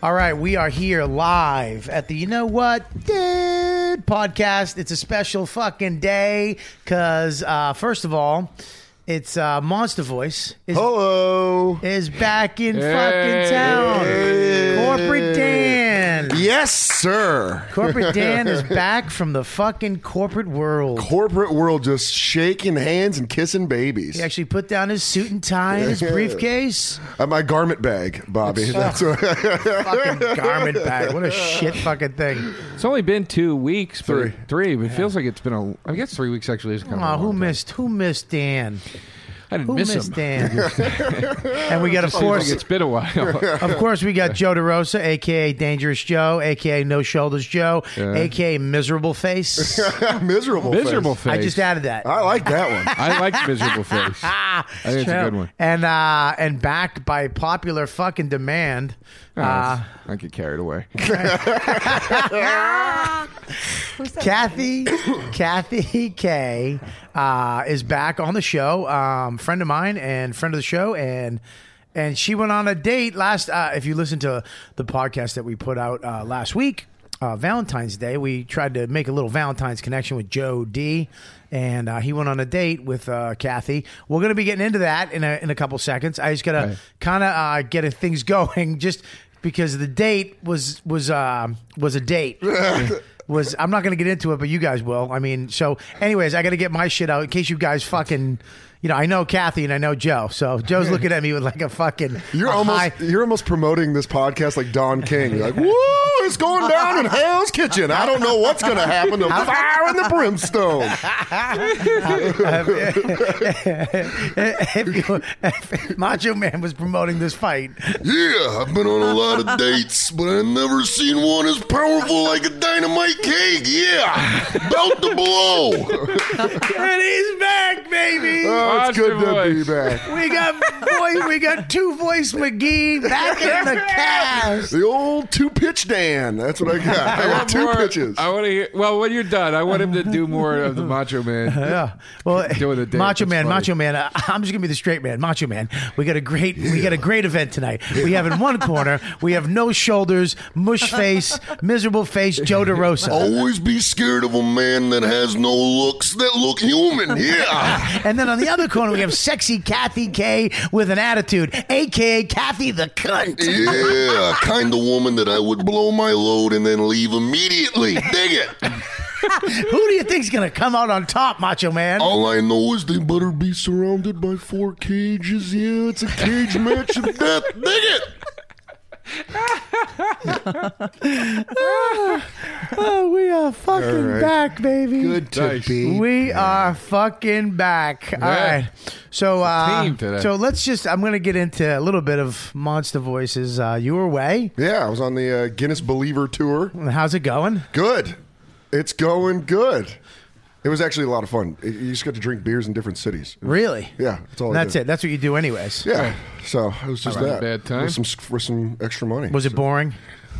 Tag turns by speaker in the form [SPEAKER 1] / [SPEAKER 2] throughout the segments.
[SPEAKER 1] All right, we are here live at the You Know What Dude podcast. It's a special fucking day because, uh, first of all, it's uh, Monster Voice is,
[SPEAKER 2] Oh.
[SPEAKER 3] Hello.
[SPEAKER 1] is back in fucking town. Corporate Dan.
[SPEAKER 3] Yes, sir.
[SPEAKER 1] Corporate Dan is back from the fucking corporate world.
[SPEAKER 3] Corporate world just shaking hands and kissing babies.
[SPEAKER 1] He actually put down his suit and tie and his briefcase.
[SPEAKER 3] Uh, my garment bag, Bobby. That's what,
[SPEAKER 1] fucking garment bag. What a shit fucking thing.
[SPEAKER 2] It's only been two weeks, but
[SPEAKER 3] Three.
[SPEAKER 2] three. But it feels like it's been a. I guess three weeks actually is kind of.
[SPEAKER 1] Oh,
[SPEAKER 2] a long
[SPEAKER 1] who
[SPEAKER 2] time.
[SPEAKER 1] missed? Who missed Dan?
[SPEAKER 2] I didn't
[SPEAKER 1] Who
[SPEAKER 2] miss
[SPEAKER 1] missed
[SPEAKER 2] him.
[SPEAKER 1] Dan? and we got, of
[SPEAKER 2] Seems like
[SPEAKER 1] course,
[SPEAKER 2] it's been a while.
[SPEAKER 1] Of course, we got Joe DeRosa, aka Dangerous Joe, aka No Shoulders Joe,
[SPEAKER 2] Yeah.
[SPEAKER 1] aka Miserable Face.
[SPEAKER 3] miserable. face.
[SPEAKER 2] miserable face.
[SPEAKER 1] I just Ah. added that.
[SPEAKER 3] I like that one.
[SPEAKER 2] I like miserable face. Oh. I think it's a good one.
[SPEAKER 1] And uh, and back by popular fucking demand. Uh,
[SPEAKER 2] I get carried away.
[SPEAKER 1] Kathy, Kathy K uh, is back on the show. Um, friend of mine and friend of the show, and and she went on a date last. Uh, if you listen to the podcast that we put out uh, last week, uh, Valentine's Day, we tried to make a little Valentine's connection with Joe D. And uh, he went on a date with uh, Kathy. We're going to be getting into that in a, in a couple seconds. I just got to kind of uh, get things going, just because the date was was um was a date. was I'm not going to get into it, but you guys will. I mean, so anyways, I got to get my shit out in case you guys fucking. You know, I know Kathy and I know Joe, so Joe's looking at me with like a fucking.
[SPEAKER 3] You're
[SPEAKER 1] a
[SPEAKER 3] almost
[SPEAKER 1] high-
[SPEAKER 3] you're almost promoting this podcast like Don King. You're like, whoa, it's going down in Hell's Kitchen. I don't know what's going to happen. The fire and the brimstone.
[SPEAKER 1] if, you, if Macho Man was promoting this fight,
[SPEAKER 3] Yeah, I've been on a lot of dates, but I've never seen one as powerful like a dynamite cake. Yeah, belt to blow.
[SPEAKER 1] and he's back, baby.
[SPEAKER 3] Oh, it's
[SPEAKER 2] Monster
[SPEAKER 3] good to be
[SPEAKER 2] voice.
[SPEAKER 3] back.
[SPEAKER 1] we got boy, we got Two Voice McGee back in the cast.
[SPEAKER 3] The old two pitch Dan. That's what I got. I got two
[SPEAKER 2] more,
[SPEAKER 3] pitches.
[SPEAKER 2] I want to hear. Well, when you're done, I want him to do more of the Macho Man.
[SPEAKER 1] Yeah. Well,
[SPEAKER 2] Doing a date,
[SPEAKER 1] Macho
[SPEAKER 2] that's
[SPEAKER 1] Man,
[SPEAKER 2] funny.
[SPEAKER 1] Macho Man. Uh, I'm just gonna be the straight man, Macho Man. We got a great, we got a great event tonight. We have in one corner, we have no shoulders, mush face, miserable face, Joe DeRosa,
[SPEAKER 3] Always be scared of a man that has no looks that look human. Yeah.
[SPEAKER 1] and then on the other corner we have sexy Kathy K with an attitude, aka Kathy the cunt.
[SPEAKER 3] E. Yeah. Kind of woman that I would blow my load and then leave immediately. Dig it.
[SPEAKER 1] Who do you think's gonna come out on top, Macho Man?
[SPEAKER 3] All I know is they better be surrounded by four cages. Yeah, it's a cage match of death. Dig it.
[SPEAKER 1] Oh, we are fucking
[SPEAKER 3] All right.
[SPEAKER 1] back, baby.
[SPEAKER 3] Good to
[SPEAKER 2] Nice.
[SPEAKER 3] be.
[SPEAKER 1] We are fucking back. All
[SPEAKER 2] Yeah.
[SPEAKER 1] right. So uh,
[SPEAKER 2] team today.
[SPEAKER 1] so let's just I'm going to get into a little bit of Monster Voices uh, your way.
[SPEAKER 3] Yeah, I was on the uh, Guinness Believer tour.
[SPEAKER 1] How's it going?
[SPEAKER 3] Good. It's going good. It was actually a lot of fun. It- You just got to drink beers in different cities.
[SPEAKER 1] Really?
[SPEAKER 3] Yeah, that's all. I
[SPEAKER 1] That's
[SPEAKER 3] did.
[SPEAKER 1] it. That's what you do anyways.
[SPEAKER 3] Yeah. So it was just
[SPEAKER 2] Not a
[SPEAKER 3] that.
[SPEAKER 2] bad time.
[SPEAKER 3] With some with some extra money.
[SPEAKER 1] Was it boring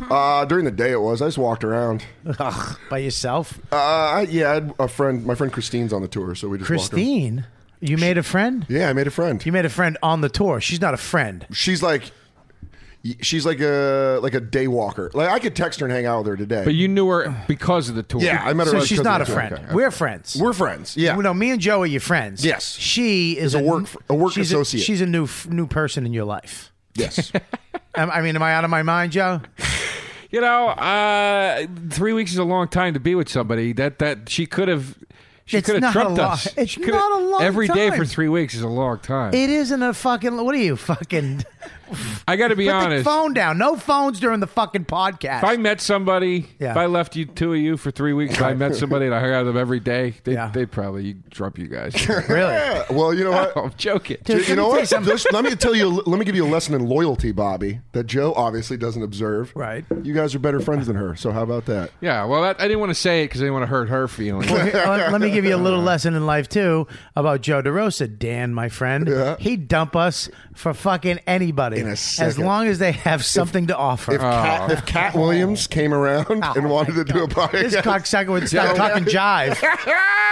[SPEAKER 3] Uh, during the day it was. I just walked around. Uh,
[SPEAKER 1] by yourself?
[SPEAKER 3] I, yeah, I had a friend. My friend Christine's on the tour, so we just walked around.
[SPEAKER 1] Christine, you made a friend?
[SPEAKER 3] Yeah, I made a friend.
[SPEAKER 1] You made a friend on the tour. She's not a friend.
[SPEAKER 3] She's like, she's like a like a day walker. Like I could text her and hang out with her today.
[SPEAKER 2] But you knew her because of the tour.
[SPEAKER 3] yeah, I met her.
[SPEAKER 1] So
[SPEAKER 3] because
[SPEAKER 1] she's
[SPEAKER 3] of
[SPEAKER 1] not
[SPEAKER 3] the
[SPEAKER 1] a
[SPEAKER 3] tour.
[SPEAKER 1] friend.
[SPEAKER 3] Okay.
[SPEAKER 1] We're friends.
[SPEAKER 3] We're friends. Yeah.
[SPEAKER 1] No, me and Joe are your friends.
[SPEAKER 3] Yes.
[SPEAKER 1] She is
[SPEAKER 3] a work- a work
[SPEAKER 1] she's
[SPEAKER 3] associate.
[SPEAKER 1] she's a new f- new person in your life.
[SPEAKER 3] Yes.
[SPEAKER 1] Am- I mean, am I out of my mind, Joe?
[SPEAKER 2] You know, uh, three weeks is a long time to be with somebody. That that she could have.
[SPEAKER 4] She
[SPEAKER 1] It's
[SPEAKER 4] could have
[SPEAKER 1] not a
[SPEAKER 4] trumped
[SPEAKER 1] lo-
[SPEAKER 4] us.
[SPEAKER 1] it's
[SPEAKER 4] She could've-
[SPEAKER 1] not a long
[SPEAKER 4] Every day for
[SPEAKER 1] time.
[SPEAKER 4] three weeks is a long time.
[SPEAKER 1] It isn't a fucking. What are you fucking?
[SPEAKER 4] I got to be
[SPEAKER 1] Put the
[SPEAKER 4] honest.
[SPEAKER 1] phone down. No phones during the fucking podcast.
[SPEAKER 4] If I met somebody,
[SPEAKER 1] Yeah.
[SPEAKER 4] if I left you two of you for three weeks, if I met somebody and I hung out with them every day, they,
[SPEAKER 1] Yeah.
[SPEAKER 4] they'd probably trump you guys.
[SPEAKER 1] really?
[SPEAKER 3] Yeah, well, you know
[SPEAKER 1] Oh.
[SPEAKER 3] what?
[SPEAKER 4] I'm joking.
[SPEAKER 1] Dude,
[SPEAKER 3] you
[SPEAKER 1] let me
[SPEAKER 3] know
[SPEAKER 1] tell you
[SPEAKER 3] what?
[SPEAKER 1] something.
[SPEAKER 3] Just- let me tell you. Let me give you a lesson in loyalty, Bobby. That Joe obviously doesn't observe.
[SPEAKER 1] Right.
[SPEAKER 3] You guys are better friends than her. So how about that?
[SPEAKER 4] Yeah, well, that, I didn't want to say it because I didn't want to hurt her feelings.
[SPEAKER 1] Well, here- uh, let, let me give you a little lesson in life too about Joe DeRosa. Dan, my friend, he'd dump us for fucking anybody
[SPEAKER 3] In a
[SPEAKER 1] as
[SPEAKER 3] second.
[SPEAKER 1] long as they have something to offer.
[SPEAKER 3] If, Cat, if Cat Williams came around and wanted to do a podcast,
[SPEAKER 1] Oh this cocksucker would start talking jive.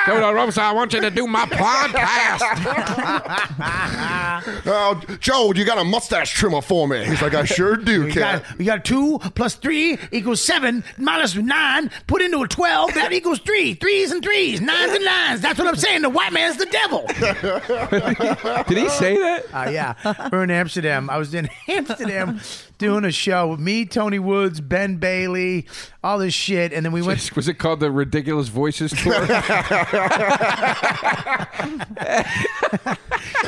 [SPEAKER 4] Dodo Rosa, I want you to do my podcast.
[SPEAKER 3] oh, Joe, you got a mustache trimmer for me? He's like, I sure do,
[SPEAKER 1] We
[SPEAKER 3] Cat.
[SPEAKER 1] got, we got two plus three equals seven minus nine put into a twelve that equals three threes and threes nines and nines. That's what I'm saying. The white man's the devil.
[SPEAKER 4] Did he say that?
[SPEAKER 1] Uh, yeah, we're in Amsterdam. I was in Amsterdam doing a show with me, Tony Woods, Ben Bailey, all this shit, and then we went.
[SPEAKER 4] Was it called the Ridiculous Voices Tour?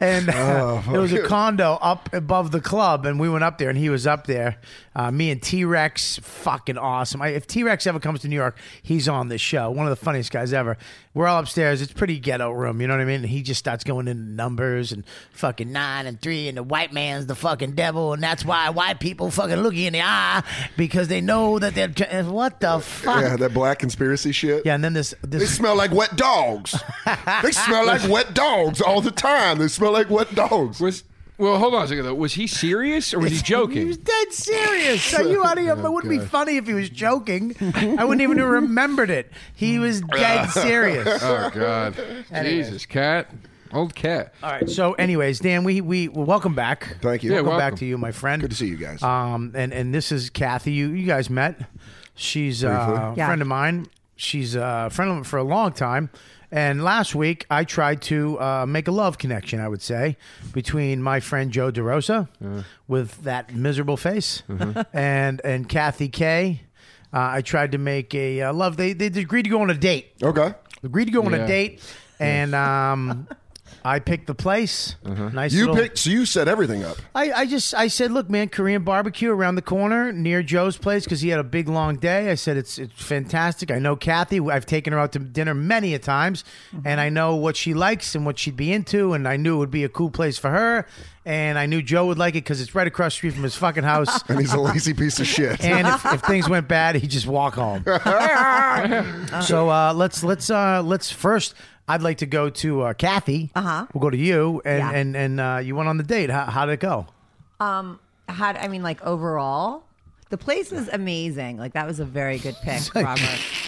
[SPEAKER 1] and uh, it was a condo up above the club, and we went up there, and he was up there. Uh, me and T Rex, fucking awesome. I, if T Rex ever comes to New York, he's on this show. One of the funniest guys ever. We're all upstairs. It's pretty ghetto room, you know what I mean? And he just starts going into numbers and fucking nine and three, and the white man's the fucking devil, and that's why white people fucking look you in the eye because they know that they're. and What the fuck?
[SPEAKER 3] Yeah,
[SPEAKER 1] Yeah,
[SPEAKER 3] that black conspiracy shit.
[SPEAKER 1] and then this
[SPEAKER 3] They
[SPEAKER 1] this
[SPEAKER 3] smell like wet dogs. they smell like wet dogs all the time. They smell like wet dogs.
[SPEAKER 4] was well, hold on a second though. Was he serious or was he
[SPEAKER 1] He was
[SPEAKER 4] joking?
[SPEAKER 1] dead serious. Are you out of
[SPEAKER 3] Oh,
[SPEAKER 1] your? It wouldn't be funny if he was joking. I wouldn't even have remembered it. He was dead serious.
[SPEAKER 4] Oh God, Jesus, cat, old cat.
[SPEAKER 1] All right. So, anyways, Dan, we we well, welcome back.
[SPEAKER 3] Thank you.
[SPEAKER 4] Yeah,
[SPEAKER 1] Welcome
[SPEAKER 4] welcome.
[SPEAKER 1] back to you, my friend.
[SPEAKER 3] Good to see you guys.
[SPEAKER 1] Um, and and this is Kathy. You you guys met. She's uh, a
[SPEAKER 3] Briefly.
[SPEAKER 5] Yeah.
[SPEAKER 1] friend of mine. She's a friend of mine for a long time. And last week, I tried to uh, make a love connection. I would say between my friend Joe DeRosa,
[SPEAKER 3] Uh.
[SPEAKER 1] with that miserable face,
[SPEAKER 3] Mm-hmm.
[SPEAKER 1] and and Kathy Kay. Uh, I tried to make a uh, love. They they agreed to go on a date
[SPEAKER 3] Okay.
[SPEAKER 1] agreed to go on a
[SPEAKER 4] Yeah.
[SPEAKER 1] date, and um, I picked the place. Nice.
[SPEAKER 3] Uh-huh. You
[SPEAKER 1] little-
[SPEAKER 3] picked. So you set everything up.
[SPEAKER 1] I, I just I said, look, man, Korean barbecue around the corner near Joe's place because he had a big long day. I said it's it's fantastic. I know Kathy. I've taken her out to dinner many a times, and I know what she likes and what she'd be into, and I knew it would be a cool place for her. And I knew Joe would like it because it's right across the street from his fucking house.
[SPEAKER 3] And he's a lazy piece of shit.
[SPEAKER 1] and if, if things went bad, he'd just walk home. so uh, let's let's uh, let's first. I'd like to go to uh, Kathy. Uh huh. We'll go to you, and
[SPEAKER 6] Yeah.
[SPEAKER 1] and and uh, you went on the date. How, how did it go?
[SPEAKER 6] How I mean, like overall, the place was amazing. Like that was a very good pick, Robert.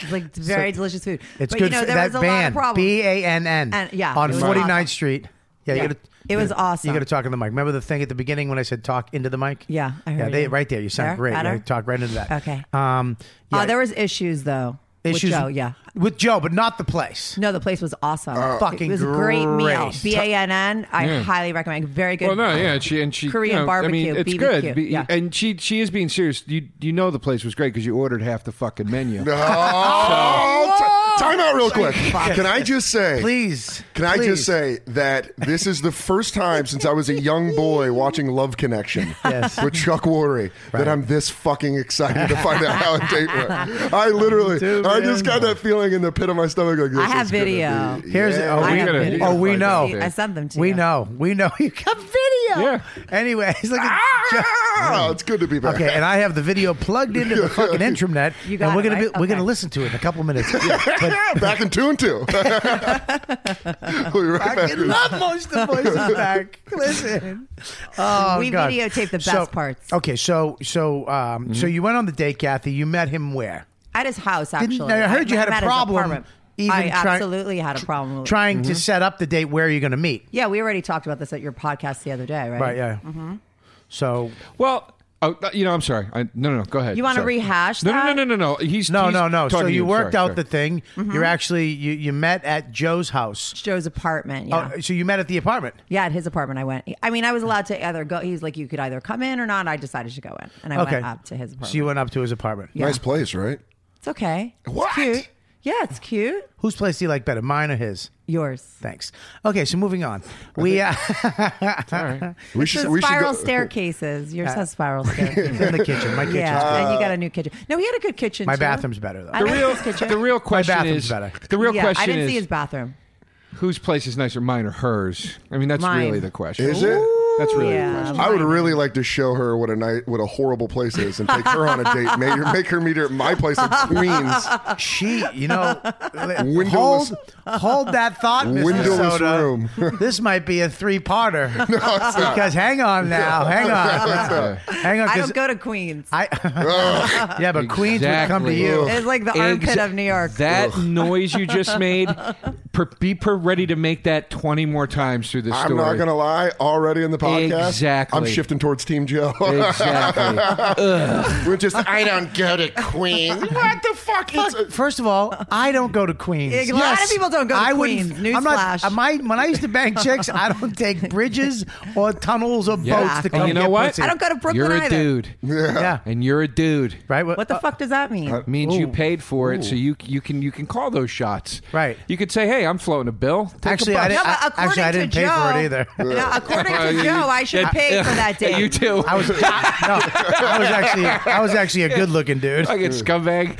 [SPEAKER 6] It's like very delicious food.
[SPEAKER 1] It's
[SPEAKER 6] but
[SPEAKER 1] good.
[SPEAKER 6] you know,
[SPEAKER 1] for
[SPEAKER 6] there
[SPEAKER 1] that
[SPEAKER 6] was a
[SPEAKER 1] band,
[SPEAKER 6] lot of problems.
[SPEAKER 1] B A N N.
[SPEAKER 6] And- yeah,
[SPEAKER 1] on
[SPEAKER 6] it was
[SPEAKER 1] 49th
[SPEAKER 6] awesome.
[SPEAKER 1] Street. Yeah,
[SPEAKER 6] Yeah.
[SPEAKER 1] you gotta,
[SPEAKER 6] It was
[SPEAKER 1] you-
[SPEAKER 6] awesome.
[SPEAKER 1] You got to talk in the mic. Remember the thing at the beginning when I said talk into the mic?
[SPEAKER 6] Yeah, I
[SPEAKER 1] yeah,
[SPEAKER 6] heard
[SPEAKER 1] they,
[SPEAKER 6] you.
[SPEAKER 1] right there. You sound
[SPEAKER 6] Better?
[SPEAKER 1] great. Yeah,
[SPEAKER 6] Better?
[SPEAKER 1] you talk right into that.
[SPEAKER 6] Okay.
[SPEAKER 1] Um, yeah,
[SPEAKER 6] Uh, there was issues though.
[SPEAKER 1] issues
[SPEAKER 6] With Joe, yeah.
[SPEAKER 1] with Joe, but not the place.
[SPEAKER 6] No, the place was awesome.
[SPEAKER 1] Fucking
[SPEAKER 6] it was a great meal.
[SPEAKER 1] Oh. great.
[SPEAKER 6] B A N N. I highly recommend. Very good.
[SPEAKER 4] Mm. Well, no, yeah, and she and she
[SPEAKER 6] Korean
[SPEAKER 4] you know, I
[SPEAKER 6] barbecue,
[SPEAKER 4] mean, it's
[SPEAKER 6] BBQ,
[SPEAKER 4] good. Be-
[SPEAKER 6] yeah.
[SPEAKER 4] And she she is being serious. You you know the place was great because you ordered half the fucking menu.
[SPEAKER 3] Oh, t- time out real quick. Can I just say?
[SPEAKER 1] Please,
[SPEAKER 3] Can I
[SPEAKER 1] please.
[SPEAKER 3] just say that this is the first time since I was a young boy watching Love Connection
[SPEAKER 1] Yes.
[SPEAKER 3] with Chuck Woolery that I'm this fucking excited to find out how a date went. I literally,
[SPEAKER 1] too,
[SPEAKER 3] I
[SPEAKER 1] man.
[SPEAKER 3] just got that feeling in the pit of my stomach. Like, this
[SPEAKER 6] I have
[SPEAKER 3] is gonna
[SPEAKER 6] video.
[SPEAKER 3] be-
[SPEAKER 1] Here's
[SPEAKER 3] yeah.
[SPEAKER 1] oh,
[SPEAKER 6] I
[SPEAKER 1] we
[SPEAKER 6] have
[SPEAKER 4] gotta-
[SPEAKER 6] video.
[SPEAKER 1] oh, we
[SPEAKER 4] find
[SPEAKER 1] know.
[SPEAKER 4] out.
[SPEAKER 6] I sent them to
[SPEAKER 1] We
[SPEAKER 6] you.
[SPEAKER 1] know. We know. You got video.
[SPEAKER 4] Yeah.
[SPEAKER 1] Anyways, look at
[SPEAKER 3] Ah,
[SPEAKER 1] Joe.
[SPEAKER 3] it's good to be back.
[SPEAKER 1] Okay, and I have the video plugged into the fucking intranet,
[SPEAKER 6] You
[SPEAKER 1] and
[SPEAKER 6] got
[SPEAKER 1] we're
[SPEAKER 6] it,
[SPEAKER 1] gonna be,
[SPEAKER 6] right?
[SPEAKER 1] we're gonna
[SPEAKER 6] Okay.
[SPEAKER 1] listen to it in a couple minutes. But
[SPEAKER 3] Ah, back in tune too. we'll be right
[SPEAKER 1] I
[SPEAKER 3] back.
[SPEAKER 1] love most of the voices back. Listen, oh,
[SPEAKER 6] We
[SPEAKER 1] God.
[SPEAKER 6] videotaped the best
[SPEAKER 1] So-
[SPEAKER 6] parts.
[SPEAKER 1] Okay, so so um, so
[SPEAKER 4] Mm-hmm.
[SPEAKER 1] you went on the date, Kathy. You met him where?
[SPEAKER 6] At his house, actually.
[SPEAKER 1] Didn't, I heard you had
[SPEAKER 6] met him
[SPEAKER 1] a
[SPEAKER 6] at his
[SPEAKER 1] problem.
[SPEAKER 6] apartment.
[SPEAKER 1] Even
[SPEAKER 6] I
[SPEAKER 1] try-
[SPEAKER 6] absolutely had a problem. with-
[SPEAKER 1] trying to set up the date. Where are you going to meet?
[SPEAKER 6] Yeah, we already talked about this at your podcast the other day, right?
[SPEAKER 1] Right. Yeah.
[SPEAKER 6] Mm-hmm.
[SPEAKER 1] So
[SPEAKER 4] Well. Oh, uh, you know, I'm sorry. I, no, no, no. Go ahead.
[SPEAKER 6] You wanna
[SPEAKER 4] Sorry.
[SPEAKER 6] rehash
[SPEAKER 4] No,
[SPEAKER 6] that?
[SPEAKER 4] no, no, no, no, no. He's
[SPEAKER 1] no,
[SPEAKER 4] he's
[SPEAKER 1] no, no. So
[SPEAKER 4] talking to
[SPEAKER 1] you, worked
[SPEAKER 4] Sorry,
[SPEAKER 1] out
[SPEAKER 4] sorry.
[SPEAKER 1] the thing.
[SPEAKER 6] Mm-hmm.
[SPEAKER 1] You're actually you you met at Joe's house.
[SPEAKER 6] Joe's apartment. Yeah.
[SPEAKER 1] Oh, so you met at the apartment.
[SPEAKER 6] yeah, at his apartment I went. I mean, I was allowed to either go. He's like, you could either come in or not. I decided to go in, and I
[SPEAKER 1] okay.
[SPEAKER 6] went up to his apartment.
[SPEAKER 1] So you went up to his apartment.
[SPEAKER 3] Nice place, right?
[SPEAKER 6] it's okay. It's
[SPEAKER 3] What?
[SPEAKER 6] cute. Yeah, it's cute.
[SPEAKER 1] Whose place do you like better, mine or his?
[SPEAKER 6] Yours.
[SPEAKER 1] Thanks. Okay, so moving on. We uh,
[SPEAKER 3] We
[SPEAKER 6] It says
[SPEAKER 3] we
[SPEAKER 6] spiral
[SPEAKER 3] go-
[SPEAKER 6] staircases. Yours has spiral staircases.
[SPEAKER 1] in the kitchen, my kitchen.
[SPEAKER 6] yeah, and you got a new kitchen. No, he had a good kitchen.
[SPEAKER 1] Uh, My
[SPEAKER 6] too.
[SPEAKER 1] bathroom's better though.
[SPEAKER 6] I like
[SPEAKER 2] real,
[SPEAKER 6] his kitchen.
[SPEAKER 2] the real question
[SPEAKER 1] bathroom's
[SPEAKER 2] is
[SPEAKER 1] better.
[SPEAKER 2] the real
[SPEAKER 6] yeah,
[SPEAKER 2] question
[SPEAKER 6] I didn't
[SPEAKER 2] is
[SPEAKER 6] see his bathroom.
[SPEAKER 2] whose place is nicer, mine or hers? I mean, that's
[SPEAKER 6] Mine.
[SPEAKER 2] really the question.
[SPEAKER 3] Is it?
[SPEAKER 2] That's really the
[SPEAKER 6] Yeah,
[SPEAKER 2] question.
[SPEAKER 3] I would really like to show her what a night, what a horrible place is, and take her on a date. Make her, make her meet her at my place in Queens.
[SPEAKER 1] She, you know,
[SPEAKER 3] Windowless-
[SPEAKER 1] hold hold that thought, Mr.
[SPEAKER 3] Windowless
[SPEAKER 1] Soda.
[SPEAKER 3] room.
[SPEAKER 1] this might be a three-parter.
[SPEAKER 3] it's not.
[SPEAKER 1] because hang on now, hang on,
[SPEAKER 3] It's
[SPEAKER 1] hang on.
[SPEAKER 6] I
[SPEAKER 1] 'cause
[SPEAKER 6] don't go to Queens.
[SPEAKER 1] I,
[SPEAKER 3] Ugh.
[SPEAKER 1] yeah, but Queens would come to
[SPEAKER 2] Exactly.
[SPEAKER 1] you.
[SPEAKER 6] It's like the armpit
[SPEAKER 2] Exa-
[SPEAKER 6] of New York.
[SPEAKER 2] That noise you just made, per, be per ready to make that 20 more times through this
[SPEAKER 3] I'm
[SPEAKER 2] story.
[SPEAKER 3] not gonna lie. Already in the podcast,
[SPEAKER 2] Exactly.
[SPEAKER 3] I'm shifting towards Team Joe.
[SPEAKER 2] Exactly.
[SPEAKER 3] We're just. I don't go to Queens. What the fuck? It's a-
[SPEAKER 1] First of all, I don't go to Queens.
[SPEAKER 6] A lot of people don't go to
[SPEAKER 1] I
[SPEAKER 6] Queens.
[SPEAKER 1] wouldn't- I'm not.
[SPEAKER 6] Newsflash.
[SPEAKER 1] uh, My, when I used to bank checks, I don't take bridges or tunnels or
[SPEAKER 2] Yeah.
[SPEAKER 1] boats to
[SPEAKER 2] And
[SPEAKER 1] come
[SPEAKER 2] you know
[SPEAKER 1] get
[SPEAKER 2] what?
[SPEAKER 1] pussy.
[SPEAKER 6] I don't go to Brooklyn
[SPEAKER 2] you're a
[SPEAKER 6] either.
[SPEAKER 2] dude,
[SPEAKER 1] Yeah.
[SPEAKER 2] and you're a dude.
[SPEAKER 1] Right.
[SPEAKER 6] What the
[SPEAKER 1] uh,
[SPEAKER 6] fuck does that mean?
[SPEAKER 2] Means you paid for it, so you you can you can call those shots.
[SPEAKER 1] Right.
[SPEAKER 2] You could say, "Hey, I'm floating a bill." Take a
[SPEAKER 1] Actually,
[SPEAKER 2] buck.
[SPEAKER 1] I didn't.
[SPEAKER 6] No, but
[SPEAKER 1] I, actually, I
[SPEAKER 6] according
[SPEAKER 1] didn't
[SPEAKER 6] to
[SPEAKER 1] pay for it
[SPEAKER 6] Joe-
[SPEAKER 1] either.
[SPEAKER 6] No, according
[SPEAKER 2] Uh,
[SPEAKER 6] to
[SPEAKER 2] you-
[SPEAKER 6] Joe, I should
[SPEAKER 2] yeah,
[SPEAKER 6] pay for that
[SPEAKER 2] yeah,
[SPEAKER 6] date.
[SPEAKER 2] You too.
[SPEAKER 1] I was. I, no, I was actually. I was actually a good-looking dude.
[SPEAKER 2] like a scumbag.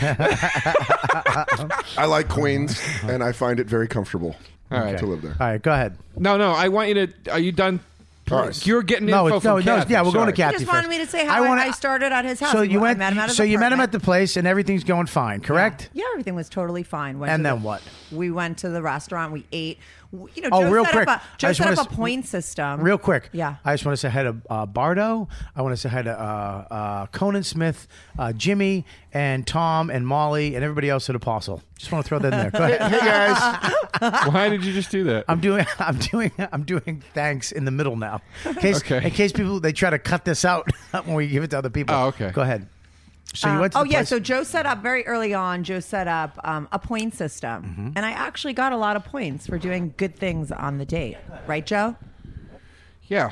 [SPEAKER 3] I like Queens, and I find it very comfortable to live there.
[SPEAKER 1] All right, go ahead.
[SPEAKER 2] No, no. I want you to. Are you done?
[SPEAKER 3] All right.
[SPEAKER 2] You're getting
[SPEAKER 1] No,
[SPEAKER 2] info
[SPEAKER 1] it's,
[SPEAKER 2] from
[SPEAKER 1] no, no.
[SPEAKER 2] Kathy.
[SPEAKER 1] Yeah, we're going to
[SPEAKER 2] Sorry.
[SPEAKER 1] Kathy.
[SPEAKER 6] just
[SPEAKER 1] first.
[SPEAKER 6] wanted me to say how I,
[SPEAKER 1] wanna-
[SPEAKER 6] I started at his house.
[SPEAKER 1] So you
[SPEAKER 6] I
[SPEAKER 1] went.
[SPEAKER 6] met him at his
[SPEAKER 1] so you met him at the
[SPEAKER 6] apartment.
[SPEAKER 1] place, and everything's going fine, correct?
[SPEAKER 6] Yeah, everything was totally fine. Went
[SPEAKER 1] And
[SPEAKER 6] to the-
[SPEAKER 1] then what?
[SPEAKER 6] We went to the restaurant. We ate. W- You know,
[SPEAKER 1] Oh,
[SPEAKER 6] Joe
[SPEAKER 1] real
[SPEAKER 6] set
[SPEAKER 1] quick. I
[SPEAKER 6] up a, Joe
[SPEAKER 1] just
[SPEAKER 6] set
[SPEAKER 1] wanna
[SPEAKER 6] up a
[SPEAKER 1] s-
[SPEAKER 6] point system.
[SPEAKER 1] Real quick.
[SPEAKER 6] Yeah.
[SPEAKER 1] I just want to say hi to uh, Bardo. I want to say hi to uh, uh, Conan Smith, uh, Jimmy, and Tom, and Molly, and everybody else at Apostle. Just want to throw that in there. Go ahead.
[SPEAKER 3] Hey guys,
[SPEAKER 2] Why did you just do that?
[SPEAKER 1] I'm doing. I'm doing. I'm doing. Thanks in the middle now. In case,
[SPEAKER 2] Okay.
[SPEAKER 1] in case people they try to cut this out when we give it to other people.
[SPEAKER 2] Oh, okay.
[SPEAKER 1] Go ahead. So you went. To
[SPEAKER 6] oh
[SPEAKER 1] the
[SPEAKER 6] yeah,
[SPEAKER 1] place-
[SPEAKER 6] so Joe set up very early on. Joe set up um, a point system,
[SPEAKER 1] Mm-hmm.
[SPEAKER 6] and I actually got a lot of points for doing good things on the date. Right, Joe?
[SPEAKER 2] yeah.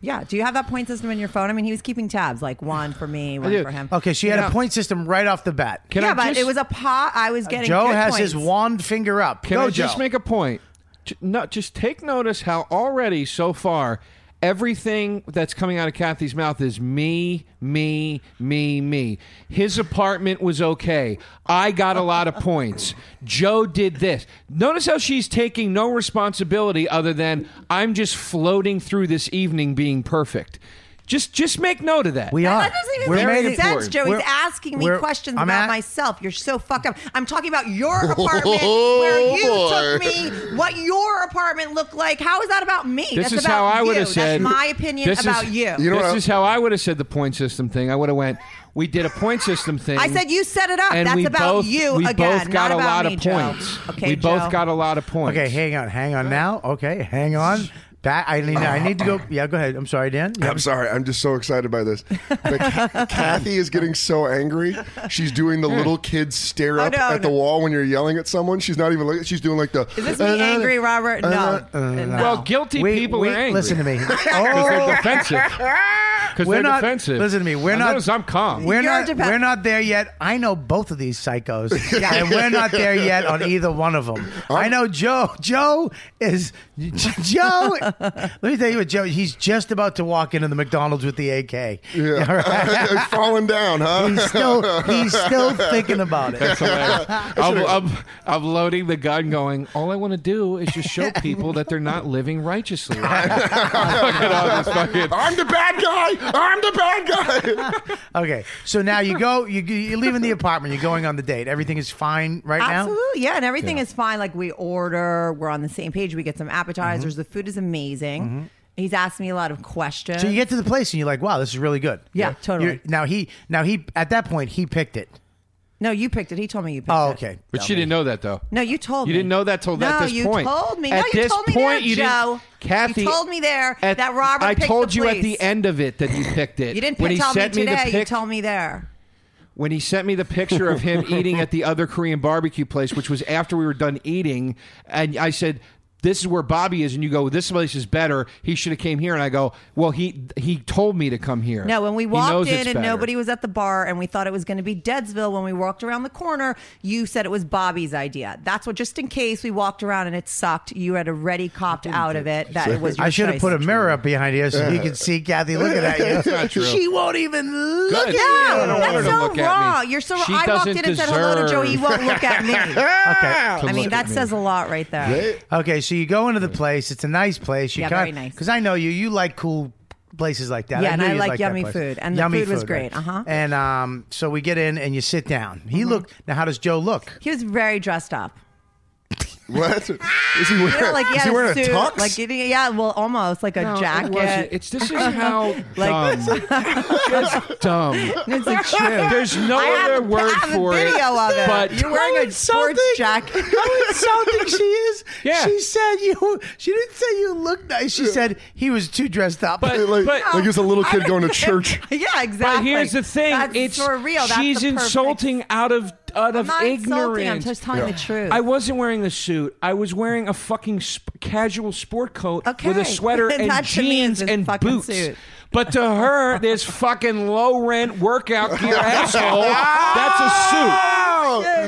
[SPEAKER 6] Yeah. Do you have that point system in your phone? I mean, he was keeping tabs, like one for me, one
[SPEAKER 2] do.
[SPEAKER 6] for him.
[SPEAKER 1] Okay, so you had
[SPEAKER 2] Yeah.
[SPEAKER 1] a point system right off the bat.
[SPEAKER 2] Can
[SPEAKER 6] yeah,
[SPEAKER 2] I
[SPEAKER 6] but
[SPEAKER 2] just,
[SPEAKER 6] it was a pot. I was getting.
[SPEAKER 1] Uh, Joe
[SPEAKER 6] good
[SPEAKER 1] has
[SPEAKER 6] points.
[SPEAKER 1] his wand finger up.
[SPEAKER 2] Can
[SPEAKER 1] Go,
[SPEAKER 2] I just
[SPEAKER 1] Joe.
[SPEAKER 2] make a point? J- No, just take notice how already so far everything that's coming out of Kathy's mouth is me, me, me, me. His apartment was okay. I got a lot of points. Joe did this. Notice how she's taking no responsibility other than I'm just floating through this evening being perfect. Just just make note of that.
[SPEAKER 1] we are.
[SPEAKER 6] That doesn't even
[SPEAKER 1] We're
[SPEAKER 6] make
[SPEAKER 1] made it-
[SPEAKER 6] sense, Joe.
[SPEAKER 1] We're-
[SPEAKER 6] He's asking me
[SPEAKER 1] we're-
[SPEAKER 6] questions
[SPEAKER 1] I'm
[SPEAKER 6] about
[SPEAKER 1] at-
[SPEAKER 6] myself. You're so fucked up. I'm talking about your apartment,
[SPEAKER 7] Oh,
[SPEAKER 6] where you took
[SPEAKER 7] boy.
[SPEAKER 6] me, what your apartment looked like. How is that about me?
[SPEAKER 2] This
[SPEAKER 6] That's
[SPEAKER 2] is
[SPEAKER 6] about
[SPEAKER 2] how I
[SPEAKER 6] you.
[SPEAKER 2] would have said.
[SPEAKER 6] That's my opinion
[SPEAKER 2] this is-
[SPEAKER 6] about you.
[SPEAKER 3] You know
[SPEAKER 2] this
[SPEAKER 3] what I-
[SPEAKER 2] is how I would have said the point system thing. I would have went. We did a point system thing.
[SPEAKER 6] I said you set it up.
[SPEAKER 2] And
[SPEAKER 6] That's
[SPEAKER 2] we
[SPEAKER 6] about
[SPEAKER 2] both,
[SPEAKER 6] you
[SPEAKER 2] we
[SPEAKER 6] again,
[SPEAKER 2] both got
[SPEAKER 6] not
[SPEAKER 2] a
[SPEAKER 6] about
[SPEAKER 2] lot
[SPEAKER 6] me,
[SPEAKER 2] of
[SPEAKER 6] Joe.
[SPEAKER 2] points.
[SPEAKER 6] Okay,
[SPEAKER 2] we
[SPEAKER 6] Joe.
[SPEAKER 2] both got a lot of points.
[SPEAKER 1] Okay, hang on, hang on now. Okay, hang on. That I need. I need to go. Yeah, go ahead. I'm sorry, Dan. Yeah.
[SPEAKER 3] I'm sorry. I'm just so excited by this. Like, Kathy is getting so angry. She's doing the little kid stare
[SPEAKER 6] Oh,
[SPEAKER 3] up
[SPEAKER 6] no,
[SPEAKER 3] at the
[SPEAKER 6] no.
[SPEAKER 3] wall when you're yelling at someone. She's not even looking. She's doing like the.
[SPEAKER 6] Is this me angry, Robert? No.
[SPEAKER 2] Uh,
[SPEAKER 6] No.
[SPEAKER 2] Well, guilty
[SPEAKER 1] We-
[SPEAKER 2] people
[SPEAKER 1] we-
[SPEAKER 2] are angry.
[SPEAKER 1] Listen to me.
[SPEAKER 2] Because
[SPEAKER 1] Oh,
[SPEAKER 2] they're defensive. Because
[SPEAKER 1] We're
[SPEAKER 2] they're
[SPEAKER 1] not-
[SPEAKER 2] defensive.
[SPEAKER 1] listen to me, we're
[SPEAKER 2] And
[SPEAKER 1] not-
[SPEAKER 2] Notice I'm calm.
[SPEAKER 1] we're
[SPEAKER 6] You're
[SPEAKER 1] not.
[SPEAKER 6] depe-
[SPEAKER 1] we're not there yet. I know both of these psychos, and we're not there yet on either one of them. I know Joe. Joe is Joe. let me tell you what, Joe. He's just about to walk into the McDonald's with the AK.
[SPEAKER 3] Yeah. Falling down, huh?
[SPEAKER 1] He's still. He's still thinking about it.
[SPEAKER 2] That's hilarious. I'm, I'm, I'm loading the gun, going. All I want to do is just show people that they're not living righteously. Look at all this fucking-
[SPEAKER 3] I'm the bad guy. I'm the bad guy.
[SPEAKER 1] Okay, so now you go, you, you're leaving the apartment, you're going on the date. Everything is fine right now.
[SPEAKER 6] Absolutely, yeah, and everything is fine. Like we order, we're on the same page. We get some appetizers.
[SPEAKER 2] Mm-hmm.
[SPEAKER 6] The food is amazing. He's asked me a lot of questions.
[SPEAKER 1] So you get to the place and you're like, wow, this is really good.
[SPEAKER 6] Yeah, totally.
[SPEAKER 1] You're- now he, now he, at that point, he picked it.
[SPEAKER 6] no, you picked it. He told me you picked
[SPEAKER 1] Oh,
[SPEAKER 6] it.
[SPEAKER 1] okay.
[SPEAKER 2] But she didn't know that though.
[SPEAKER 6] No, you told
[SPEAKER 2] You
[SPEAKER 6] me.
[SPEAKER 2] didn't know that till
[SPEAKER 6] no,
[SPEAKER 2] at this
[SPEAKER 6] you
[SPEAKER 2] point.
[SPEAKER 6] told me.
[SPEAKER 2] At
[SPEAKER 6] no, you
[SPEAKER 2] this
[SPEAKER 6] told me
[SPEAKER 2] point,
[SPEAKER 6] there,
[SPEAKER 2] you
[SPEAKER 6] Joe.
[SPEAKER 2] didn't. Kathy,
[SPEAKER 6] you told me there
[SPEAKER 2] at-
[SPEAKER 6] that Robert.
[SPEAKER 2] I
[SPEAKER 6] picked
[SPEAKER 2] told
[SPEAKER 6] the
[SPEAKER 2] you at
[SPEAKER 6] place.
[SPEAKER 2] the end of it that you picked it.
[SPEAKER 6] You didn't
[SPEAKER 2] when he
[SPEAKER 6] tell
[SPEAKER 2] sent
[SPEAKER 6] me today.
[SPEAKER 2] the
[SPEAKER 6] you
[SPEAKER 2] pic-
[SPEAKER 6] told me there.
[SPEAKER 2] when he sent me the picture of him eating at the other Korean barbecue place, which was after we were done eating, and I said. this is where Bobby is, and you go, this place is better. He should have came here, and I go, well, he he told me to come here.
[SPEAKER 6] No, when we
[SPEAKER 2] He
[SPEAKER 6] walked
[SPEAKER 2] knows
[SPEAKER 6] in
[SPEAKER 2] it's
[SPEAKER 6] and
[SPEAKER 2] better.
[SPEAKER 6] nobody was at the bar and we thought it was going to be Deadsville, when we walked around the corner, you said it was Bobby's idea. That's what, just in case we walked around and it sucked, you had already copped out of it. That it was your
[SPEAKER 1] I should have
[SPEAKER 6] choice.
[SPEAKER 1] put a mirror up behind you so you could see Kathy looking at you.
[SPEAKER 2] That's not true.
[SPEAKER 1] She won't even look at
[SPEAKER 2] Good.
[SPEAKER 1] you.
[SPEAKER 2] I don't
[SPEAKER 6] No,
[SPEAKER 2] want her
[SPEAKER 6] that's
[SPEAKER 2] to
[SPEAKER 6] so
[SPEAKER 2] look at me.
[SPEAKER 6] wrong. You're so wrong.
[SPEAKER 2] She
[SPEAKER 6] I walked
[SPEAKER 2] doesn't
[SPEAKER 6] in and said hello to
[SPEAKER 2] deserve-
[SPEAKER 6] Joey. He won't look at me.
[SPEAKER 1] Okay.
[SPEAKER 6] I mean,
[SPEAKER 2] look
[SPEAKER 6] that
[SPEAKER 2] at me.
[SPEAKER 6] says a lot right there.
[SPEAKER 1] Okay, so you go into the place. It's a nice place. You
[SPEAKER 6] Yeah, very nice.
[SPEAKER 1] Because I know you. You like cool places like that.
[SPEAKER 6] Yeah, and
[SPEAKER 1] knew
[SPEAKER 6] I
[SPEAKER 1] you
[SPEAKER 6] like
[SPEAKER 1] that
[SPEAKER 6] yummy
[SPEAKER 1] place.
[SPEAKER 6] food, and the
[SPEAKER 1] Yummy
[SPEAKER 6] food was
[SPEAKER 1] right.
[SPEAKER 6] great, uh-huh. Mm-hmm.
[SPEAKER 1] And um, so we get in and you sit down. He looked. Now, how does Joe look?
[SPEAKER 6] He was very dressed up.
[SPEAKER 3] What? Is he wearing,
[SPEAKER 6] You know, like he
[SPEAKER 3] is
[SPEAKER 6] had
[SPEAKER 3] he wearing
[SPEAKER 6] a
[SPEAKER 3] a
[SPEAKER 6] suit,
[SPEAKER 3] tux?
[SPEAKER 6] like yeah, well, almost like a
[SPEAKER 2] No, it
[SPEAKER 6] jacket.
[SPEAKER 2] wasn't. It's this is how
[SPEAKER 6] Like-
[SPEAKER 2] dumb. That's dumb.
[SPEAKER 6] It's like true.
[SPEAKER 2] There's no
[SPEAKER 6] I have,
[SPEAKER 2] other word
[SPEAKER 6] I have
[SPEAKER 2] for
[SPEAKER 6] a video
[SPEAKER 2] it.
[SPEAKER 6] Of it.
[SPEAKER 2] But
[SPEAKER 6] You're wearing a sports
[SPEAKER 1] insulting.
[SPEAKER 6] jacket.
[SPEAKER 1] How insulting she is!
[SPEAKER 2] Yeah.
[SPEAKER 1] She said you. She didn't say you looked nice. She said he was too dressed up.
[SPEAKER 2] But-
[SPEAKER 3] like,
[SPEAKER 2] but-
[SPEAKER 3] like he was a little kid going to church.
[SPEAKER 6] yeah, exactly.
[SPEAKER 2] But here's the thing:
[SPEAKER 6] That's
[SPEAKER 2] it's
[SPEAKER 6] for real. That's
[SPEAKER 2] she's
[SPEAKER 6] the perfect-
[SPEAKER 2] insulting out of out
[SPEAKER 6] I'm
[SPEAKER 2] of
[SPEAKER 6] not insulting.
[SPEAKER 2] ignorance.
[SPEAKER 6] I'm just telling the truth.
[SPEAKER 2] I wasn't wearing the suit. I was wearing a fucking sp- casual sport coat
[SPEAKER 6] Okay.
[SPEAKER 2] with a sweater
[SPEAKER 6] That
[SPEAKER 2] and
[SPEAKER 6] to me is
[SPEAKER 2] jeans
[SPEAKER 6] a
[SPEAKER 2] and
[SPEAKER 6] fucking
[SPEAKER 2] boots.
[SPEAKER 6] suit.
[SPEAKER 2] But to her, there's fucking low rent workout gear asshole. That's a suit.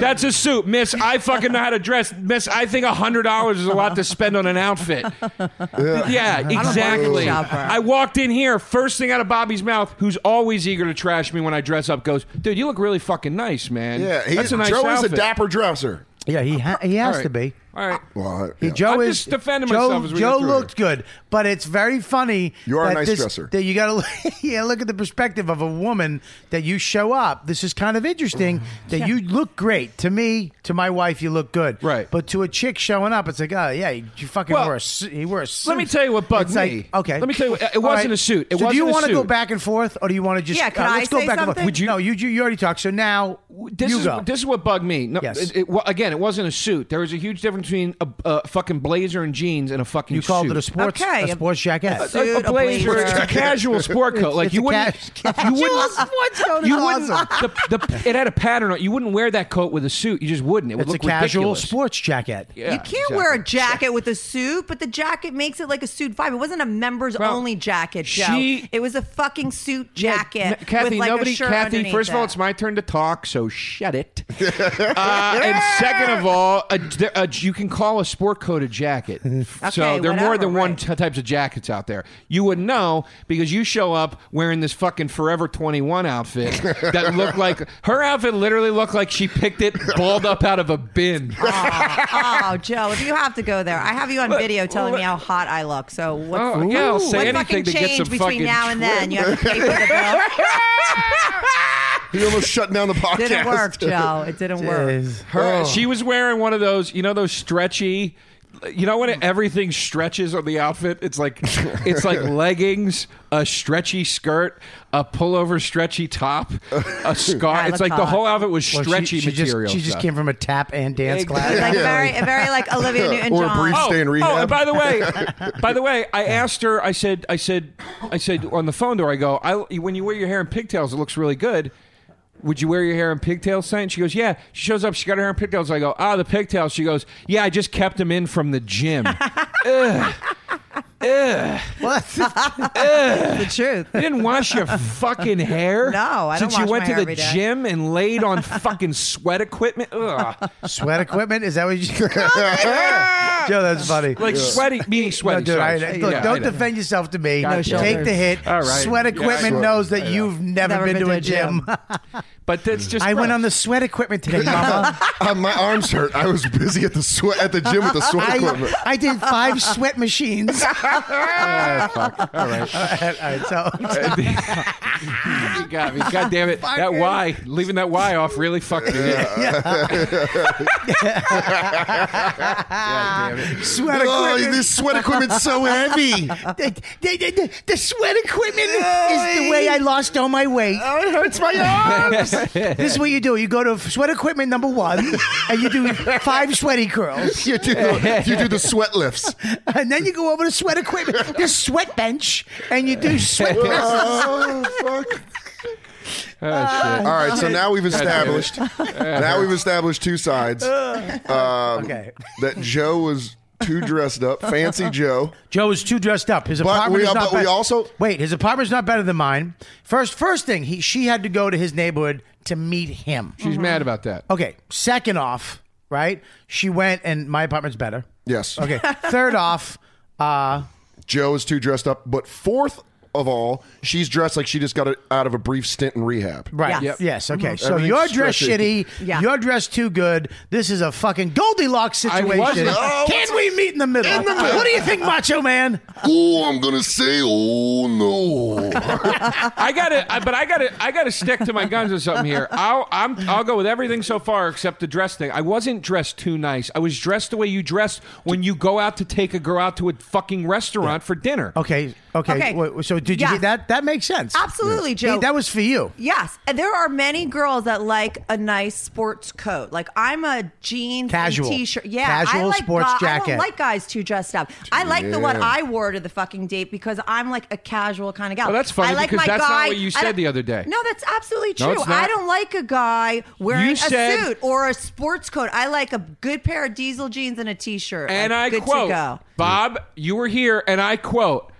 [SPEAKER 2] That's a suit, Miss. I fucking know how to dress, Miss. I think hundred dollars is a lot to spend on an outfit. Yeah, exactly.
[SPEAKER 6] shopper.
[SPEAKER 2] I walked in here, first thing out of Bobby's mouth, who's always eager to trash me when I dress up, goes, "Dude, you look really fucking nice, man.
[SPEAKER 3] Yeah, he's,
[SPEAKER 2] that's a nice
[SPEAKER 3] Joe
[SPEAKER 2] outfit."
[SPEAKER 3] is a dapper dresser.
[SPEAKER 1] yeah, he ha- he
[SPEAKER 2] All
[SPEAKER 1] has
[SPEAKER 2] right.
[SPEAKER 1] to be.
[SPEAKER 2] All right.
[SPEAKER 3] Well, I-
[SPEAKER 1] Hey,
[SPEAKER 3] yeah.
[SPEAKER 1] Joe
[SPEAKER 2] I'm
[SPEAKER 1] is
[SPEAKER 2] just defending
[SPEAKER 1] Joe,
[SPEAKER 2] myself as we
[SPEAKER 1] Joe
[SPEAKER 2] go through
[SPEAKER 1] looked good, but it's very funny.
[SPEAKER 3] You are a
[SPEAKER 1] that
[SPEAKER 3] nice
[SPEAKER 1] this-
[SPEAKER 3] dresser.
[SPEAKER 1] That you got to yeah look at the perspective of a woman that you show up. This is kind of interesting that you look great to me, to my wife. You look good,
[SPEAKER 2] Right.
[SPEAKER 1] But to a chick showing up, it's like oh yeah, you fucking
[SPEAKER 2] Well,
[SPEAKER 1] wore a su- he wore a suit.
[SPEAKER 2] Let me tell you what bugged
[SPEAKER 1] It's like,
[SPEAKER 2] me.
[SPEAKER 1] Okay,
[SPEAKER 2] Let me tell you, what- it
[SPEAKER 1] All
[SPEAKER 2] wasn't
[SPEAKER 1] right.
[SPEAKER 2] a suit. It
[SPEAKER 1] so
[SPEAKER 2] wasn't
[SPEAKER 1] do you
[SPEAKER 2] a
[SPEAKER 1] wanna
[SPEAKER 2] suit.
[SPEAKER 1] go back and forth, or do you want to just
[SPEAKER 6] Yeah, can
[SPEAKER 1] uh,
[SPEAKER 6] I
[SPEAKER 1] let's
[SPEAKER 6] say
[SPEAKER 1] go back and forth?
[SPEAKER 6] something? Would
[SPEAKER 2] you-
[SPEAKER 1] no, you, you you already talked. So now
[SPEAKER 2] This
[SPEAKER 1] you
[SPEAKER 2] is
[SPEAKER 1] go.
[SPEAKER 2] this is what bugged me. No,
[SPEAKER 1] Yes.
[SPEAKER 2] it, it, wa- again, it wasn't a suit. There was a huge difference between a, a fucking blazer and jeans and a fucking.
[SPEAKER 1] you called
[SPEAKER 2] suit. Uh,
[SPEAKER 1] it a sports
[SPEAKER 6] Okay,
[SPEAKER 1] a
[SPEAKER 6] a-
[SPEAKER 1] sports jacket.
[SPEAKER 6] a
[SPEAKER 2] a,
[SPEAKER 6] Suit,
[SPEAKER 2] a blazer,
[SPEAKER 6] blazer.
[SPEAKER 2] it's a casual sport coat. Like
[SPEAKER 1] it's
[SPEAKER 2] you
[SPEAKER 1] a
[SPEAKER 2] wouldn't,
[SPEAKER 1] cas-
[SPEAKER 2] you wouldn't,
[SPEAKER 1] casual sports coat is
[SPEAKER 2] you wouldn't.
[SPEAKER 1] awesome.
[SPEAKER 2] The, the, it had a pattern. on it. You wouldn't wear that coat with a suit. You just wouldn't. It would
[SPEAKER 1] it's a
[SPEAKER 2] look
[SPEAKER 1] casual
[SPEAKER 2] ridiculous.
[SPEAKER 1] sports jacket.
[SPEAKER 2] Yeah,
[SPEAKER 6] you can't wear a
[SPEAKER 2] exactly.
[SPEAKER 6] jacket with a suit, but the jacket makes it like a suit vibe. It wasn't a members
[SPEAKER 2] Well,
[SPEAKER 6] only jacket, Joe.
[SPEAKER 2] she-
[SPEAKER 6] it was a fucking suit
[SPEAKER 2] Yeah,
[SPEAKER 6] jacket
[SPEAKER 2] n- Kathy,
[SPEAKER 6] with like
[SPEAKER 2] nobody.
[SPEAKER 6] a shirt
[SPEAKER 2] Kathy,
[SPEAKER 6] underneath
[SPEAKER 2] first of all,
[SPEAKER 6] it.
[SPEAKER 2] it's my turn to talk, so shut it. uh, and second of all, a, there- a- you can call a sport coat a jacket. so there are more
[SPEAKER 6] whatever,
[SPEAKER 2] than one
[SPEAKER 6] right.
[SPEAKER 2] t- types of jackets out there. You would know because you show up wearing this fucking Forever Twenty One outfit that looked like her outfit. Literally looked like she picked it balled up out of a bin.
[SPEAKER 6] oh, Joe, if you have to go there, I have you on video telling me how hot I look. So what?
[SPEAKER 2] Oh, yeah, I'll say
[SPEAKER 6] what
[SPEAKER 2] anything
[SPEAKER 6] fucking
[SPEAKER 2] to get
[SPEAKER 6] change
[SPEAKER 2] some
[SPEAKER 6] between
[SPEAKER 2] fucking
[SPEAKER 6] now and then? You have to pay for the bill.
[SPEAKER 3] He almost shut down the podcast.
[SPEAKER 6] Didn't work, Joe. It didn't work.
[SPEAKER 1] Oh.
[SPEAKER 2] Her, she was wearing one of those, you know, those stretchy. You know when everything stretches on the outfit? It's like it's like leggings, a stretchy skirt, a pullover stretchy top, a scarf.
[SPEAKER 6] I
[SPEAKER 2] it's
[SPEAKER 6] look
[SPEAKER 2] like the
[SPEAKER 6] hot.
[SPEAKER 2] whole outfit was
[SPEAKER 1] Well,
[SPEAKER 2] stretchy
[SPEAKER 1] she, she
[SPEAKER 2] material.
[SPEAKER 1] Just, she just
[SPEAKER 2] stuff.
[SPEAKER 1] came from a tap and dance
[SPEAKER 2] Yeah,
[SPEAKER 1] class.
[SPEAKER 6] Like very, very like Olivia Newton
[SPEAKER 3] Or a brief
[SPEAKER 6] John.
[SPEAKER 2] Oh,
[SPEAKER 3] Stay in
[SPEAKER 2] oh, and
[SPEAKER 3] rehab.
[SPEAKER 2] by the way, by the way, I asked her. I said, I said, I said on the phone to her. I go, I, when you wear your hair in pigtails, it looks really good. Would you wear your hair in pigtails, Saint? She goes, yeah. She shows up. She got her hair in pigtails. I go, ah, the pigtails. She goes, yeah. I just kept them in from the gym. I
[SPEAKER 1] What?
[SPEAKER 2] Oh,
[SPEAKER 6] the truth.
[SPEAKER 2] didn't wash your fucking hair.
[SPEAKER 6] No, I don't
[SPEAKER 2] Since you
[SPEAKER 6] wash
[SPEAKER 2] went
[SPEAKER 6] my
[SPEAKER 2] to
[SPEAKER 6] hair
[SPEAKER 2] the
[SPEAKER 6] every day.
[SPEAKER 2] gym and laid on fucking sweat equipment. Ugh.
[SPEAKER 1] Sweat equipment? Is that what you? Joe, that's funny.
[SPEAKER 2] Like sweaty, meaning
[SPEAKER 1] No,
[SPEAKER 2] sweaty.
[SPEAKER 1] dude, I,
[SPEAKER 2] sorry.
[SPEAKER 1] look,
[SPEAKER 2] Yeah, I
[SPEAKER 1] don't
[SPEAKER 2] know.
[SPEAKER 1] defend yourself to me.
[SPEAKER 2] No
[SPEAKER 1] Take
[SPEAKER 6] shoulders.
[SPEAKER 1] the hit.
[SPEAKER 2] All right.
[SPEAKER 1] Sweat
[SPEAKER 2] Yeah,
[SPEAKER 1] equipment
[SPEAKER 2] sure.
[SPEAKER 1] knows that you've never, been, to a gym.
[SPEAKER 2] But that's just.
[SPEAKER 1] I went
[SPEAKER 2] gross.
[SPEAKER 1] on the sweat equipment today, Mama.
[SPEAKER 3] Uh, my arms hurt. I was busy at the sweat at the gym with the sweat equipment.
[SPEAKER 1] I, I did five sweat machines.
[SPEAKER 2] Ah, fuck. All right.
[SPEAKER 1] All right, so
[SPEAKER 2] You got me. God damn it. That Y, leaving that Y off really fucked me. Yeah. God damn it.
[SPEAKER 1] sweat
[SPEAKER 3] Oh,
[SPEAKER 1] equipment.
[SPEAKER 3] this sweat equipment's so heavy.
[SPEAKER 1] the, the- the- the sweat equipment is the way I lost all my weight. Oh, it hurts my arms. this is what you do. You go to sweat equipment number one, and you do five sweaty curls,
[SPEAKER 3] You do the, you do the sweat lifts.
[SPEAKER 1] and then you go over to sweat equipment, the sweat bench, and you do sweat. presses.
[SPEAKER 3] Oh, fuck.
[SPEAKER 2] Oh,
[SPEAKER 1] Ah,
[SPEAKER 3] All right, so now we've
[SPEAKER 1] Uh.
[SPEAKER 3] established now we've established two sides
[SPEAKER 1] okay.
[SPEAKER 3] that Joe was too dressed up, fancy Joe.
[SPEAKER 1] Joe is too dressed up. His apartment
[SPEAKER 3] we-
[SPEAKER 1] is not
[SPEAKER 3] but we
[SPEAKER 1] better.
[SPEAKER 3] also-
[SPEAKER 1] wait. His apartment's not better than mine. First, first thing, he she had to go to his neighborhood to meet him.
[SPEAKER 2] She's mad about that.
[SPEAKER 1] Okay. Second off, right? She went, and my apartment's better.
[SPEAKER 3] Yes.
[SPEAKER 1] Okay. Third off, uh,
[SPEAKER 3] Joe is too dressed up. But fourth of all, she's dressed like she just got a, out of a brief stint in rehab.
[SPEAKER 1] right?
[SPEAKER 6] Yes. Yep.
[SPEAKER 1] Yes.
[SPEAKER 2] Mm-hmm.
[SPEAKER 1] Okay. So
[SPEAKER 3] Everything's
[SPEAKER 1] you're dressed
[SPEAKER 3] stretchy.
[SPEAKER 1] shitty.
[SPEAKER 6] Yeah.
[SPEAKER 1] You're dressed too good. This is a fucking Goldilocks
[SPEAKER 2] I
[SPEAKER 1] situation.
[SPEAKER 2] wasn't- Oh,
[SPEAKER 1] Can we meet in the middle? What do you think, Macho Man?
[SPEAKER 8] Oh, I'm gonna say, oh no.
[SPEAKER 2] I gotta, I, but I gotta, I gotta stick to my guns or something here. I'll, I'm, I'll go with everything so far except the dress thing. I wasn't dressed too nice. I was dressed the way you dress when you go out to take a girl out to a fucking restaurant for dinner.
[SPEAKER 1] Okay. Okay.
[SPEAKER 6] Okay.
[SPEAKER 1] Wait, so did you
[SPEAKER 6] Yeah.
[SPEAKER 1] get that? That makes sense.
[SPEAKER 6] Absolutely,
[SPEAKER 1] Hey,
[SPEAKER 6] Joe.
[SPEAKER 1] that was for you.
[SPEAKER 6] Yes, and there are many girls that like a nice sports coat. Like I'm a jeans, and
[SPEAKER 1] Casual.
[SPEAKER 6] t-shirt. Yeah,
[SPEAKER 1] Casual
[SPEAKER 6] I like
[SPEAKER 1] sports
[SPEAKER 6] guy- I
[SPEAKER 1] jacket.
[SPEAKER 6] don't like guys too dressed up. I like the one
[SPEAKER 3] Yeah.
[SPEAKER 6] I wore to the fucking date because I'm like a casual kind of gal.
[SPEAKER 2] Well, Oh, that's funny
[SPEAKER 6] I like
[SPEAKER 2] because
[SPEAKER 6] my
[SPEAKER 2] that's not
[SPEAKER 6] guy-
[SPEAKER 2] what you
[SPEAKER 6] I
[SPEAKER 2] said
[SPEAKER 6] don't-
[SPEAKER 2] the other day.
[SPEAKER 6] No, that's absolutely
[SPEAKER 2] No,
[SPEAKER 6] true.
[SPEAKER 2] it's not.
[SPEAKER 6] I don't like a guy wearing
[SPEAKER 2] You
[SPEAKER 6] a
[SPEAKER 2] said-
[SPEAKER 6] suit or a sports coat. I like a good pair of diesel jeans and a t-shirt.
[SPEAKER 2] And
[SPEAKER 6] Like,
[SPEAKER 2] I
[SPEAKER 6] good
[SPEAKER 2] quote,
[SPEAKER 6] to go.
[SPEAKER 2] Bob, you were here, and I quote,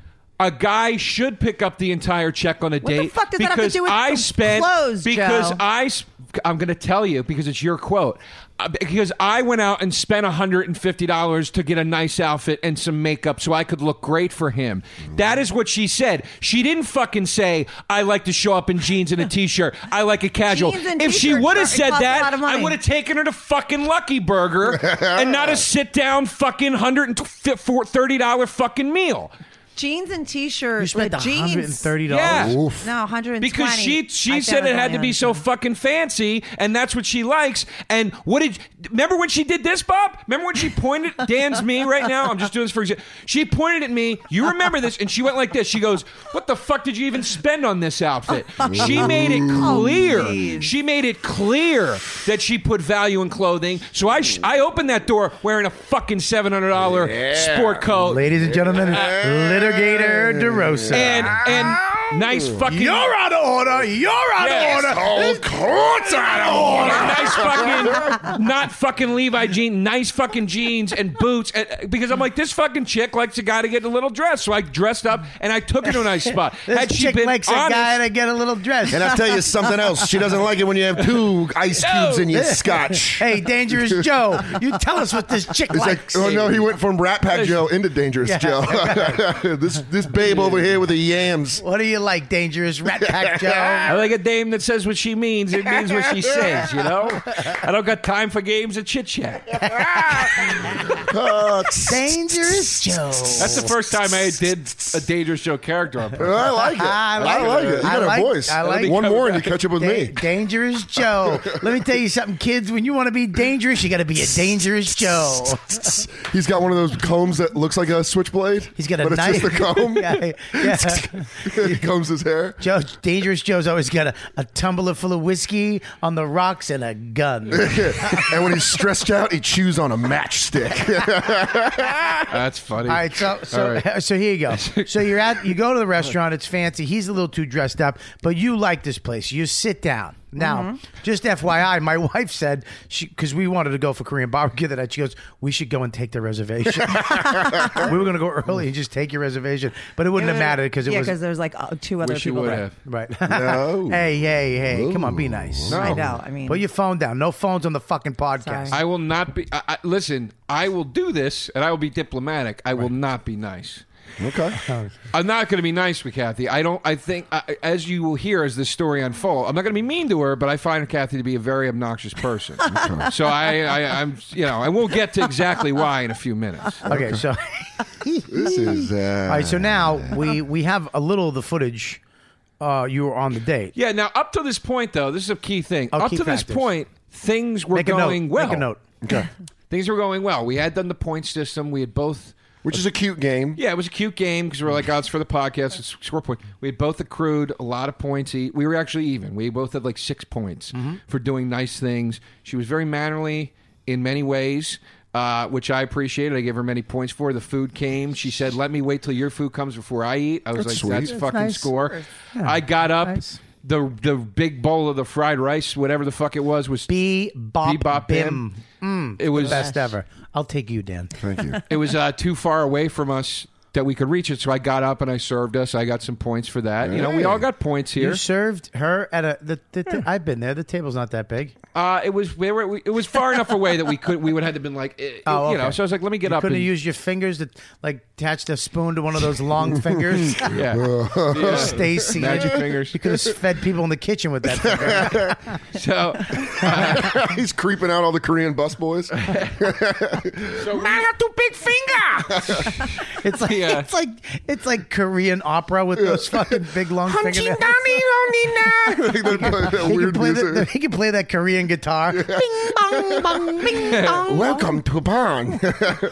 [SPEAKER 2] a guy should pick up the entire check on a
[SPEAKER 6] the
[SPEAKER 2] date.
[SPEAKER 6] fuck does that
[SPEAKER 2] because
[SPEAKER 6] have to do with
[SPEAKER 2] I
[SPEAKER 6] the
[SPEAKER 2] spent
[SPEAKER 6] clothes,
[SPEAKER 2] because
[SPEAKER 6] Joe?
[SPEAKER 2] I s- I'm going to tell you because it's your quote. Uh, Because I went out and spent $150 to get a nice outfit and some makeup so I could look great for him. That is what she said. She didn't fucking say, I like to show up in jeans and a t shirt. I like a casual.
[SPEAKER 6] Jeans and
[SPEAKER 2] If she
[SPEAKER 6] t-shirts
[SPEAKER 2] would
[SPEAKER 6] are-
[SPEAKER 2] have
[SPEAKER 6] it
[SPEAKER 2] said
[SPEAKER 6] costs a
[SPEAKER 2] that,
[SPEAKER 6] lot of
[SPEAKER 2] I
[SPEAKER 6] money.
[SPEAKER 2] would have taken her to fucking Lucky Burger and not a sit down fucking hundred and thirty dollar fucking meal.
[SPEAKER 6] jeans and
[SPEAKER 1] You
[SPEAKER 6] t-shirts
[SPEAKER 1] spent
[SPEAKER 6] with
[SPEAKER 1] one hundred and
[SPEAKER 6] jeans.
[SPEAKER 1] thirty
[SPEAKER 2] Yeah.
[SPEAKER 1] dollars.
[SPEAKER 6] No, 120.
[SPEAKER 2] Because she
[SPEAKER 6] I
[SPEAKER 2] she
[SPEAKER 6] found
[SPEAKER 2] said it had to
[SPEAKER 6] on
[SPEAKER 2] be so fucking fancy, and that's what she likes. And what did? Remember when she did this, Bob? Remember when she pointed? Dan's me right now. I'm just doing this for example. She pointed at me. You remember this? And she went like this. She goes, "What the fuck did you even spend on this outfit?" She made it clear. she made it clear that she put value in clothing. So I sh- I opened that door wearing a fucking seven hundred dollar sport coat.
[SPEAKER 1] Ladies and gentlemen, litigator DeRosa.
[SPEAKER 2] and and nice fucking
[SPEAKER 1] you're out of order. You're out
[SPEAKER 2] Yes.
[SPEAKER 1] of order.
[SPEAKER 8] All courts out of order.
[SPEAKER 2] nice fucking not fucking Levi jean, nice fucking jeans and boots. And, because I'm like, this fucking chick likes a guy to get a little dressed, so I dressed up and I took her to a nice spot.
[SPEAKER 1] This
[SPEAKER 2] Had she
[SPEAKER 1] chick
[SPEAKER 2] been
[SPEAKER 1] likes
[SPEAKER 2] honest,
[SPEAKER 1] a guy to get a little dressed.
[SPEAKER 3] And I'll tell you something else. She doesn't like it when you have two ice cubes in your scotch.
[SPEAKER 1] hey, Dangerous Joe, you tell us what this chick
[SPEAKER 3] It's
[SPEAKER 1] likes.
[SPEAKER 3] like, oh no, he went from Rat Pack Joe into Dangerous Joe. this this babe over here with the yams.
[SPEAKER 1] what do you like, Dangerous Rat Pack
[SPEAKER 2] I
[SPEAKER 1] Joe?
[SPEAKER 2] like a dame that says what she means. It means what she says, you know. I don't got time for games of chit chat.
[SPEAKER 3] Uh,
[SPEAKER 1] Dangerous Joe.
[SPEAKER 2] That's the first time I did a dangerous show character. On purpose.
[SPEAKER 3] I like it.
[SPEAKER 1] I
[SPEAKER 3] I
[SPEAKER 1] like
[SPEAKER 3] like,
[SPEAKER 1] it.
[SPEAKER 3] it. You
[SPEAKER 1] I
[SPEAKER 3] got
[SPEAKER 1] like-
[SPEAKER 3] a voice.
[SPEAKER 1] I like-
[SPEAKER 3] one more and you catch up with
[SPEAKER 1] Da-
[SPEAKER 3] me.
[SPEAKER 1] Dangerous Joe. Let me tell you something, kids. When you want to be dangerous, you got to be a dangerous Joe.
[SPEAKER 3] He's got one of those combs that looks like a switchblade.
[SPEAKER 1] He's got a
[SPEAKER 3] but
[SPEAKER 1] knife.
[SPEAKER 3] It's just a comb.
[SPEAKER 1] Yeah, yeah.
[SPEAKER 3] he combs his hair.
[SPEAKER 1] Joe, dangerous Joe's always got a, a tumbler full of whiskey on the rocks and a gun.
[SPEAKER 3] and when he's stressed out, he chews on a matchstick.
[SPEAKER 2] That's funny.
[SPEAKER 1] All right, so so so here you go. So you're at you go to the restaurant. It's fancy. He's a little too dressed up, but you like this place. You sit down. Now,
[SPEAKER 6] Mm-hmm.
[SPEAKER 1] just FYI, my wife said she because we wanted to go for Korean barbecue that night. She goes, "We should go and take the reservation." we were going to go early and just take your reservation, but it wouldn't have mattered because it
[SPEAKER 6] yeah,
[SPEAKER 1] was
[SPEAKER 6] because there's like uh, two other
[SPEAKER 2] Wish you
[SPEAKER 6] people.
[SPEAKER 2] would
[SPEAKER 6] there.
[SPEAKER 2] have.
[SPEAKER 1] right.
[SPEAKER 3] No.
[SPEAKER 1] hey, hey, hey! Come on, be nice.
[SPEAKER 6] I know. I mean,
[SPEAKER 1] Put your phone down. No phones on the fucking podcast.
[SPEAKER 2] I will not be. I, I, listen, I will do this, and I will be diplomatic. I will not be nice.
[SPEAKER 3] okay.
[SPEAKER 2] I'm not going to be nice with Kathy. I don't. I think, I, as you will hear as this story unfolds, I'm not going to be mean to her, but I find Kathy to be a very obnoxious person. so I, I, I'm, you know, I won't get to exactly why in a few minutes.
[SPEAKER 1] okay, so.
[SPEAKER 3] This is. Uh,
[SPEAKER 1] All right, so now we we have a little of the footage. Uh, you were on the date.
[SPEAKER 2] Yeah. Now, up to this point, though, this is a key thing.
[SPEAKER 1] Oh,
[SPEAKER 2] up
[SPEAKER 1] key
[SPEAKER 2] to
[SPEAKER 1] factors.
[SPEAKER 2] this point, things were
[SPEAKER 1] Make a
[SPEAKER 2] going
[SPEAKER 1] note.
[SPEAKER 2] well.
[SPEAKER 1] Make a note.
[SPEAKER 3] okay.
[SPEAKER 2] Things were going well. We had done the point system. We had both.
[SPEAKER 3] Which is a cute game.
[SPEAKER 2] Yeah, it was a cute game because we were like, oh, it's for the podcast. It's score point. We had both accrued a lot of points. e- We were actually even. We both had like six points for doing nice things. She was very mannerly in many ways, uh, which I appreciated. I gave her many points for. The food came. She said, let me wait till your food comes before I eat. I was like,
[SPEAKER 3] sweet.
[SPEAKER 2] that's,
[SPEAKER 3] That's
[SPEAKER 2] fucking
[SPEAKER 1] nice.
[SPEAKER 2] score. I got up.
[SPEAKER 1] nice.
[SPEAKER 2] the the big bowl of the fried rice, whatever the fuck it was, was
[SPEAKER 1] Bee bop,
[SPEAKER 2] Bebop
[SPEAKER 1] bim. Mm,
[SPEAKER 2] It was
[SPEAKER 1] Best ever. I'll take you, Dan.
[SPEAKER 3] Thank you.
[SPEAKER 2] it was uh, too far away from us that we could reach it. So I got up and I served us. I got some points for that. You know, we all got points here.
[SPEAKER 1] You served her at a. The, the, the- I've been there. The table's not that big.
[SPEAKER 2] Uh, it was we were, it was far enough away that we could we would have been like eh,
[SPEAKER 1] Oh,
[SPEAKER 2] you know.
[SPEAKER 1] okay.
[SPEAKER 2] So I was like, let me get
[SPEAKER 1] you
[SPEAKER 2] up.
[SPEAKER 1] Couldn't
[SPEAKER 2] and-
[SPEAKER 1] have used your fingers to like attach the spoon to one of those long fingers.
[SPEAKER 2] yeah.
[SPEAKER 1] Stacy,
[SPEAKER 2] Magic fingers.
[SPEAKER 1] You could have fed people in the kitchen with that. Finger.
[SPEAKER 2] So uh,
[SPEAKER 3] He's creeping out all the Korean bus boys.
[SPEAKER 2] I got two big finger.
[SPEAKER 1] It's like
[SPEAKER 2] Yeah.
[SPEAKER 1] it's like it's like Korean opera with those fucking big long fingers.
[SPEAKER 3] They play that
[SPEAKER 1] They can,
[SPEAKER 3] weird
[SPEAKER 1] play the-
[SPEAKER 3] music.
[SPEAKER 1] they can play that Korean guitar.
[SPEAKER 3] Welcome to Pong.
[SPEAKER 1] All right, go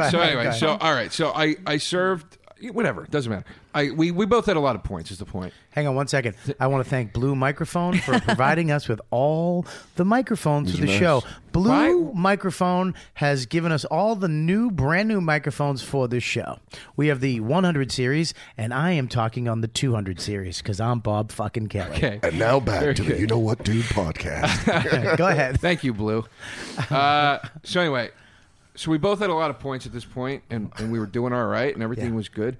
[SPEAKER 1] ahead.
[SPEAKER 2] So anyway,
[SPEAKER 1] Go
[SPEAKER 2] so all right, so I I served whatever doesn't matter. I we we both had a lot of points. Is the point?
[SPEAKER 1] Hang on one second. I want to thank Blue Microphone for providing us with all the microphones for the show. Blue
[SPEAKER 2] Why-
[SPEAKER 1] Microphone has given us all the new, brand new microphones for this show. We have the 100 series, and I am talking on the 200 series because I'm Bob fucking Kelly.
[SPEAKER 2] Okay.
[SPEAKER 3] And now back to the You Know What Dude podcast.
[SPEAKER 1] Go ahead.
[SPEAKER 2] Thank you, Blue. Uh, so anyway, so we both had a lot of points at this point, and, and we were doing all right, and everything
[SPEAKER 1] Yeah.
[SPEAKER 2] was good.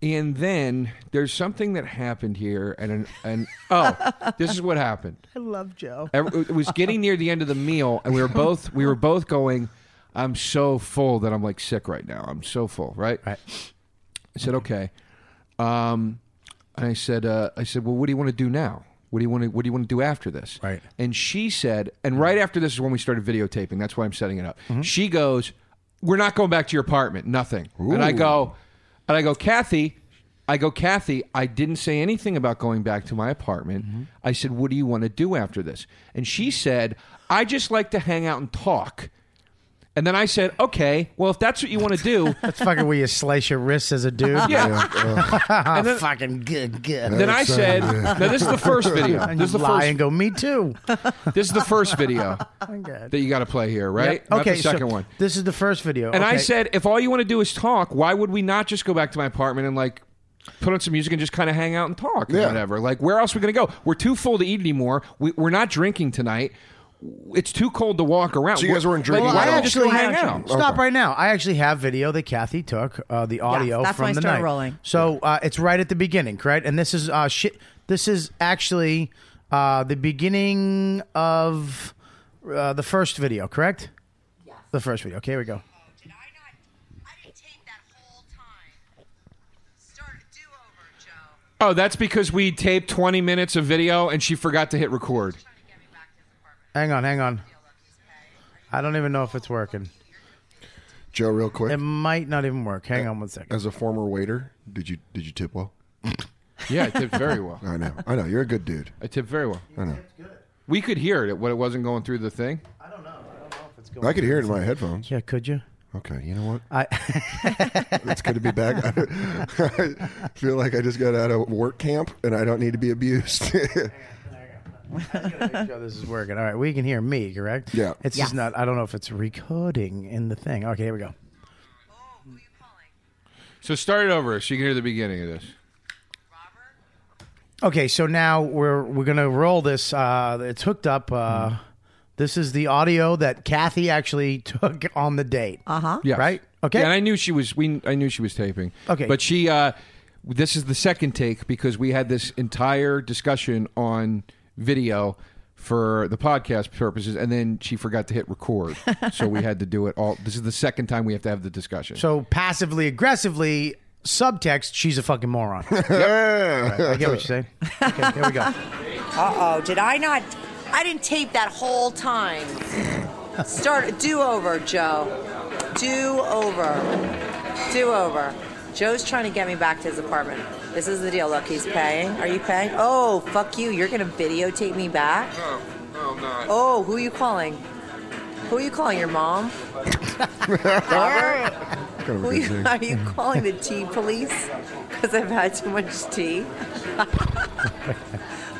[SPEAKER 2] And then there's something that happened here, and an, and oh, this is what happened.
[SPEAKER 1] I love Joe.
[SPEAKER 2] Every- It was getting near the end of the meal, and we were both we were both going. I'm so full that I'm like sick right now. I'm so full, right?
[SPEAKER 1] Right.
[SPEAKER 2] I said, okay. Um, and I said, uh, I said, well, what do you want to do now? What do you want to What do you want to do after this?
[SPEAKER 1] Right.
[SPEAKER 2] And she said, and right after this is when we started videotaping. That's why I'm setting it up. She goes, we're not going back to your apartment. Nothing. And I go, and I go, Kathy. I go, Kathy, I didn't say anything about going back to my apartment. I said, What do you want to do after this? And she said, I just like to hang out and talk. And then I said, Okay, well, if that's what you want to do,
[SPEAKER 1] That's fucking where you slice your wrists as a dude.
[SPEAKER 2] yeah.
[SPEAKER 1] Ah,
[SPEAKER 2] And then-
[SPEAKER 1] fucking good, good.
[SPEAKER 2] Then I
[SPEAKER 3] That's, uh,
[SPEAKER 2] said,
[SPEAKER 3] yeah.
[SPEAKER 2] "Now this is the first video.
[SPEAKER 1] and you
[SPEAKER 2] This is the
[SPEAKER 1] lie
[SPEAKER 2] first.
[SPEAKER 1] and go, me too.
[SPEAKER 2] This is the first video
[SPEAKER 1] God.
[SPEAKER 2] that you got to play here, right?
[SPEAKER 1] Yep.
[SPEAKER 2] Not
[SPEAKER 1] Okay,
[SPEAKER 2] the second
[SPEAKER 1] so
[SPEAKER 2] one."
[SPEAKER 1] This is the first video.
[SPEAKER 2] And I
[SPEAKER 1] Okay.
[SPEAKER 2] said, "If all you want to do is talk, why would we not just go back to my apartment and like put on some music and just kind of hang out and talk or
[SPEAKER 3] Yeah.
[SPEAKER 2] whatever? Like, where else are we going to go? We're too full to eat anymore. We, we're not drinking tonight." It's too cold to walk around.
[SPEAKER 3] So you guys
[SPEAKER 2] We're-
[SPEAKER 3] weren't drinking
[SPEAKER 2] Like,
[SPEAKER 3] at
[SPEAKER 2] why
[SPEAKER 3] all?
[SPEAKER 2] don't we just go
[SPEAKER 3] Actually,
[SPEAKER 2] hang
[SPEAKER 9] no.
[SPEAKER 2] out?
[SPEAKER 1] Stop right now. I actually have video that Kathy took, uh, the audio
[SPEAKER 9] that's
[SPEAKER 1] from
[SPEAKER 9] when I
[SPEAKER 1] the
[SPEAKER 9] started
[SPEAKER 1] night.
[SPEAKER 9] rolling.
[SPEAKER 1] So uh, it's right at the beginning, correct? And this is uh, shit. This is actually uh, the beginning of uh, the first video, correct? Yes. The first video. Okay, here we go.
[SPEAKER 6] Did I not? I didn't take that whole time. Start a do-over, Joe.
[SPEAKER 2] Oh, that's because we taped 20 minutes of video and she forgot to hit record.
[SPEAKER 6] Trying to get me back to his apartment.
[SPEAKER 1] Hang on, hang on.
[SPEAKER 6] Feel like he's okay. Are you
[SPEAKER 1] I don't even know if it's working.
[SPEAKER 3] Joe, real quick,
[SPEAKER 1] It might not even work. Hang on one second.
[SPEAKER 3] as a former waiter, did you did you tip well?
[SPEAKER 2] Yeah, I tipped very well.
[SPEAKER 3] I know, I know. You're a good dude.
[SPEAKER 2] I tipped very well.
[SPEAKER 3] I know.
[SPEAKER 2] We could hear it when it wasn't going through the thing.
[SPEAKER 1] I don't know. I don't know if it's going.
[SPEAKER 3] I could hear it in my headphones.
[SPEAKER 1] Yeah, could you?
[SPEAKER 3] Okay, you know what?
[SPEAKER 1] I
[SPEAKER 3] It's good to be back. I feel like I just got out of work camp and I don't need to be abused.
[SPEAKER 1] Make sure this is working. All right, we can hear me, correct?
[SPEAKER 3] Yeah.
[SPEAKER 1] It's just not. I don't know if it's recording in the thing. Okay, here we go.
[SPEAKER 6] Oh, who are you calling?
[SPEAKER 2] So start it over so you can hear the beginning of this.
[SPEAKER 6] Robert?
[SPEAKER 1] Okay, so now we're we're gonna roll this. Uh, it's hooked up. Uh, This is the audio that Kathy actually took on the date. Uh
[SPEAKER 6] Uh-huh.
[SPEAKER 1] huh.
[SPEAKER 2] Yeah.
[SPEAKER 1] Right? Okay.
[SPEAKER 2] Yeah, and I knew she was. We I knew she was taping.
[SPEAKER 1] Okay.
[SPEAKER 2] But she. Uh, this is the second take because we had this entire discussion on video for the podcast purposes, and then she forgot to hit record, so we had to do it all. This is the second time we have to have the discussion.
[SPEAKER 1] So passively aggressively subtext. She's a fucking moron. I get what you're saying. Okay, here we go.
[SPEAKER 6] Uh-oh, did I not? I didn't tape that whole time. Start a do-over, Joe. Do-over. Do-over. Joe's trying to get me back to his apartment. This is the deal. Look, he's paying. Are you paying? Oh, fuck you. You're going to videotape me back?
[SPEAKER 10] No, no, I'm not.
[SPEAKER 6] Oh, who are you calling? Who are you calling? Your mom? Robert?
[SPEAKER 3] Kind of a
[SPEAKER 6] Who are
[SPEAKER 3] good
[SPEAKER 6] you,
[SPEAKER 3] thing.
[SPEAKER 6] are you calling the tea police? Because I've had too much tea.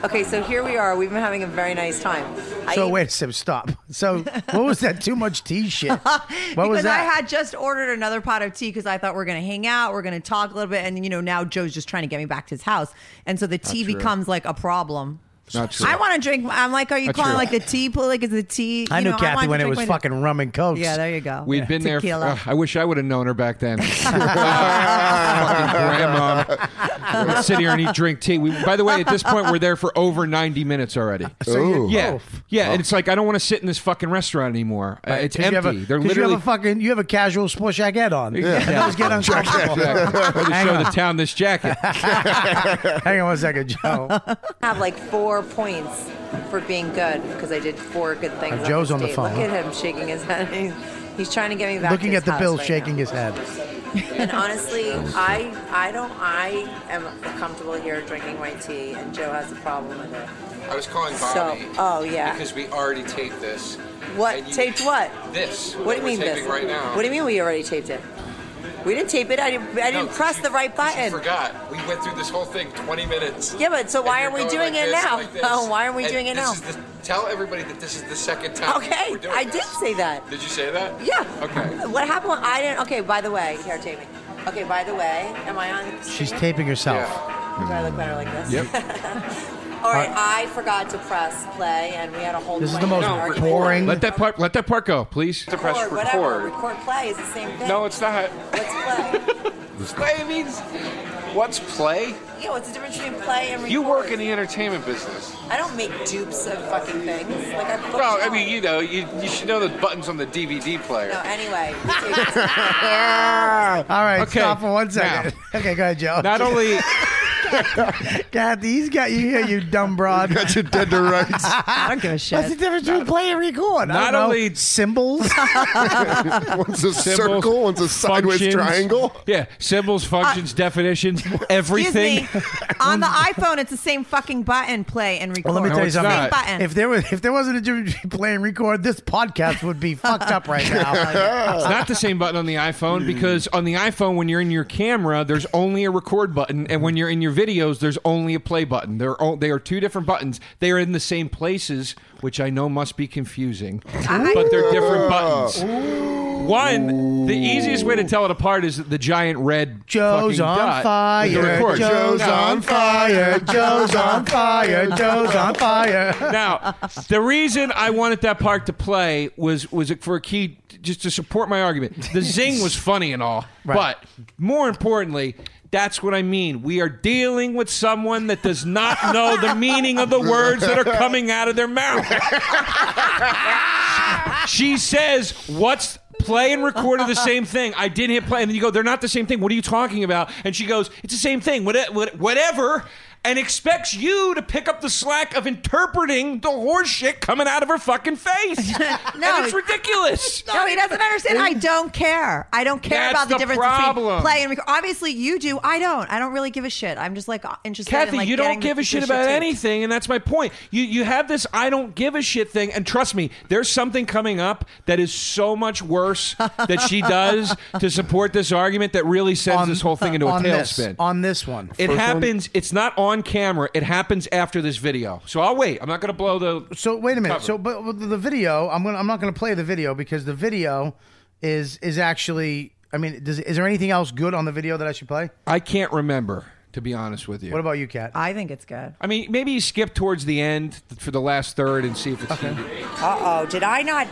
[SPEAKER 11] Okay, so here we are. We've been having a very nice time. I
[SPEAKER 1] So
[SPEAKER 11] ate-
[SPEAKER 1] wait a second, stop. So what was that? Too much tea shit. What was
[SPEAKER 6] because I
[SPEAKER 1] that?
[SPEAKER 6] had just ordered another pot of tea because I thought we're going to hang out, we're going to talk a little bit, and you know now Joe's just trying to get me back to his house, and so the tea becomes like a problem.
[SPEAKER 4] Not true.
[SPEAKER 6] I want to drink. I'm like, are you
[SPEAKER 4] Not
[SPEAKER 6] calling
[SPEAKER 4] true.
[SPEAKER 6] like the tea? pl- Like is the tea?
[SPEAKER 1] I
[SPEAKER 6] you
[SPEAKER 1] knew
[SPEAKER 6] know,
[SPEAKER 1] Kathy
[SPEAKER 6] wanted
[SPEAKER 1] when
[SPEAKER 6] to
[SPEAKER 1] it was
[SPEAKER 6] drink my-
[SPEAKER 1] fucking rum and coke.
[SPEAKER 6] Yeah, there you go.
[SPEAKER 4] we had been there. For,
[SPEAKER 6] Tequila.
[SPEAKER 4] uh, I wish I would have known her back then. Fucking grandma. Let's sit here and eat drink tea. We, by the way, at this point, we're there for over ninety minutes already.
[SPEAKER 3] Ooh.
[SPEAKER 1] Oh,
[SPEAKER 4] Yeah, yeah. And it's like I don't want to sit in this fucking restaurant anymore. Uh, it's
[SPEAKER 1] 'Cause
[SPEAKER 4] empty.
[SPEAKER 1] You have a,
[SPEAKER 4] They're
[SPEAKER 1] 'cause you
[SPEAKER 4] literally
[SPEAKER 1] have a fucking you have a casual sport jacket on. Yeah, that was getting uncomfortable.
[SPEAKER 4] Exactly. to show the town this jacket.
[SPEAKER 1] Hang on one second,
[SPEAKER 11] Oh,
[SPEAKER 1] Joe.
[SPEAKER 11] have like four points for being good because I did four good things.
[SPEAKER 1] Uh, Joe's
[SPEAKER 11] this
[SPEAKER 1] on the
[SPEAKER 11] date.
[SPEAKER 1] phone.
[SPEAKER 11] Look at him shaking his head. He's, he's trying to get me back.
[SPEAKER 1] Looking
[SPEAKER 11] to
[SPEAKER 1] at
[SPEAKER 11] his
[SPEAKER 1] the
[SPEAKER 11] house
[SPEAKER 1] bill,
[SPEAKER 11] right
[SPEAKER 1] shaking
[SPEAKER 11] now.
[SPEAKER 1] his head.
[SPEAKER 11] And honestly, I I don't I am comfortable here drinking my tea, and Joe has a problem with it.
[SPEAKER 2] I was calling
[SPEAKER 11] So-
[SPEAKER 2] Bobby.
[SPEAKER 11] oh, yeah.
[SPEAKER 2] Because we already taped this.
[SPEAKER 11] What
[SPEAKER 2] And you-
[SPEAKER 11] taped what?
[SPEAKER 2] This.
[SPEAKER 11] What do you
[SPEAKER 2] we're
[SPEAKER 11] mean
[SPEAKER 2] taping
[SPEAKER 11] this?
[SPEAKER 2] right now.
[SPEAKER 11] What do you mean we already taped it? We didn't tape it. I didn't. I
[SPEAKER 2] No,
[SPEAKER 11] didn't press
[SPEAKER 2] you-
[SPEAKER 11] the right
[SPEAKER 2] You
[SPEAKER 11] button.
[SPEAKER 2] forgot. We went through this whole thing 20 minutes.
[SPEAKER 11] Yeah, but so
[SPEAKER 2] And
[SPEAKER 11] why
[SPEAKER 2] you're
[SPEAKER 11] aren't we
[SPEAKER 2] going
[SPEAKER 11] doing
[SPEAKER 2] like
[SPEAKER 11] it
[SPEAKER 2] this,
[SPEAKER 11] now?
[SPEAKER 2] like this.
[SPEAKER 11] Oh, why aren't we
[SPEAKER 2] And
[SPEAKER 11] doing it
[SPEAKER 2] this
[SPEAKER 11] now?
[SPEAKER 2] is the- tell everybody that this is the second time.
[SPEAKER 11] Okay,
[SPEAKER 2] we're doing
[SPEAKER 11] I did
[SPEAKER 2] this.
[SPEAKER 11] say that.
[SPEAKER 2] Did you say that?
[SPEAKER 11] Yeah.
[SPEAKER 2] Okay.
[SPEAKER 11] What happened? When I didn't. Okay. By the way, here, Jamie. Okay. By the way, am I on?
[SPEAKER 1] She's taping herself.
[SPEAKER 2] Yeah.
[SPEAKER 11] Do I look better like this?
[SPEAKER 4] Yep.
[SPEAKER 11] All right. I forgot to press play, and we had a whole.
[SPEAKER 1] This is the
[SPEAKER 11] plan
[SPEAKER 1] most
[SPEAKER 11] and argument.
[SPEAKER 1] boring.
[SPEAKER 4] Let that part. Let that part go, please.
[SPEAKER 2] To press
[SPEAKER 11] Record, whatever.
[SPEAKER 2] record.
[SPEAKER 11] Record play is the same thing.
[SPEAKER 2] No, it's not.
[SPEAKER 11] Let's play.
[SPEAKER 2] Play means. What's play?
[SPEAKER 11] yeah, what's the difference between play and record?
[SPEAKER 2] You work in e- the entertainment business.
[SPEAKER 11] I don't make dupes of fucking things. Like I. booked
[SPEAKER 2] Well, I
[SPEAKER 11] out.
[SPEAKER 2] mean, you know, you, you should know the buttons on the DVD player.
[SPEAKER 11] No. Anyway. we taped it.
[SPEAKER 1] All right,
[SPEAKER 4] Okay,
[SPEAKER 1] stop for one second. okay, go ahead, Joe.
[SPEAKER 4] Not only
[SPEAKER 1] Kathy, he's got you here, you dumb broad.
[SPEAKER 3] Got you dead to rights.
[SPEAKER 6] I don't give a
[SPEAKER 1] What's the
[SPEAKER 6] shit.
[SPEAKER 1] difference between play and record? I
[SPEAKER 4] Not
[SPEAKER 1] don't know.
[SPEAKER 4] only-
[SPEAKER 1] symbols.
[SPEAKER 3] One's a
[SPEAKER 4] Symbols,
[SPEAKER 3] circle, one's a sideways
[SPEAKER 4] functions.
[SPEAKER 3] triangle.
[SPEAKER 4] Yeah, symbols, functions, definitions,
[SPEAKER 6] Uh, Excuse me.
[SPEAKER 4] everything.
[SPEAKER 6] On the iPhone, it's the same fucking button. Play and record.
[SPEAKER 1] Well, let me
[SPEAKER 4] No,
[SPEAKER 1] tell you
[SPEAKER 4] it's
[SPEAKER 1] something.
[SPEAKER 4] not.
[SPEAKER 6] Button.
[SPEAKER 1] If there was, if there wasn't a difference between play and record, this podcast would be fucked up right now.
[SPEAKER 4] It's not the same button on the iPhone because on the iPhone, when you're in your camera, there's only a record button, and when you're in your videos, there's only a play button. They're o- they are two different buttons. They are in the same places, which I know must be confusing, but they're different buttons. One, the easiest way to tell it apart is the giant red
[SPEAKER 1] Joe's
[SPEAKER 4] fucking
[SPEAKER 1] on
[SPEAKER 4] dot with the
[SPEAKER 1] fire.
[SPEAKER 4] record.
[SPEAKER 1] Joe's
[SPEAKER 4] No.
[SPEAKER 1] on fire. Joe's on fire. Joe's on fire.
[SPEAKER 4] now, the reason I wanted that part to play was was for a key just to support my argument. The zing was funny and all,
[SPEAKER 1] Right.
[SPEAKER 4] but more importantly, that's what I mean. We are dealing with someone that does not know the meaning of the words that are coming out of their mouth. she says, "What's play and record are the same thing?" I didn't hit play, and then you go, "They're not the same thing." What are you talking about? And she goes, "It's the same thing. What, what, whatever." And expects you to pick up the slack of interpreting the horse shit coming out of her fucking face. and it's ridiculous.
[SPEAKER 6] No, he doesn't understand. I don't care. I don't care
[SPEAKER 4] That's
[SPEAKER 6] about the,
[SPEAKER 4] the
[SPEAKER 6] difference between
[SPEAKER 4] problem.
[SPEAKER 6] play and record. Obviously, you do. I don't. I don't really give a shit. I'm just like uh, interested.
[SPEAKER 4] Kathy,
[SPEAKER 6] in, like,
[SPEAKER 4] you don't
[SPEAKER 6] getting
[SPEAKER 4] give
[SPEAKER 6] the-
[SPEAKER 4] a shit
[SPEAKER 6] the
[SPEAKER 4] about
[SPEAKER 6] taped.
[SPEAKER 4] anything, and that's my point. You you have this I don't give a shit thing, and trust me, there's something coming up that is so much worse that she does to support this argument that really sends this whole thing into a
[SPEAKER 1] on this,
[SPEAKER 4] tailspin.
[SPEAKER 1] on this one.
[SPEAKER 4] it happens. It's not on camera. It happens after this video. So I'll wait. I'm not going to blow the.
[SPEAKER 1] So wait a minute.
[SPEAKER 4] Cover.
[SPEAKER 1] So but but the video, I'm gonna I'm not gonna play the video because the video is is actually. I mean, does, is there anything else good on the video that I should play?
[SPEAKER 4] I can't remember to be honest with you.
[SPEAKER 1] What about you, Kat?
[SPEAKER 6] I think it's good.
[SPEAKER 4] I mean, maybe you skip towards the end for the last third and see if it's.
[SPEAKER 11] Uh oh, did I not?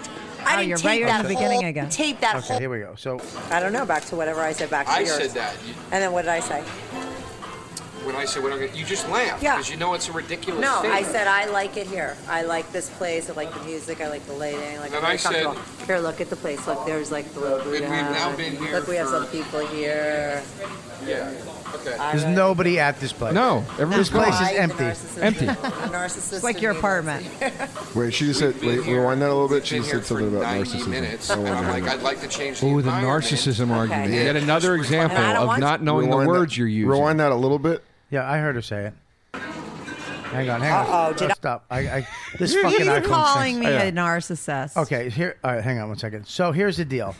[SPEAKER 11] I
[SPEAKER 6] Oh,
[SPEAKER 11] didn't
[SPEAKER 6] you're
[SPEAKER 11] tape
[SPEAKER 6] right
[SPEAKER 11] that
[SPEAKER 6] from the
[SPEAKER 11] whole,
[SPEAKER 6] beginning again.
[SPEAKER 11] Tape that
[SPEAKER 1] Okay, here we go. So
[SPEAKER 11] whole. I don't know. Back to whatever I said. Back to
[SPEAKER 2] I
[SPEAKER 11] yours.
[SPEAKER 2] said that. You-
[SPEAKER 11] And then what did I say?
[SPEAKER 2] When I say what I'm going to, you just laugh.
[SPEAKER 11] Yeah.
[SPEAKER 2] Because you know it's a ridiculous
[SPEAKER 11] No,
[SPEAKER 2] thing.
[SPEAKER 11] I said I like it here. I like this place. I like the music. I like the lighting. I like.
[SPEAKER 2] Then
[SPEAKER 11] I'm
[SPEAKER 2] I said-
[SPEAKER 11] comfortable. here, look at the place. Look, there's like the little
[SPEAKER 2] We've-
[SPEAKER 11] Buddha.
[SPEAKER 2] we've now been here
[SPEAKER 11] Look, we have
[SPEAKER 2] for-
[SPEAKER 11] some people here.
[SPEAKER 2] Yeah. Okay.
[SPEAKER 11] I
[SPEAKER 1] there's
[SPEAKER 11] like-
[SPEAKER 1] nobody at this place.
[SPEAKER 4] No, everybody's
[SPEAKER 1] this place
[SPEAKER 11] I,
[SPEAKER 1] is
[SPEAKER 11] the
[SPEAKER 1] empty.
[SPEAKER 11] narcissist-
[SPEAKER 4] Empty.
[SPEAKER 11] the narcissist
[SPEAKER 6] It's like
[SPEAKER 11] in
[SPEAKER 6] your
[SPEAKER 11] me.
[SPEAKER 6] apartment.
[SPEAKER 3] Wait, she just said,
[SPEAKER 2] We've been
[SPEAKER 3] wait,
[SPEAKER 2] here-
[SPEAKER 3] rewind that a little
[SPEAKER 2] we've
[SPEAKER 3] bit. She
[SPEAKER 2] been here
[SPEAKER 3] said something
[SPEAKER 2] for
[SPEAKER 3] about
[SPEAKER 2] 90
[SPEAKER 3] narcissism.
[SPEAKER 2] minutes,
[SPEAKER 3] I
[SPEAKER 2] and
[SPEAKER 3] wanna
[SPEAKER 2] I'm
[SPEAKER 3] hear
[SPEAKER 2] like,
[SPEAKER 3] that.
[SPEAKER 2] I'd like to change the
[SPEAKER 4] Oh, the
[SPEAKER 2] environment.
[SPEAKER 4] narcissism argument.
[SPEAKER 11] Okay.
[SPEAKER 4] Yet another example
[SPEAKER 11] And I don't
[SPEAKER 4] of
[SPEAKER 11] want-
[SPEAKER 4] not knowing the
[SPEAKER 3] Rewind that-
[SPEAKER 4] words you're using.
[SPEAKER 3] Rewind that a little bit.
[SPEAKER 1] Yeah, I heard her say it. Hang on, hang on.
[SPEAKER 11] Uh-oh, did I-
[SPEAKER 1] stop. I, I this
[SPEAKER 6] You're,
[SPEAKER 1] fucking
[SPEAKER 6] you're
[SPEAKER 4] Oh,
[SPEAKER 1] iPhone
[SPEAKER 6] calling
[SPEAKER 1] thing.
[SPEAKER 6] me a narcissist.
[SPEAKER 1] Okay, here. All right, hang on one second. So here's the deal.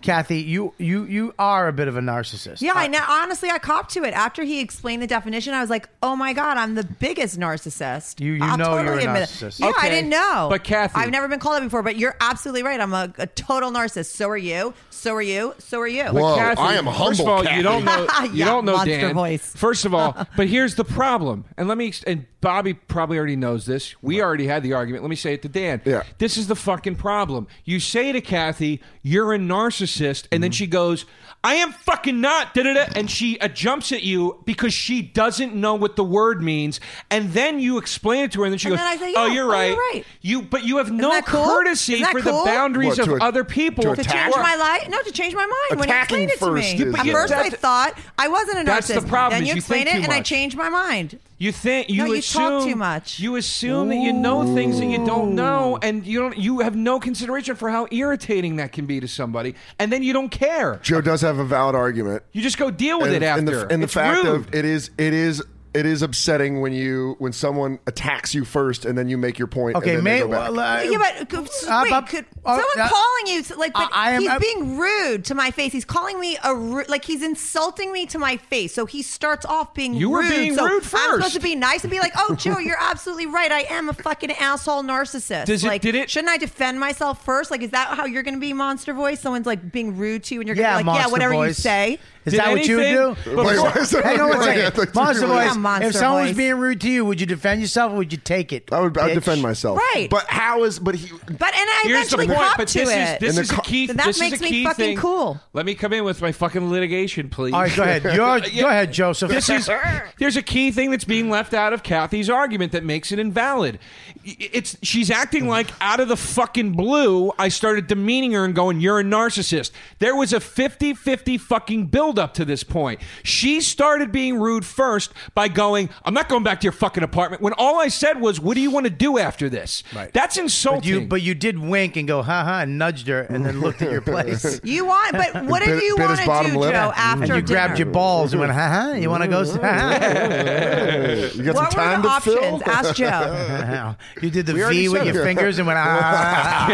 [SPEAKER 1] Kathy, you you you are a bit of a narcissist. Uh,
[SPEAKER 6] Yeah, I know. Honestly, I copped to it after he explained the definition. I was like, "Oh my god, I'm the biggest narcissist."
[SPEAKER 1] You- you
[SPEAKER 6] I'll
[SPEAKER 1] know you're a
[SPEAKER 6] admit it.
[SPEAKER 1] narcissist.
[SPEAKER 6] Yeah, I
[SPEAKER 4] Okay.
[SPEAKER 6] didn't know.
[SPEAKER 4] But Kathy-
[SPEAKER 6] I've never been called that before. But you're absolutely right. I'm a, a total narcissist. So are you. So are you. So are you.
[SPEAKER 3] Whoa,
[SPEAKER 4] Kathy,
[SPEAKER 3] I am humble.
[SPEAKER 4] First of all,
[SPEAKER 3] Kathy.
[SPEAKER 4] you don't know. You
[SPEAKER 6] Yeah,
[SPEAKER 4] don't know
[SPEAKER 6] monster
[SPEAKER 4] Dan.
[SPEAKER 6] voice.
[SPEAKER 4] First of all, but here's the problem, and let me. ex- And Bobby probably already knows this. We already had the argument. Let me say it to Dan.
[SPEAKER 3] Yeah.
[SPEAKER 4] This is the fucking problem. You say to Kathy, "You're a narcissist," and
[SPEAKER 3] Mm-hmm.
[SPEAKER 4] then she goes, "I am fucking not." Da da da, and she uh, jumps at you because she doesn't know what the word means, and then you explain it to her, and then she
[SPEAKER 6] And
[SPEAKER 4] goes,
[SPEAKER 6] then I say,
[SPEAKER 4] "Oh,
[SPEAKER 6] yeah,
[SPEAKER 4] you're
[SPEAKER 6] oh, you're
[SPEAKER 4] right.
[SPEAKER 6] right.
[SPEAKER 4] You, but you have no
[SPEAKER 6] that cool?
[SPEAKER 4] courtesy
[SPEAKER 6] Isn't that
[SPEAKER 4] for
[SPEAKER 6] cool?
[SPEAKER 4] the boundaries
[SPEAKER 3] What, to
[SPEAKER 4] of
[SPEAKER 3] a-
[SPEAKER 4] other people
[SPEAKER 3] to
[SPEAKER 6] to
[SPEAKER 3] attack?
[SPEAKER 6] change my life? No, to change my mind when he
[SPEAKER 3] Attacking
[SPEAKER 6] explained it to
[SPEAKER 3] first
[SPEAKER 6] me.
[SPEAKER 3] is-
[SPEAKER 6] At
[SPEAKER 3] Yeah,
[SPEAKER 6] first, I
[SPEAKER 4] that's-
[SPEAKER 6] thought I wasn't a narcissist.
[SPEAKER 4] That's the problem
[SPEAKER 6] Then
[SPEAKER 4] is
[SPEAKER 6] you
[SPEAKER 4] you
[SPEAKER 6] explained it,
[SPEAKER 4] think too
[SPEAKER 6] and I
[SPEAKER 4] much.
[SPEAKER 6] changed my mind.
[SPEAKER 4] You think
[SPEAKER 6] No,
[SPEAKER 4] you
[SPEAKER 6] you
[SPEAKER 4] assume
[SPEAKER 6] talk too much.
[SPEAKER 4] You assume that you know things that you don't know, and you don't. You have no consideration for how irritating that can be to somebody, and then you don't care.
[SPEAKER 3] Joe does have a valid argument.
[SPEAKER 4] You just go deal with it after.
[SPEAKER 3] And the, and the
[SPEAKER 4] It's
[SPEAKER 3] fact
[SPEAKER 4] rude.
[SPEAKER 3] of it is it is it is upsetting when you when someone attacks you first and then you make your point.
[SPEAKER 1] Okay,
[SPEAKER 3] and then they
[SPEAKER 1] may
[SPEAKER 3] go back.
[SPEAKER 1] well, uh,
[SPEAKER 6] Yeah, but could- wait,
[SPEAKER 4] Ah,
[SPEAKER 1] uh, but-
[SPEAKER 6] could,
[SPEAKER 4] oh,
[SPEAKER 1] uh,
[SPEAKER 6] someone
[SPEAKER 1] uh,
[SPEAKER 6] calling you so, like but
[SPEAKER 1] I- I am-
[SPEAKER 6] he's
[SPEAKER 1] I-
[SPEAKER 6] being rude to my face. He's calling me a ru- like he's insulting me to my face. So he starts off being
[SPEAKER 4] You were
[SPEAKER 6] rude.
[SPEAKER 4] being
[SPEAKER 6] so I'm
[SPEAKER 4] rude
[SPEAKER 6] supposed
[SPEAKER 4] first.
[SPEAKER 6] to be nice and be like, "Oh, Joe, you're absolutely right. I am a fucking asshole narcissist."
[SPEAKER 4] Does it-
[SPEAKER 6] like,
[SPEAKER 4] did it-
[SPEAKER 6] Shouldn't I defend myself first? Like, is that how you're going to be monster voice? Someone's like being rude to you, and you're
[SPEAKER 1] yeah,
[SPEAKER 6] going to be like,
[SPEAKER 1] monster
[SPEAKER 6] "Yeah, whatever
[SPEAKER 1] voice.
[SPEAKER 6] you say."
[SPEAKER 1] Is
[SPEAKER 4] Did
[SPEAKER 1] that what you would do?
[SPEAKER 4] anything-
[SPEAKER 3] Wait, why is that
[SPEAKER 1] Hang on one
[SPEAKER 3] like- I
[SPEAKER 1] second.
[SPEAKER 3] thought
[SPEAKER 1] Monster
[SPEAKER 3] you were-
[SPEAKER 1] voice.
[SPEAKER 6] Yeah, monster
[SPEAKER 1] if someone was
[SPEAKER 6] voice.
[SPEAKER 1] being rude to you, would you defend yourself or would you take it?
[SPEAKER 3] I would I would
[SPEAKER 1] bitch?
[SPEAKER 3] defend myself.
[SPEAKER 6] Right.
[SPEAKER 3] But how is but he
[SPEAKER 6] But and I
[SPEAKER 4] Here's the
[SPEAKER 6] eventually
[SPEAKER 4] point,
[SPEAKER 6] cop
[SPEAKER 4] but
[SPEAKER 6] to
[SPEAKER 4] this is
[SPEAKER 6] it.
[SPEAKER 4] this
[SPEAKER 3] And the
[SPEAKER 4] is a
[SPEAKER 3] co-
[SPEAKER 4] key.
[SPEAKER 6] So that
[SPEAKER 4] this
[SPEAKER 6] makes
[SPEAKER 4] is a
[SPEAKER 6] me
[SPEAKER 4] key
[SPEAKER 6] fucking
[SPEAKER 4] thing.
[SPEAKER 6] cool.
[SPEAKER 4] Let me come in with my fucking litigation, please.
[SPEAKER 1] All right, go ahead. You're,
[SPEAKER 4] Yeah.
[SPEAKER 1] Go ahead, Joseph.
[SPEAKER 4] This is there's a key thing that's being left out of Kathy's argument that makes it invalid. I- It's she's acting like out of the fucking blue I started demeaning her and going you're a narcissist. There was a 50-50 fucking build up to this point. She started being rude first by going I'm not going back to your fucking apartment when all I said was what do you want to do after this?
[SPEAKER 1] Right.
[SPEAKER 4] That's
[SPEAKER 1] But
[SPEAKER 4] insulting.
[SPEAKER 1] you, but you did wink and go, ha ha, and nudged her, and then looked at your place.
[SPEAKER 6] You want, but what did
[SPEAKER 3] Bit-
[SPEAKER 6] you
[SPEAKER 3] bit his
[SPEAKER 6] want to
[SPEAKER 3] bottom
[SPEAKER 6] do,
[SPEAKER 3] lip. And
[SPEAKER 6] Joe? After
[SPEAKER 1] and you
[SPEAKER 6] dinner?
[SPEAKER 1] grabbed your balls and went, ha ha. You want to go? Ha
[SPEAKER 3] you got some
[SPEAKER 6] What
[SPEAKER 3] time
[SPEAKER 6] were the
[SPEAKER 3] to fill?
[SPEAKER 6] options? Ask Joe.
[SPEAKER 1] ha. You did the
[SPEAKER 3] We already
[SPEAKER 1] V with
[SPEAKER 3] said
[SPEAKER 1] your
[SPEAKER 3] it.
[SPEAKER 1] fingers and went, "Ah." ha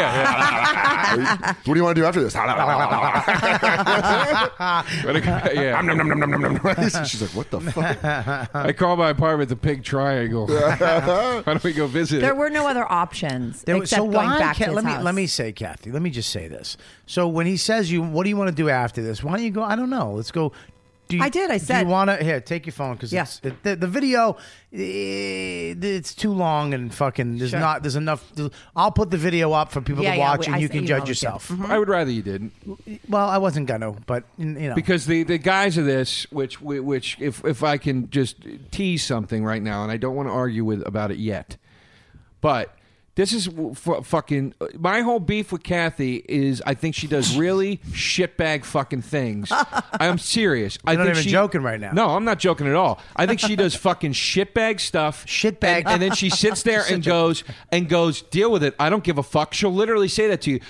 [SPEAKER 1] ha. ha.
[SPEAKER 3] what do you want to do after this?
[SPEAKER 4] yeah.
[SPEAKER 3] Nom, nom, nom, nom, nom, nom, nom. She's like, what the fuck?
[SPEAKER 4] I call my apartment the Pig Triangle. Why don't we go visit?
[SPEAKER 6] There were no other options
[SPEAKER 1] There was-
[SPEAKER 6] except going back
[SPEAKER 1] Ca-
[SPEAKER 6] to his
[SPEAKER 1] let me
[SPEAKER 6] house.
[SPEAKER 1] let me say, Kathy. Let me just say this. So when he says you, what do you want to do after this? Why don't you go? I don't know. Let's go. Do you,
[SPEAKER 6] I did, I
[SPEAKER 1] Do
[SPEAKER 6] said-
[SPEAKER 1] you want to here? Take your phone because
[SPEAKER 6] Yeah.
[SPEAKER 1] it, the, the video. eh, It's too long and fucking. There's
[SPEAKER 6] Sure.
[SPEAKER 1] not. There's enough. I'll put the video up for people
[SPEAKER 6] Yeah,
[SPEAKER 1] to
[SPEAKER 6] yeah,
[SPEAKER 1] watch,
[SPEAKER 6] we- I
[SPEAKER 1] and you
[SPEAKER 6] see-
[SPEAKER 1] can
[SPEAKER 6] you Mm-hmm.
[SPEAKER 1] judge
[SPEAKER 6] always
[SPEAKER 1] yourself.
[SPEAKER 4] I would rather you didn't.
[SPEAKER 1] Well, I wasn't gonna, but mm, you know.
[SPEAKER 4] because the, the guys of this, which we- which if if I can just tease something right now, and I don't want to argue with about it yet, but this is f- fucking uh, my whole beef with Kathy is I think she does really shitbag fucking things. I'm serious. I
[SPEAKER 1] You're not
[SPEAKER 4] think
[SPEAKER 1] even
[SPEAKER 4] she-
[SPEAKER 1] joking right now.
[SPEAKER 4] No, I'm not joking at all. I think she does fucking shitbag stuff.
[SPEAKER 1] Shitbag.
[SPEAKER 4] and, and then she sits there and goes and goes deal with it. I don't give a fuck. She'll literally say that to you.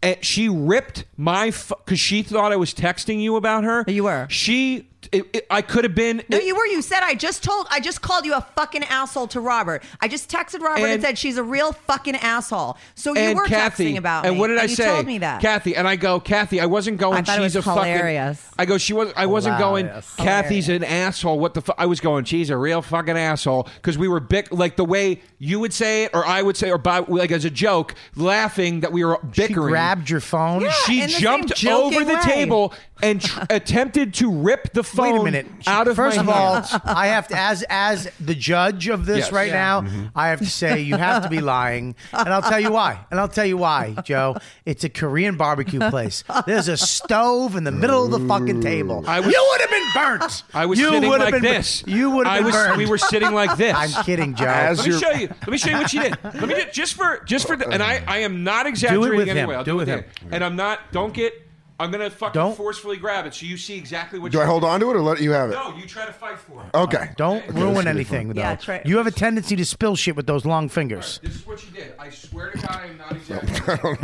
[SPEAKER 4] And she ripped my because she thought I was texting you about her.
[SPEAKER 6] You were.
[SPEAKER 4] She. It, it- I could have been.
[SPEAKER 6] No, you were. You said I just told. I just called you a fucking asshole to Robert. I just texted Robert and,
[SPEAKER 4] And-
[SPEAKER 6] said she's a real fucking asshole. So you
[SPEAKER 4] and
[SPEAKER 6] were
[SPEAKER 4] Kathy,
[SPEAKER 6] texting about
[SPEAKER 4] and
[SPEAKER 6] me.
[SPEAKER 4] what did I
[SPEAKER 6] you
[SPEAKER 4] say?
[SPEAKER 6] Told me that.
[SPEAKER 4] Kathy and I go. Kathy, I wasn't going.
[SPEAKER 6] I thought it
[SPEAKER 4] she's
[SPEAKER 6] was
[SPEAKER 4] a
[SPEAKER 6] hilarious.
[SPEAKER 4] fucking. I go. She was. I wasn't
[SPEAKER 1] Hilarious.
[SPEAKER 4] going. Kathy's an asshole. What the? Fu-? I was going. She's a real fucking asshole because we were bick like the way you would say it or I would say or by like as a joke, laughing that we were
[SPEAKER 1] she
[SPEAKER 4] bickering.
[SPEAKER 1] grabbed your phone.
[SPEAKER 4] she
[SPEAKER 6] in the same
[SPEAKER 4] jumped
[SPEAKER 6] joking
[SPEAKER 4] over the
[SPEAKER 6] way.
[SPEAKER 4] table and tr- attempted to rip the phone
[SPEAKER 1] Wait a minute.
[SPEAKER 4] out of
[SPEAKER 1] First
[SPEAKER 4] my
[SPEAKER 1] of all,
[SPEAKER 4] hands.
[SPEAKER 1] I have to as as the judge of this
[SPEAKER 4] Yes.
[SPEAKER 1] right
[SPEAKER 4] Yeah. Mm-hmm.
[SPEAKER 1] now, I have to say you have to be lying, and I'll tell you why. And I'll tell you why, Joe. It's a Korean barbecue place. There's a stove in the middle of the fucking table.
[SPEAKER 4] I was-
[SPEAKER 1] you would have been burnt.
[SPEAKER 4] I was
[SPEAKER 1] you
[SPEAKER 4] sitting
[SPEAKER 1] would have
[SPEAKER 4] like
[SPEAKER 1] been,
[SPEAKER 4] this.
[SPEAKER 1] You would
[SPEAKER 4] I
[SPEAKER 1] have been
[SPEAKER 4] was-
[SPEAKER 1] burnt.
[SPEAKER 4] We were sitting like this.
[SPEAKER 1] I'm kidding, Joe.
[SPEAKER 3] As
[SPEAKER 4] Let me
[SPEAKER 3] your-
[SPEAKER 4] show you. Let me show you what she did. Let me do, just for just for and I I am not exaggerating
[SPEAKER 1] with
[SPEAKER 4] anyway.
[SPEAKER 1] him.
[SPEAKER 4] I'll
[SPEAKER 1] Do
[SPEAKER 4] do,
[SPEAKER 1] it
[SPEAKER 4] it
[SPEAKER 1] with
[SPEAKER 4] with him. And I'm not. Don't get. I'm gonna fucking
[SPEAKER 1] Don't-
[SPEAKER 4] forcefully grab it so you see exactly what.
[SPEAKER 3] Do
[SPEAKER 4] you
[SPEAKER 3] I hold on to it or let you have it?
[SPEAKER 4] No, you try to fight for it.
[SPEAKER 3] Okay.
[SPEAKER 1] Don't
[SPEAKER 4] Okay,
[SPEAKER 3] this should
[SPEAKER 1] ruin
[SPEAKER 3] be
[SPEAKER 1] anything, though.
[SPEAKER 6] Yeah, that's right.
[SPEAKER 1] You have a tendency to spill shit with those long fingers.
[SPEAKER 4] This is what she did. I swear to God, I am not exaggerating.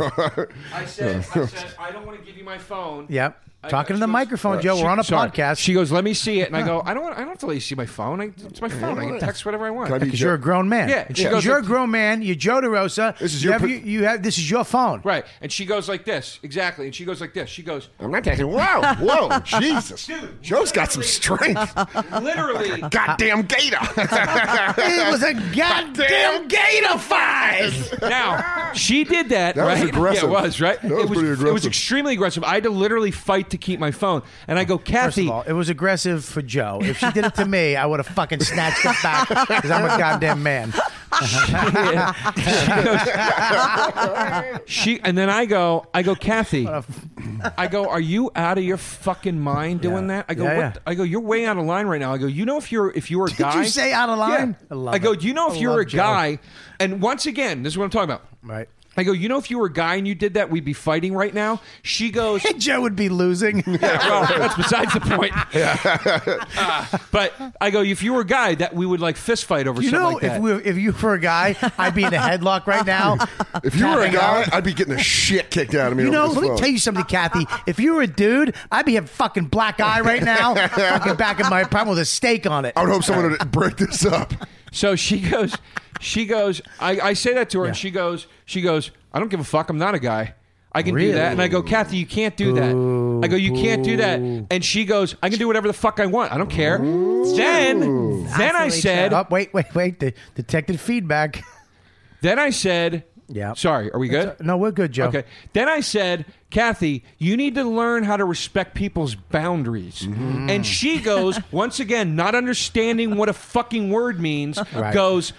[SPEAKER 4] I said, I said, I don't want to give you my phone.
[SPEAKER 1] Yep. Talking to the microphone, Joe.
[SPEAKER 4] She-
[SPEAKER 1] We're on a
[SPEAKER 4] sorry.
[SPEAKER 1] podcast.
[SPEAKER 4] She goes, "Let me see it," and I go, "I don't. Want, I don't have to let you see my phone. I, it's my phone. I can text whatever I want."
[SPEAKER 3] Can I be
[SPEAKER 1] because you're a grown man.
[SPEAKER 4] Yeah,
[SPEAKER 1] And she
[SPEAKER 4] she
[SPEAKER 1] goes,
[SPEAKER 4] goes
[SPEAKER 1] you're
[SPEAKER 4] like-
[SPEAKER 1] a grown man. You're Joe DeRosa.
[SPEAKER 3] This is
[SPEAKER 1] You
[SPEAKER 3] your
[SPEAKER 1] have-
[SPEAKER 3] pr-
[SPEAKER 1] you, you have this is your phone.
[SPEAKER 4] Right, and she goes like this, exactly, and she goes like this. She goes,
[SPEAKER 3] I'm not texting. Whoa, whoa, Jesus. Joe's got some strength.
[SPEAKER 4] literally,
[SPEAKER 3] Goddamn gator.
[SPEAKER 1] It was a goddamn gator fight.
[SPEAKER 4] Now she did that.
[SPEAKER 3] That was
[SPEAKER 4] right?
[SPEAKER 3] aggressive.
[SPEAKER 4] Yeah, it was right.
[SPEAKER 3] That was
[SPEAKER 4] it was
[SPEAKER 3] pretty
[SPEAKER 4] It was
[SPEAKER 3] aggressive.
[SPEAKER 4] extremely aggressive. I had to literally fight to keep my phone. And I go,
[SPEAKER 1] First
[SPEAKER 4] Kathy.
[SPEAKER 1] of all, it was aggressive for Joe. If she did it to me, I would have fucking snatched it back because I'm a goddamn man.
[SPEAKER 4] she and then I go, I go, Kathy. I go, are you out of your fucking mind doing
[SPEAKER 1] Yeah.
[SPEAKER 4] that? I go,
[SPEAKER 1] Yeah,
[SPEAKER 4] what?
[SPEAKER 1] yeah.
[SPEAKER 4] the-" I go, you're way out of line right now. I go, you know if you're if you're a
[SPEAKER 1] you
[SPEAKER 4] guy,
[SPEAKER 1] say out of line? I
[SPEAKER 4] Yeah.
[SPEAKER 1] love
[SPEAKER 4] I, go,
[SPEAKER 1] it.
[SPEAKER 4] do you know if
[SPEAKER 1] I
[SPEAKER 4] you're a
[SPEAKER 1] love Joe.
[SPEAKER 4] guy? And once again, this is what I'm talking about.
[SPEAKER 1] Right.
[SPEAKER 4] I go, you know if you were a guy and you did that, we'd be fighting right now. She goes,
[SPEAKER 1] Joe would be losing.
[SPEAKER 4] Yeah, well, that's besides the point. Uh, but I go, if you were a guy, that we would like fist fight over
[SPEAKER 1] You
[SPEAKER 4] something
[SPEAKER 1] know,
[SPEAKER 4] like
[SPEAKER 1] if
[SPEAKER 4] that.
[SPEAKER 1] we, if you were a guy, I'd be in a headlock right now.
[SPEAKER 3] if you were a
[SPEAKER 1] Tapping
[SPEAKER 3] guy,
[SPEAKER 1] out.
[SPEAKER 3] I'd be getting the shit kicked out of me.
[SPEAKER 1] You
[SPEAKER 3] over
[SPEAKER 1] know,
[SPEAKER 3] this
[SPEAKER 1] let me
[SPEAKER 3] phone.
[SPEAKER 1] tell you something, Kathy. If you were a dude, I'd be a fucking black eye right now, fucking back in my apartment with a steak on it.
[SPEAKER 3] I would hope someone would break this up.
[SPEAKER 4] so she goes, she goes. I, I say that to her, and
[SPEAKER 1] Yeah.
[SPEAKER 4] she goes, she goes. I don't give a fuck. I'm not a guy. I can
[SPEAKER 1] Really?
[SPEAKER 4] do that. And I go, Kathy, you can't do that. I go, you can't do that. And she goes, I can do whatever the fuck I want. I don't care. Then, then I
[SPEAKER 6] Absolutely
[SPEAKER 4] said,
[SPEAKER 1] Oh, wait, wait, wait. The detected feedback.
[SPEAKER 4] then I said,
[SPEAKER 1] Yeah.
[SPEAKER 4] Sorry, are we good?
[SPEAKER 1] No, we're good, Joe.
[SPEAKER 4] Okay. Then I said, Kathy, you need to learn how to respect people's boundaries.
[SPEAKER 1] Mm-hmm.
[SPEAKER 4] And she goes, once again, not understanding what a fucking word means,
[SPEAKER 1] Right.
[SPEAKER 4] goes,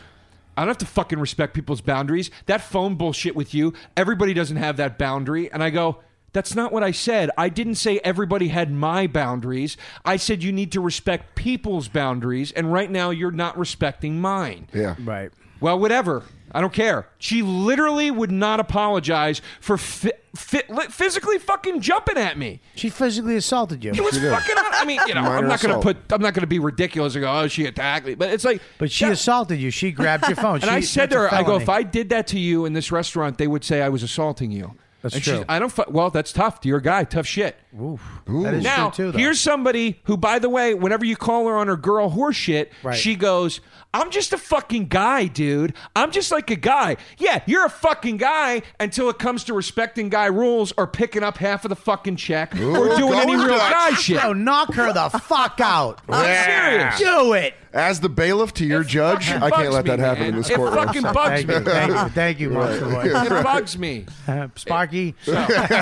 [SPEAKER 4] I don't have to fucking respect people's boundaries. That phone bullshit with you, everybody doesn't have that boundary. And I go, that's not what I said. I didn't say everybody had my boundaries. I said you need to respect people's boundaries. And right now, you're not respecting mine.
[SPEAKER 3] Yeah.
[SPEAKER 1] Right.
[SPEAKER 4] Well, whatever. I don't care. She literally would not apologize for fi- fi- li- physically fucking jumping at me.
[SPEAKER 1] She physically assaulted you.
[SPEAKER 4] It was fucking. I mean, you know, I'm
[SPEAKER 3] Minor
[SPEAKER 4] not going to
[SPEAKER 3] assault.
[SPEAKER 4] put. I'm not going to be ridiculous and go, "Oh, she attacked me." But it's like,
[SPEAKER 1] But she
[SPEAKER 4] that-
[SPEAKER 1] assaulted you. She grabbed your phone.
[SPEAKER 4] And I said to her, "I go, if I did that to you in this restaurant, they would say I was assaulting you."
[SPEAKER 1] That's
[SPEAKER 4] and she's-
[SPEAKER 1] true.
[SPEAKER 4] I don't. fu- Well, that's tough. You're a guy. Tough shit.
[SPEAKER 1] That is
[SPEAKER 4] Now,
[SPEAKER 1] true too, though.
[SPEAKER 4] here's somebody who, by the way, whenever you call her on her girl horse shit,
[SPEAKER 1] Right.
[SPEAKER 4] she goes, I'm just a fucking guy, dude. I'm just like a guy. Yeah, you're a fucking guy until it comes to respecting guy rules or picking up half of the fucking check or doing any
[SPEAKER 3] Going
[SPEAKER 4] real
[SPEAKER 3] Dutch.
[SPEAKER 4] guy shit.
[SPEAKER 1] Joe, knock her the fuck out.
[SPEAKER 4] I'm serious.
[SPEAKER 1] Do it.
[SPEAKER 3] As the bailiff to your
[SPEAKER 4] It
[SPEAKER 3] judge,
[SPEAKER 4] fucking
[SPEAKER 3] I
[SPEAKER 4] bugs
[SPEAKER 3] can't let that
[SPEAKER 4] me,
[SPEAKER 3] happen
[SPEAKER 4] man.
[SPEAKER 3] in this
[SPEAKER 4] It
[SPEAKER 3] courtroom.
[SPEAKER 4] fucking bugs
[SPEAKER 1] Thank
[SPEAKER 4] me.
[SPEAKER 1] you. Thank you. Thank you, Monster Boy.
[SPEAKER 4] It bugs me.
[SPEAKER 1] Sparky.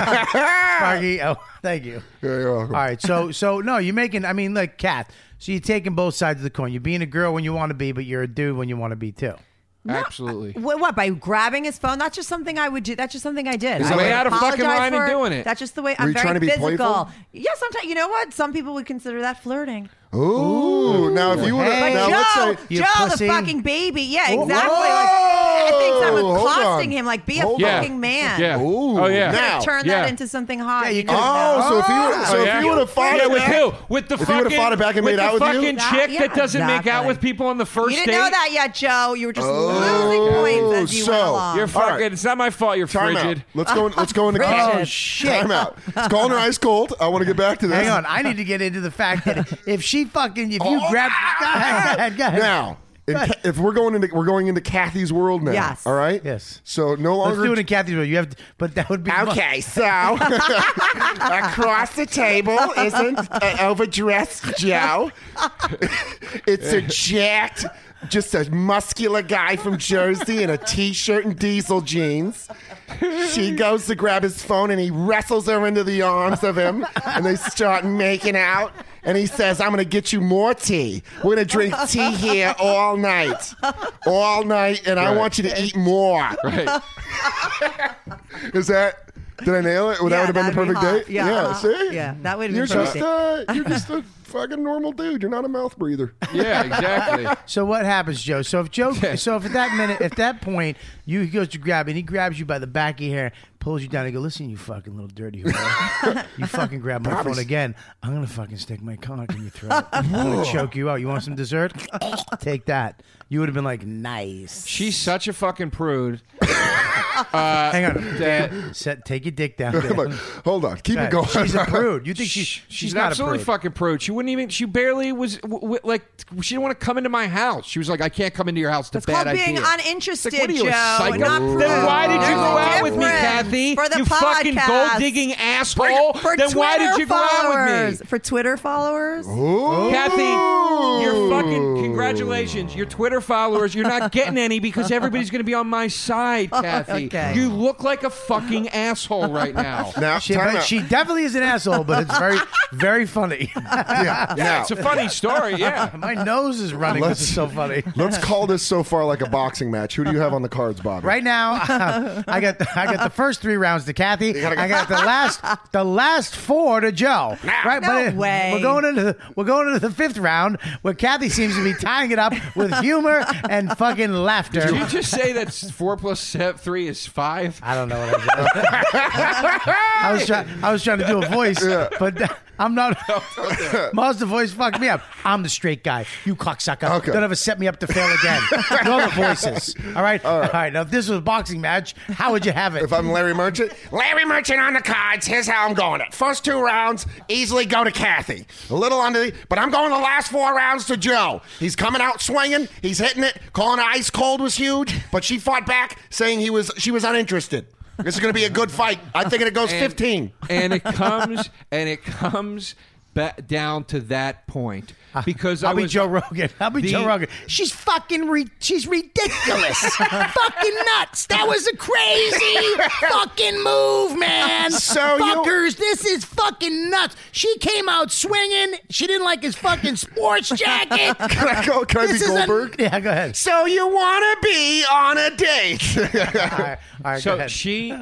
[SPEAKER 1] Sparky. Oh, thank you.
[SPEAKER 3] Yeah, you're welcome.
[SPEAKER 1] All right, so so no, you're making. I mean, like Kath. So you're taking both sides of the coin. You're being a girl when you want to be, but you're a dude when you want to be too.
[SPEAKER 4] Absolutely.
[SPEAKER 6] uh, What, what by grabbing his phone? That's just something I would do. That's just something I did.
[SPEAKER 3] Is
[SPEAKER 6] I
[SPEAKER 3] that
[SPEAKER 6] would
[SPEAKER 3] way
[SPEAKER 4] out of fucking
[SPEAKER 6] apologize
[SPEAKER 4] line
[SPEAKER 6] for
[SPEAKER 4] and
[SPEAKER 6] it.
[SPEAKER 4] doing it?
[SPEAKER 6] That's just the way I'm
[SPEAKER 3] you
[SPEAKER 6] very
[SPEAKER 3] trying to be
[SPEAKER 6] physical.
[SPEAKER 3] playful?
[SPEAKER 6] Yeah, sometimes you know what? Some people would consider that flirting.
[SPEAKER 3] Ooh, now if you were
[SPEAKER 1] Hey.
[SPEAKER 3] now let's
[SPEAKER 6] Joe,
[SPEAKER 3] say
[SPEAKER 1] you
[SPEAKER 6] Joe,
[SPEAKER 1] pussy.
[SPEAKER 6] the fucking baby. Yeah,
[SPEAKER 3] Whoa.
[SPEAKER 6] exactly. Like, I think I was
[SPEAKER 3] Whoa, hold
[SPEAKER 6] accosting
[SPEAKER 3] on.
[SPEAKER 6] him. Like, be a
[SPEAKER 3] Hold on.
[SPEAKER 6] fucking man.
[SPEAKER 4] Yeah.
[SPEAKER 3] Ooh,
[SPEAKER 4] oh, yeah.
[SPEAKER 6] You could've
[SPEAKER 3] Now.
[SPEAKER 6] turned
[SPEAKER 4] Yeah.
[SPEAKER 6] that into something hot.
[SPEAKER 1] Yeah, you
[SPEAKER 6] know?
[SPEAKER 1] could've.
[SPEAKER 3] Oh, so if you were, so
[SPEAKER 4] Oh,
[SPEAKER 3] if
[SPEAKER 4] yeah?
[SPEAKER 3] you would have fought
[SPEAKER 4] Yeah,
[SPEAKER 3] it
[SPEAKER 4] with
[SPEAKER 3] back-
[SPEAKER 4] who? With the
[SPEAKER 3] if you
[SPEAKER 4] fucking
[SPEAKER 3] would have fought it back and made
[SPEAKER 4] with
[SPEAKER 3] out
[SPEAKER 4] the
[SPEAKER 3] with
[SPEAKER 4] fucking
[SPEAKER 3] you,
[SPEAKER 6] That-
[SPEAKER 4] chick
[SPEAKER 6] yeah,
[SPEAKER 4] that doesn't make out
[SPEAKER 6] exactly.
[SPEAKER 4] with people on the first
[SPEAKER 6] You
[SPEAKER 4] date.
[SPEAKER 6] didn't know that yet, Joe. You were just losing
[SPEAKER 3] Oh,
[SPEAKER 6] points as you went
[SPEAKER 3] so-
[SPEAKER 6] along.
[SPEAKER 4] You're fucking.
[SPEAKER 3] right.
[SPEAKER 4] It's not my fault. You're
[SPEAKER 3] Time
[SPEAKER 4] frigid.
[SPEAKER 3] out. Let's go. In, let's go into
[SPEAKER 6] Frigid.
[SPEAKER 3] college.
[SPEAKER 6] Oh,
[SPEAKER 1] shit.
[SPEAKER 3] Time out. It's calling her ice cold. I want to get back to this.
[SPEAKER 1] Hang on, I need to get into the fact that if she fucking if you
[SPEAKER 3] Oh,
[SPEAKER 1] grab
[SPEAKER 3] ah!
[SPEAKER 1] go ahead, go ahead, go ahead.
[SPEAKER 3] Now, in Ca- if we're going into we're going into Kathy's world now.
[SPEAKER 6] Yes.
[SPEAKER 3] All right.
[SPEAKER 1] Yes.
[SPEAKER 3] So no
[SPEAKER 1] let's
[SPEAKER 3] longer.
[SPEAKER 1] do it in Kathy's way. You have to, but that would be mu-
[SPEAKER 12] so across the table isn't an overdressed Joe. It's a jacked, just a muscular guy from Jersey in a t-shirt and diesel jeans. She goes to grab his phone and he wrestles her into the arms of him, and they start making out. And he says, "I'm going to get you more tea. We're going to drink tea here all night, all night, and I
[SPEAKER 3] Right.
[SPEAKER 12] want you to eat more."
[SPEAKER 4] Right.
[SPEAKER 3] Is that? Did I nail it? Well,
[SPEAKER 6] Yeah,
[SPEAKER 3] that would have been the
[SPEAKER 6] that'd be
[SPEAKER 3] perfect
[SPEAKER 6] hot.
[SPEAKER 3] date.
[SPEAKER 6] Yeah, uh-huh.
[SPEAKER 3] See.
[SPEAKER 6] Yeah, that would've been
[SPEAKER 3] You're just
[SPEAKER 6] perfect date.
[SPEAKER 3] uh, you're just a fucking normal dude. You're not a mouth breather.
[SPEAKER 4] Yeah. Exactly.
[SPEAKER 1] So what happens, Joe? So if Joe, so if at that minute, at that point, you he goes to grab and he grabs you by the back of your hair, pulls you down, and go, "Listen, you fucking little dirty whore, you fucking grab my phone again. I'm gonna fucking stick my cock in your throat. I'm gonna choke you out. You want some dessert? Take that. You would have been like, nice.
[SPEAKER 4] She's such a fucking prude.
[SPEAKER 1] Hang on.
[SPEAKER 4] that-
[SPEAKER 1] Set, take your dick down.
[SPEAKER 3] I'm like,
[SPEAKER 1] Dan.
[SPEAKER 3] hold on, keep
[SPEAKER 1] Hey,
[SPEAKER 3] it going.
[SPEAKER 1] She's a prude. You think she's she's,
[SPEAKER 4] she's
[SPEAKER 1] not
[SPEAKER 4] absolutely
[SPEAKER 1] a prude.
[SPEAKER 4] fucking prude. She wouldn't even. She barely was w- w- like. She didn't want to come into my house. She was like, I can't come into your house. It's a
[SPEAKER 6] It's
[SPEAKER 4] bad
[SPEAKER 6] called being
[SPEAKER 4] idea.
[SPEAKER 6] uninterested,
[SPEAKER 4] It's like, what are you, a
[SPEAKER 6] Joe,
[SPEAKER 4] psycho?
[SPEAKER 6] not
[SPEAKER 4] then
[SPEAKER 6] prude.
[SPEAKER 4] why did you
[SPEAKER 6] There's
[SPEAKER 4] go
[SPEAKER 6] a
[SPEAKER 4] out with me,
[SPEAKER 6] difference
[SPEAKER 4] Kathy?
[SPEAKER 6] for the
[SPEAKER 4] you fucking
[SPEAKER 6] podcast.
[SPEAKER 4] gold digging asshole.
[SPEAKER 6] For
[SPEAKER 4] then why did
[SPEAKER 6] Twitter
[SPEAKER 4] you go out
[SPEAKER 6] followers.
[SPEAKER 4] with me,
[SPEAKER 6] For Twitter followers?
[SPEAKER 4] Kathy? You're fucking congratulations. Your Twitter followers. You're not getting any because everybody's going to be on my side, Kathy.
[SPEAKER 6] Okay.
[SPEAKER 4] You look like a fucking asshole right now.
[SPEAKER 3] Now,
[SPEAKER 1] She,
[SPEAKER 3] time
[SPEAKER 1] but
[SPEAKER 3] out.
[SPEAKER 1] she definitely is an asshole, but it's very, very funny.
[SPEAKER 3] yeah,
[SPEAKER 4] Yeah,
[SPEAKER 3] now,
[SPEAKER 4] it's a funny story. Yeah.
[SPEAKER 1] My nose is running. This is so funny.
[SPEAKER 3] let's call this so far like a boxing match. Who do you have on the cards, Bobby?
[SPEAKER 1] Right now, I got I got the first three rounds to Kathy. I got the last the last four to Joe. Right,
[SPEAKER 6] No
[SPEAKER 1] but uh,
[SPEAKER 6] way.
[SPEAKER 1] we're going into the, we're going into the fifth round where Kathy seems to be tying it up with humor and fucking laughter.
[SPEAKER 4] Did you just say that four plus se- three is five?
[SPEAKER 1] I don't know what I was doing. I was trying. I was trying to do a voice, but I'm not. Ma's the voice fucked me up. I'm the straight guy. You cocksucker.
[SPEAKER 3] Okay.
[SPEAKER 1] Don't ever set me up to fail again. You're the voices. All right. All right. Now, if this was a boxing match, how would you have it?
[SPEAKER 3] If I'm Larry Merchant,
[SPEAKER 12] Larry Merchant on the cards. Here's how I'm going it. First two rounds, easily go to Kathy. A little under the, but I'm going the last four rounds to Joe. He's coming out swinging. He's hitting it. Calling her ice cold was huge, but she fought back, saying he was she was uninterested. This is going to be a good fight. I'm thinking it goes 15.
[SPEAKER 4] and it comes and it comes back down to that point because I
[SPEAKER 1] I'll be
[SPEAKER 4] was-
[SPEAKER 1] Joe Rogan. I'll be
[SPEAKER 4] The-
[SPEAKER 1] Joe Rogan. She's fucking. Re- she's ridiculous. fucking nuts. That was a crazy fucking move, man.
[SPEAKER 12] So you-
[SPEAKER 1] fuckers, this is fucking nuts. She came out swinging. She didn't like his fucking sports jacket.
[SPEAKER 3] can I go? Can I
[SPEAKER 1] This
[SPEAKER 3] be
[SPEAKER 1] is a-
[SPEAKER 3] Goldberg?
[SPEAKER 1] yeah, go ahead.
[SPEAKER 12] So you want to be on a date?
[SPEAKER 1] All right, all right go
[SPEAKER 4] So
[SPEAKER 1] ahead.
[SPEAKER 4] she,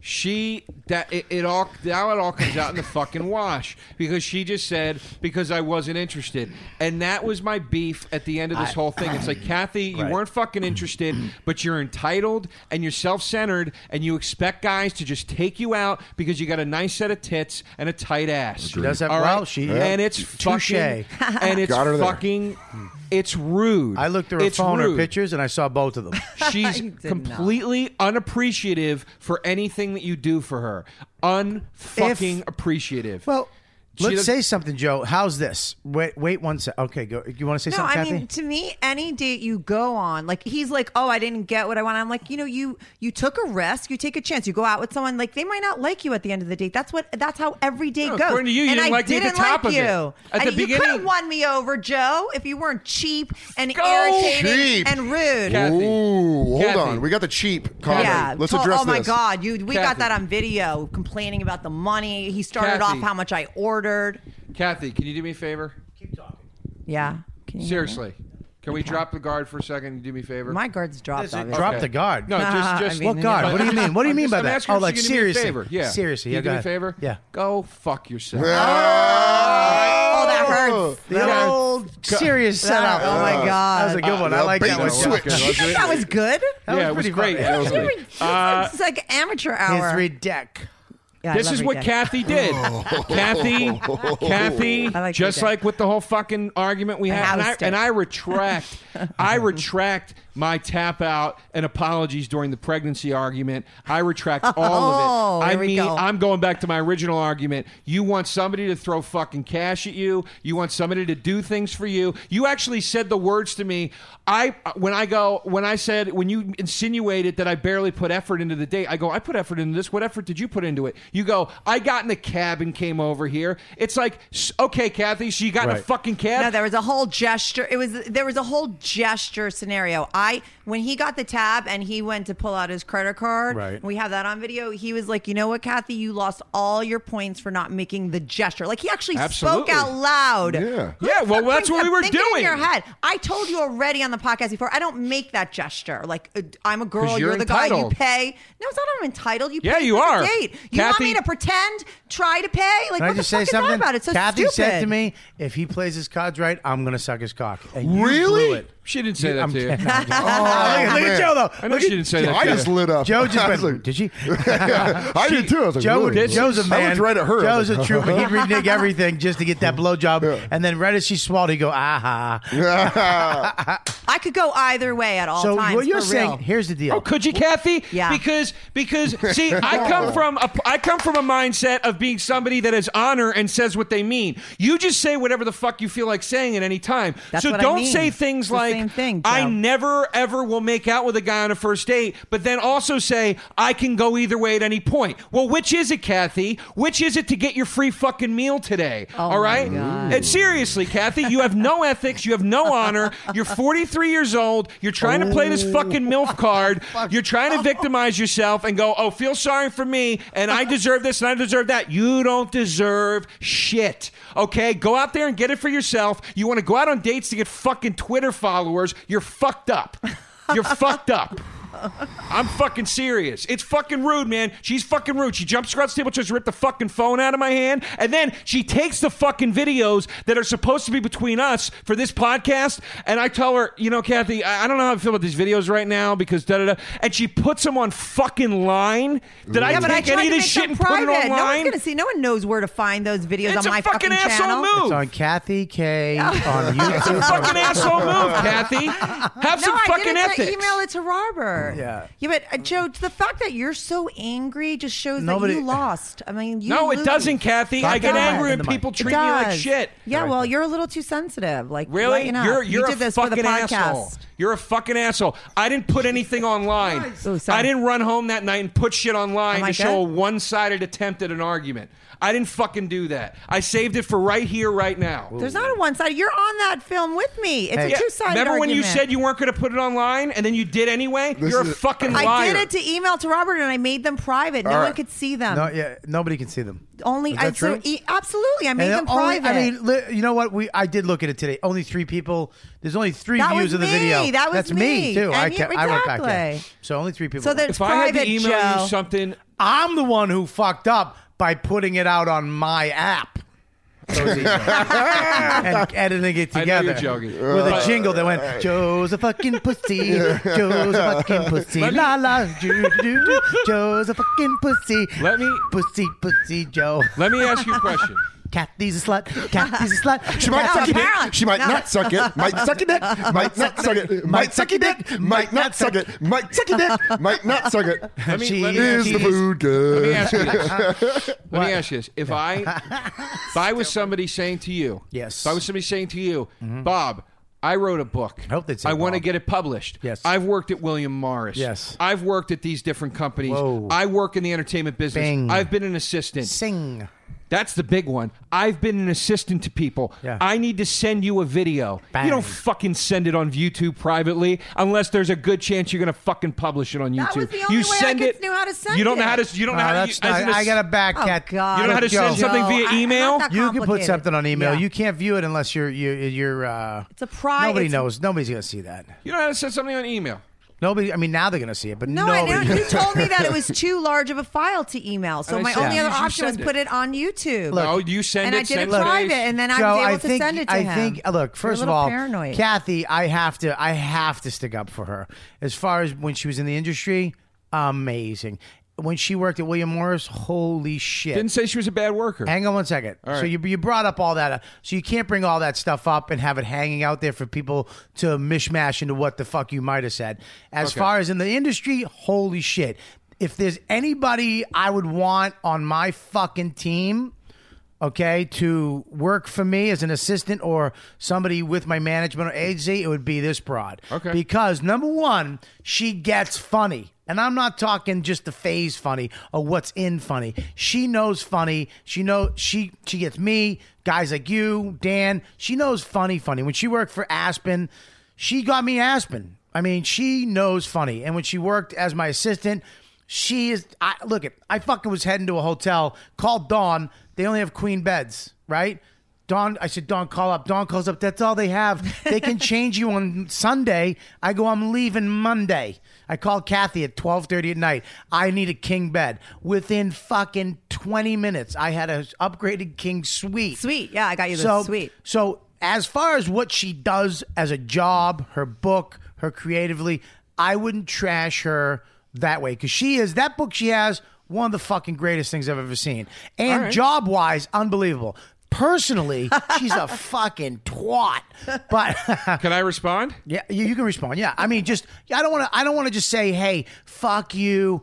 [SPEAKER 4] she that it, it all now it all comes out in the fucking wash because she just said because I wasn't interested, and that was my beef at the end of this whole thing. It's like Kathy, you
[SPEAKER 1] Right.
[SPEAKER 4] weren't fucking interested, but you're entitled and you're self centered, and you expect guys to just take you out because you got a nice set of tits and a tight ass. She
[SPEAKER 1] does have- well, she- yeah.
[SPEAKER 4] and it's
[SPEAKER 1] Touche.
[SPEAKER 4] fucking and it's
[SPEAKER 3] Got her there.
[SPEAKER 4] fucking it's rude.
[SPEAKER 1] I looked through her
[SPEAKER 4] It's
[SPEAKER 1] phone, her
[SPEAKER 4] rude.
[SPEAKER 1] pictures, and I saw both of them.
[SPEAKER 4] She's
[SPEAKER 6] did not.
[SPEAKER 4] completely unappreciative for anything that you do for her. Unfucking appreciative.
[SPEAKER 1] Well,
[SPEAKER 4] She
[SPEAKER 1] let's
[SPEAKER 4] does-
[SPEAKER 1] say something, Joe. How's this? Wait, wait one sec. Okay, go. You want to say
[SPEAKER 6] No,
[SPEAKER 1] something,
[SPEAKER 6] I
[SPEAKER 1] Kathy?
[SPEAKER 6] mean to me, any date you go on, like he's like, oh, I didn't get what I wanted. I'm like, you know, you you took a risk, you take a chance, you go out with someone, like they might not like you at the end of the date. That's what that's how every date
[SPEAKER 4] No,
[SPEAKER 6] goes.
[SPEAKER 4] according to you, you
[SPEAKER 6] and
[SPEAKER 4] didn't
[SPEAKER 6] I
[SPEAKER 4] like me at
[SPEAKER 6] didn't
[SPEAKER 4] the top
[SPEAKER 6] like
[SPEAKER 4] of
[SPEAKER 6] you.
[SPEAKER 4] it. At
[SPEAKER 6] I-
[SPEAKER 4] the
[SPEAKER 6] you could
[SPEAKER 4] beginning-
[SPEAKER 6] have won me over, Joe, if you weren't cheap and
[SPEAKER 4] Go
[SPEAKER 6] irritating
[SPEAKER 3] cheap.
[SPEAKER 6] and rude.
[SPEAKER 4] Kathy.
[SPEAKER 3] Ooh, hold
[SPEAKER 4] Kathy.
[SPEAKER 3] on. We got the cheap comedy.
[SPEAKER 6] Yeah.
[SPEAKER 3] Let's
[SPEAKER 6] Oh,
[SPEAKER 3] address
[SPEAKER 6] oh my
[SPEAKER 3] this.
[SPEAKER 6] God, you we
[SPEAKER 4] Kathy.
[SPEAKER 6] got that on video complaining about the money. He started
[SPEAKER 4] Kathy.
[SPEAKER 6] off how much I ordered.
[SPEAKER 4] Kathy, can you do me a favor?
[SPEAKER 6] Yeah. Can you hear me?
[SPEAKER 4] Seriously. Can we drop the guard for a second and do me a favor?
[SPEAKER 6] My guard's dropped. obviously.
[SPEAKER 1] Drop
[SPEAKER 4] Okay.
[SPEAKER 1] the guard.
[SPEAKER 4] No, just,
[SPEAKER 6] I
[SPEAKER 4] just
[SPEAKER 6] mean,
[SPEAKER 1] What guard?
[SPEAKER 4] But
[SPEAKER 1] What do you
[SPEAKER 4] I'm just-
[SPEAKER 1] mean? What do you
[SPEAKER 4] I'm
[SPEAKER 1] mean
[SPEAKER 4] just-
[SPEAKER 1] by
[SPEAKER 4] I'm
[SPEAKER 1] that?
[SPEAKER 4] asking
[SPEAKER 1] Oh,
[SPEAKER 4] if you
[SPEAKER 1] like
[SPEAKER 4] can do me a
[SPEAKER 1] seriously.
[SPEAKER 4] favor. Yeah.
[SPEAKER 1] Seriously,
[SPEAKER 4] Can
[SPEAKER 1] yeah,
[SPEAKER 4] You
[SPEAKER 1] go
[SPEAKER 4] do me a
[SPEAKER 1] ahead.
[SPEAKER 4] favor?
[SPEAKER 1] Yeah.
[SPEAKER 4] Go fuck yourself.
[SPEAKER 6] Oh, that hurts.
[SPEAKER 1] The old serious setup.
[SPEAKER 6] oh my
[SPEAKER 1] That was
[SPEAKER 6] God.
[SPEAKER 1] a good one. I like that
[SPEAKER 3] bait
[SPEAKER 1] one.
[SPEAKER 3] and switch.
[SPEAKER 4] Okay, let's do it.
[SPEAKER 6] That was good.
[SPEAKER 1] That
[SPEAKER 4] yeah, it
[SPEAKER 1] was pretty
[SPEAKER 4] was great.
[SPEAKER 1] funny.
[SPEAKER 4] That was
[SPEAKER 6] It's
[SPEAKER 4] great.
[SPEAKER 6] like- it's like- it's like amateur
[SPEAKER 1] His
[SPEAKER 6] hour.
[SPEAKER 1] three deck.
[SPEAKER 6] Yeah, I
[SPEAKER 4] Uh, This
[SPEAKER 6] love
[SPEAKER 4] is
[SPEAKER 6] her
[SPEAKER 4] what
[SPEAKER 6] dick.
[SPEAKER 4] Kathy did. Kathy, Kathy,
[SPEAKER 6] I like
[SPEAKER 4] just
[SPEAKER 6] your dick.
[SPEAKER 4] like with the whole fucking argument we had, and I,
[SPEAKER 6] house dick.
[SPEAKER 4] and I retract, I retract my tap out and apologies during the pregnancy argument. I retract all
[SPEAKER 6] Oh,
[SPEAKER 4] of it. I
[SPEAKER 6] here we
[SPEAKER 4] mean,
[SPEAKER 6] go.
[SPEAKER 4] I'm going back to my original argument. You want somebody to throw fucking cash at you. You want somebody to do things for you. You actually said the words to me. I when I go when I said when you insinuated that I barely put effort into the date. I go I put effort into this. What effort did you put into it? You go I got in a cab and came over here. It's like s- okay, Kathy, so you got in a
[SPEAKER 1] Right.
[SPEAKER 4] fucking cab.
[SPEAKER 6] No, there was a whole gesture. It was there was a whole gesture scenario. I when he got the tab and he went to pull out his credit card.
[SPEAKER 1] Right.
[SPEAKER 6] We have that on video. He was like, you know what, Kathy, you lost all your points for not making the gesture. Like he actually
[SPEAKER 4] Absolutely.
[SPEAKER 6] spoke out loud.
[SPEAKER 3] Yeah.
[SPEAKER 6] Who
[SPEAKER 4] Yeah,
[SPEAKER 6] the
[SPEAKER 4] well,
[SPEAKER 6] fuck
[SPEAKER 4] that's
[SPEAKER 6] thinks
[SPEAKER 4] what we
[SPEAKER 6] of
[SPEAKER 4] were
[SPEAKER 6] thinking In
[SPEAKER 4] doing.
[SPEAKER 6] your head, I told you already on the podcast before. I don't make that gesture. Like uh, I'm a
[SPEAKER 4] 'Cause
[SPEAKER 6] girl.
[SPEAKER 4] you're
[SPEAKER 6] You're, the
[SPEAKER 4] entitled.
[SPEAKER 6] guy. You pay. No, it's not. I'm entitled. You
[SPEAKER 4] Yeah,
[SPEAKER 6] paid
[SPEAKER 4] you
[SPEAKER 6] for the
[SPEAKER 4] are.
[SPEAKER 6] Date. You want
[SPEAKER 4] Kathy-
[SPEAKER 6] me to pretend? Try to pay? Like
[SPEAKER 1] Can
[SPEAKER 6] what
[SPEAKER 1] I just
[SPEAKER 6] the
[SPEAKER 1] say
[SPEAKER 6] fuck is
[SPEAKER 1] something?
[SPEAKER 6] that about? It's so
[SPEAKER 1] Kathy
[SPEAKER 6] stupid.
[SPEAKER 1] said to me, "If he plays his cards right, I'm going to suck his cock." And you
[SPEAKER 3] Really?
[SPEAKER 1] blew it.
[SPEAKER 4] She didn't say that
[SPEAKER 1] I'm
[SPEAKER 4] to you.
[SPEAKER 1] kidding. No, I'm kidding. Oh, look, look at
[SPEAKER 3] Oh, man.
[SPEAKER 1] Joe though.
[SPEAKER 4] I know
[SPEAKER 1] Look
[SPEAKER 4] she
[SPEAKER 1] at-
[SPEAKER 4] didn't say that.
[SPEAKER 3] I
[SPEAKER 4] to you.
[SPEAKER 3] just lit up.
[SPEAKER 1] Joe just
[SPEAKER 3] I
[SPEAKER 1] went,
[SPEAKER 3] was like,
[SPEAKER 1] did she?
[SPEAKER 3] I did too. I was like,
[SPEAKER 1] Joe,
[SPEAKER 3] really?
[SPEAKER 1] Joe's a man.
[SPEAKER 3] I looked right at her. I was
[SPEAKER 1] Joe's
[SPEAKER 3] like,
[SPEAKER 1] a trooper. He'd renege everything just to get that blowjob, and then right as she swallowed, he'd go, "Aha!"
[SPEAKER 6] I could go either way at all
[SPEAKER 1] so
[SPEAKER 6] times.
[SPEAKER 1] what you're
[SPEAKER 6] for
[SPEAKER 1] saying?
[SPEAKER 6] real.
[SPEAKER 1] Here's the deal.
[SPEAKER 4] Oh, could you, Kathy?
[SPEAKER 6] Yeah.
[SPEAKER 4] Because because see, I come from a I come from a mindset of being somebody that has honor and says what they mean. You just say whatever the fuck you feel like saying at any time.
[SPEAKER 6] That's
[SPEAKER 4] so
[SPEAKER 6] what I
[SPEAKER 4] don't
[SPEAKER 6] mean.
[SPEAKER 4] say things
[SPEAKER 6] It's the
[SPEAKER 4] like
[SPEAKER 6] same thing,
[SPEAKER 4] I
[SPEAKER 6] Joe."
[SPEAKER 4] never ever will make out with a guy on a first date, but then also say I can go either way at any point. Well, which is it, Kathy? Which is it to get your free fucking meal today?
[SPEAKER 6] Oh
[SPEAKER 4] all right? And seriously, Kathy, you have no ethics, you have no honor. You're 43 years old. You're trying to play this fucking MILF card. You're trying to victimize yourself and go, "Oh, feel sorry for me and I deserve this and I deserve that." You don't deserve shit. Okay? Go out there and get it for yourself. You want to go out on dates to get fucking Twitter followers. You're fucked up. You're fucked up. I'm fucking serious. It's fucking rude, man. She's fucking rude. She jumps across the table, tries to rip the fucking phone out of my hand, and then she takes the fucking videos that are supposed to be between us for this podcast. And I tell her, you know, Kathy, I, I don't know how I feel about these videos right now because da da da. And she puts them on fucking line. Did I
[SPEAKER 6] Yeah, but I
[SPEAKER 4] take
[SPEAKER 6] tried
[SPEAKER 4] any
[SPEAKER 6] to
[SPEAKER 4] of this
[SPEAKER 6] make
[SPEAKER 4] shit
[SPEAKER 6] them
[SPEAKER 4] and
[SPEAKER 6] private.
[SPEAKER 4] put it
[SPEAKER 6] No one's
[SPEAKER 4] online?
[SPEAKER 6] gonna see. No one knows where to find those videos
[SPEAKER 4] it's
[SPEAKER 6] on my
[SPEAKER 4] a fucking, asshole
[SPEAKER 6] channel.
[SPEAKER 4] move.
[SPEAKER 1] It's on Kathy K on
[SPEAKER 4] It's a
[SPEAKER 1] YouTube.
[SPEAKER 4] fucking asshole move, Kathy. Have
[SPEAKER 6] no,
[SPEAKER 4] some
[SPEAKER 6] I
[SPEAKER 4] fucking
[SPEAKER 6] didn't say-
[SPEAKER 4] ethics.
[SPEAKER 6] email it to Robert.
[SPEAKER 1] Yeah.
[SPEAKER 6] yeah, but uh, Joe, the fact that you're so angry just shows
[SPEAKER 1] Nobody-
[SPEAKER 6] that you lost. I mean, you
[SPEAKER 4] no, it
[SPEAKER 6] lose.
[SPEAKER 4] doesn't, Kathy. I
[SPEAKER 1] It
[SPEAKER 4] get
[SPEAKER 6] does.
[SPEAKER 4] angry
[SPEAKER 1] In
[SPEAKER 4] when
[SPEAKER 1] the mic.
[SPEAKER 4] people
[SPEAKER 1] It
[SPEAKER 4] treat me like
[SPEAKER 6] does.
[SPEAKER 4] shit.
[SPEAKER 6] Yeah, well, you're a little too sensitive. Like,
[SPEAKER 4] Really?
[SPEAKER 6] lighten up.
[SPEAKER 4] You're
[SPEAKER 6] You
[SPEAKER 4] you're
[SPEAKER 6] did
[SPEAKER 4] a
[SPEAKER 6] this for
[SPEAKER 4] fucking
[SPEAKER 6] the podcast.
[SPEAKER 4] asshole. You're a fucking asshole. I didn't put anything online.
[SPEAKER 6] Oh, sorry.
[SPEAKER 4] I didn't run home that night and put shit online
[SPEAKER 6] Am I
[SPEAKER 4] to show a
[SPEAKER 6] good?
[SPEAKER 4] one-sided attempt at an argument. I didn't fucking do that. I saved it for right here, right now.
[SPEAKER 6] There's not a one side. You're on that film with me. It's
[SPEAKER 1] Hey.
[SPEAKER 6] a two sided.
[SPEAKER 4] Remember when you said you weren't going to put it online and then you did anyway? You're a
[SPEAKER 3] is-
[SPEAKER 4] fucking liar.
[SPEAKER 6] I did it to email to Robert and I made them private. No
[SPEAKER 3] All
[SPEAKER 6] one
[SPEAKER 3] right.
[SPEAKER 6] could see them.
[SPEAKER 1] No, yeah, nobody can see them.
[SPEAKER 6] Only
[SPEAKER 1] Is that
[SPEAKER 6] I so
[SPEAKER 1] true?
[SPEAKER 6] e- absolutely I made them
[SPEAKER 1] And only-
[SPEAKER 6] private.
[SPEAKER 1] I mean, li- you know what? We I did look at it today. Only three people. There's only three
[SPEAKER 6] That
[SPEAKER 1] views
[SPEAKER 6] was
[SPEAKER 1] of the
[SPEAKER 6] me.
[SPEAKER 1] video.
[SPEAKER 6] That was
[SPEAKER 1] That's me,
[SPEAKER 6] me.
[SPEAKER 1] too. I,
[SPEAKER 6] And
[SPEAKER 1] kept,
[SPEAKER 6] you-
[SPEAKER 1] I went back there.
[SPEAKER 6] exactly.
[SPEAKER 1] So only three people.
[SPEAKER 6] So
[SPEAKER 1] went.
[SPEAKER 6] there's
[SPEAKER 4] if I had to
[SPEAKER 6] private,
[SPEAKER 4] email
[SPEAKER 6] Joe.
[SPEAKER 4] you something,
[SPEAKER 1] I'm the one who fucked up by putting it out on my app. and editing it
[SPEAKER 4] I know
[SPEAKER 1] together
[SPEAKER 4] you're joking.
[SPEAKER 1] with a
[SPEAKER 4] But-
[SPEAKER 1] jingle that went Joe's a fucking pussy, Joe's a fucking pussy,
[SPEAKER 4] Let me-
[SPEAKER 1] la la, doo, doo, doo, doo. Joe's a fucking pussy.
[SPEAKER 4] Let me-
[SPEAKER 1] pussy, pussy, Joe.
[SPEAKER 4] let me ask you a question.
[SPEAKER 1] Kathy's a slut. Kathy's a slut.
[SPEAKER 3] She might
[SPEAKER 6] No,
[SPEAKER 3] suck it.
[SPEAKER 6] apparently.
[SPEAKER 3] She might
[SPEAKER 6] No.
[SPEAKER 3] not suck it. Might suck it. Might not suck it. Might suck it. Might not suck it. Might suck it. Might not suck it.
[SPEAKER 4] Let me, let me
[SPEAKER 3] Is
[SPEAKER 4] ask
[SPEAKER 3] the
[SPEAKER 4] you
[SPEAKER 3] food
[SPEAKER 4] Let me
[SPEAKER 3] good?
[SPEAKER 4] ask you this. Let me ask you this. If I, if I was somebody saying to you,
[SPEAKER 1] Yes. Mm-hmm.
[SPEAKER 4] If I was somebody saying to you, Bob, I wrote a book. I
[SPEAKER 1] hope they'd say
[SPEAKER 4] want to
[SPEAKER 1] Bob.
[SPEAKER 4] get it published.
[SPEAKER 1] Yes.
[SPEAKER 4] I've worked at William Morris.
[SPEAKER 1] Yes.
[SPEAKER 4] I've worked at these different companies.
[SPEAKER 1] Whoa.
[SPEAKER 4] I work in the entertainment business.
[SPEAKER 1] Bing.
[SPEAKER 4] I've been an assistant.
[SPEAKER 1] Sing.
[SPEAKER 4] That's the big one. I've been an assistant to people.
[SPEAKER 1] Yeah.
[SPEAKER 4] I need to send you a video.
[SPEAKER 1] Bang.
[SPEAKER 4] You don't fucking send it on YouTube privately unless there's a good chance you're going to fucking publish it on YouTube.
[SPEAKER 6] That was the only
[SPEAKER 4] you
[SPEAKER 6] way I
[SPEAKER 4] send
[SPEAKER 6] could
[SPEAKER 4] it.
[SPEAKER 6] know how to send
[SPEAKER 4] You don't know
[SPEAKER 6] it.
[SPEAKER 4] how to. You don't know
[SPEAKER 1] No,
[SPEAKER 4] how to.
[SPEAKER 1] Ah, that's
[SPEAKER 4] as
[SPEAKER 1] not-
[SPEAKER 4] an ass-
[SPEAKER 1] I got a back
[SPEAKER 6] Oh,
[SPEAKER 1] cat.
[SPEAKER 6] God.
[SPEAKER 4] You don't know how to
[SPEAKER 1] Joe.
[SPEAKER 4] send something
[SPEAKER 6] Joe,
[SPEAKER 4] via
[SPEAKER 6] I-
[SPEAKER 4] email?
[SPEAKER 6] not that
[SPEAKER 1] You can put
[SPEAKER 6] complicated.
[SPEAKER 1] something on email.
[SPEAKER 6] Yeah.
[SPEAKER 1] You can't view it unless you're you, you're. Uh,
[SPEAKER 6] It's a pri-
[SPEAKER 1] Nobody
[SPEAKER 6] it's-
[SPEAKER 1] knows. Nobody's gonna see that.
[SPEAKER 4] You know how to send something on email.
[SPEAKER 1] Nobody. I mean, now they're gonna see it, but
[SPEAKER 6] No, I
[SPEAKER 1] nobody.
[SPEAKER 6] know. You told me that it was too large of a file to email. So
[SPEAKER 4] And I
[SPEAKER 6] my
[SPEAKER 4] said,
[SPEAKER 6] only other
[SPEAKER 4] "You
[SPEAKER 6] option was
[SPEAKER 4] send it."
[SPEAKER 6] put it on YouTube.
[SPEAKER 4] Look, No, you send
[SPEAKER 6] and
[SPEAKER 4] it,
[SPEAKER 6] I did
[SPEAKER 4] send
[SPEAKER 6] it
[SPEAKER 4] it.
[SPEAKER 6] private, and then I
[SPEAKER 1] Joe,
[SPEAKER 6] was able
[SPEAKER 1] I
[SPEAKER 6] to
[SPEAKER 1] think,
[SPEAKER 6] send it to
[SPEAKER 1] I
[SPEAKER 6] him.
[SPEAKER 1] think. uh, Look,
[SPEAKER 6] You're a
[SPEAKER 1] first of
[SPEAKER 6] little
[SPEAKER 1] all,
[SPEAKER 6] paranoid.
[SPEAKER 1] Kathy, I have to. I have to stick up for her as far as when she was in the industry. Amazing. When she worked at William Morris, holy shit!
[SPEAKER 4] Didn't say she was a bad worker.
[SPEAKER 1] Hang on one second. So you you brought up all that, uh, so you can't bring all that stuff up and have it hanging out there for people to mishmash into what the fuck you might have said. As far as in the industry, holy shit! If there's anybody I would want on my fucking team, okay, to work for me as an assistant or somebody with my management or agency, it would be this broad.
[SPEAKER 4] Okay.
[SPEAKER 1] Because number one, she gets funny. And I'm not talking just the phase funny or what's in funny. She knows funny. She know she she gets me, guys like you, Dan. She knows funny funny. When she worked for Aspen, she got me Aspen. I mean, she knows funny. And when she worked as my assistant, she is. I look at. I fucking was heading to a hotel. Called Dawn. They only have queen beds, right? Dawn. I said, Dawn, call up. Dawn calls up. That's all they have. They can change you on Sunday. I go. I'm leaving Monday. I call Kathy at 12:30 at night. I need a king bed. Within fucking 20 minutes, I had a upgraded king suite.
[SPEAKER 6] Sweet. Yeah, I got you the
[SPEAKER 1] so
[SPEAKER 6] suite.
[SPEAKER 1] So as far as what she does as a job, her book, her creatively, I wouldn't trash her that way because she is that book she has one of the fucking greatest things I've ever seen, and job wise, unbelievable. Personally, she's a fucking twat, but.
[SPEAKER 4] Can I respond?
[SPEAKER 1] Yeah, you, you can respond. Yeah, I mean, just I don't want to. I don't want to just say, "Hey, fuck you,"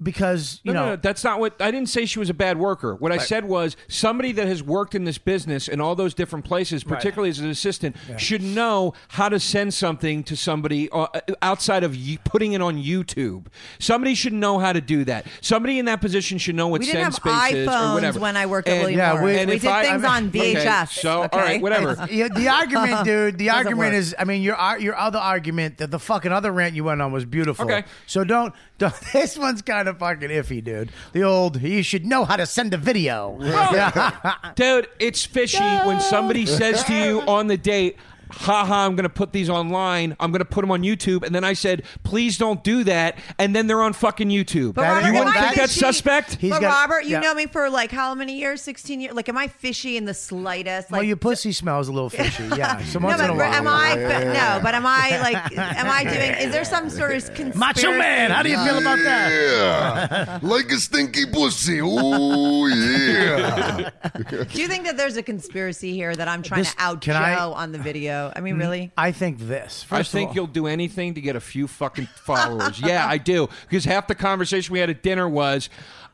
[SPEAKER 1] because you
[SPEAKER 4] No,
[SPEAKER 1] know.
[SPEAKER 4] no, no, that's not what I didn't say she was a bad worker. What I said was somebody that has worked in this business in all those different places, particularly as an assistant, should know how to send something to somebody uh, outside of y- putting it on YouTube. Somebody should know how to do that. Somebody in that position should know what
[SPEAKER 6] We
[SPEAKER 4] send
[SPEAKER 6] didn't have
[SPEAKER 4] space is or
[SPEAKER 6] iPhones
[SPEAKER 4] whatever.
[SPEAKER 6] when I worked at William
[SPEAKER 1] Yeah, Morris. we-
[SPEAKER 4] and
[SPEAKER 1] we
[SPEAKER 4] if
[SPEAKER 6] did
[SPEAKER 4] I-
[SPEAKER 6] things
[SPEAKER 4] I-
[SPEAKER 6] on
[SPEAKER 4] okay,
[SPEAKER 6] VHS,
[SPEAKER 4] so all
[SPEAKER 6] okay?
[SPEAKER 4] right, whatever.
[SPEAKER 1] Yeah, the argument, dude. The
[SPEAKER 6] Doesn't
[SPEAKER 1] argument
[SPEAKER 6] work.
[SPEAKER 1] is, I mean, your ar- your other argument, the, the fucking other rant you went on was beautiful.
[SPEAKER 4] Okay.
[SPEAKER 1] So don't, don't. This one's kind of fucking iffy, dude. The old, you should know how to send a video.
[SPEAKER 6] Oh,
[SPEAKER 1] Yeah.
[SPEAKER 4] Dude, it's fishy when somebody says to you on the date, haha, I'm going to put these online. I'm going to put them on YouTube. And then I said, please don't do that. And then they're on fucking YouTube.
[SPEAKER 6] But
[SPEAKER 1] That
[SPEAKER 6] Robert,
[SPEAKER 1] is-
[SPEAKER 4] you
[SPEAKER 6] am
[SPEAKER 4] wouldn't
[SPEAKER 6] I
[SPEAKER 4] think that's
[SPEAKER 6] fishy?
[SPEAKER 4] suspect?
[SPEAKER 1] He's
[SPEAKER 6] but
[SPEAKER 1] got-
[SPEAKER 6] Robert, you
[SPEAKER 1] yeah.
[SPEAKER 6] know me for like how many years? Sixteen years. Like, am I fishy in the slightest? Like,
[SPEAKER 1] well, your pussy smells a little fishy. Yeah. So
[SPEAKER 6] no,
[SPEAKER 1] once
[SPEAKER 6] but
[SPEAKER 1] in a while.
[SPEAKER 6] am I? No, but am I like? Am I doing? Is there some sort of conspiracy?
[SPEAKER 1] Macho man, how do you feel about that?
[SPEAKER 13] Yeah. like a stinky pussy. Oh, yeah.
[SPEAKER 6] Do you think that there's a conspiracy here that I'm trying
[SPEAKER 1] This-
[SPEAKER 6] to out Joe
[SPEAKER 1] can I-
[SPEAKER 6] on the video? I mean, really?
[SPEAKER 1] I think this.
[SPEAKER 4] I
[SPEAKER 1] First of
[SPEAKER 4] think
[SPEAKER 1] all-
[SPEAKER 4] you'll do anything to get a few fucking followers. yeah, I do. Because half the conversation we had at dinner was,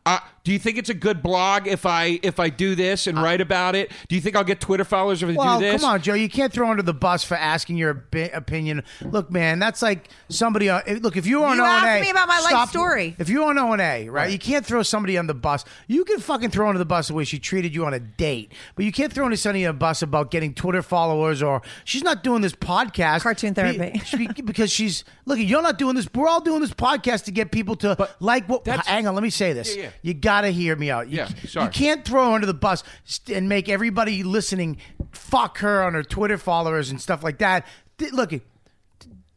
[SPEAKER 4] uh, "Do you think it's a good blog if I if I do this and write about it? Do you think I'll get Twitter followers if I
[SPEAKER 1] Uh, Well,
[SPEAKER 4] do this?"
[SPEAKER 1] come on, Joe. You can't throw under the bus for asking your opi- opinion. Look, man, that's like somebody. On, eh, look, if you're on
[SPEAKER 6] You
[SPEAKER 1] O&A,
[SPEAKER 6] asked me about my life
[SPEAKER 1] stop-
[SPEAKER 6] story.
[SPEAKER 1] If you're on O&A, right, you can't throw somebody on the bus. You can fucking throw under the bus the way she treated you on a date, but you can't throw under somebody on a bus about getting Twitter followers or she's not doing this podcast. be-
[SPEAKER 6] Cartoon therapy.
[SPEAKER 1] she- because she's look. You're not doing this. We're all doing this podcast to get people to like what.
[SPEAKER 4] that's-
[SPEAKER 1] Hang on, let me say this.
[SPEAKER 4] Yeah, yeah.
[SPEAKER 1] You gotta hear me out. You,
[SPEAKER 4] Yeah,
[SPEAKER 1] c-
[SPEAKER 4] sorry.
[SPEAKER 1] You can't throw her under the bus st- and make everybody listening fuck her on her Twitter followers and stuff like that. Th- Look,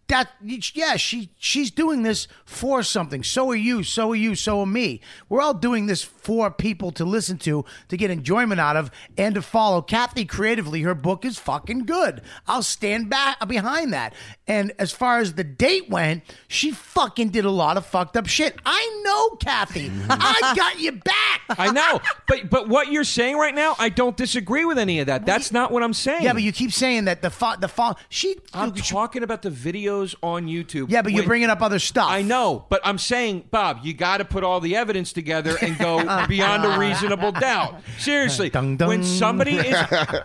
[SPEAKER 1] that yeah, she she's doing this for something. So are you. So are you. So are me. We're all doing this for people to listen to, to get enjoyment out of, and to follow. Kathy creatively, her book is fucking good. I'll stand back behind that. And as far as the date went, she fucking did a lot of fucked up shit. I know Kathy. I got you back.
[SPEAKER 4] I know, but but what you're saying right now, I don't disagree with any of that. That's not what I'm saying.
[SPEAKER 1] Yeah, but you keep saying that the fa- the fa- she.
[SPEAKER 4] I'm talking about the videos on YouTube.
[SPEAKER 1] yeah, but you're
[SPEAKER 4] when-
[SPEAKER 1] bringing up other stuff.
[SPEAKER 4] I know, but I'm saying, Bob, you got to put all the evidence together and go
[SPEAKER 6] Oh,
[SPEAKER 4] beyond a reasonable doubt. Seriously,
[SPEAKER 1] Dun, dun.
[SPEAKER 4] when somebody is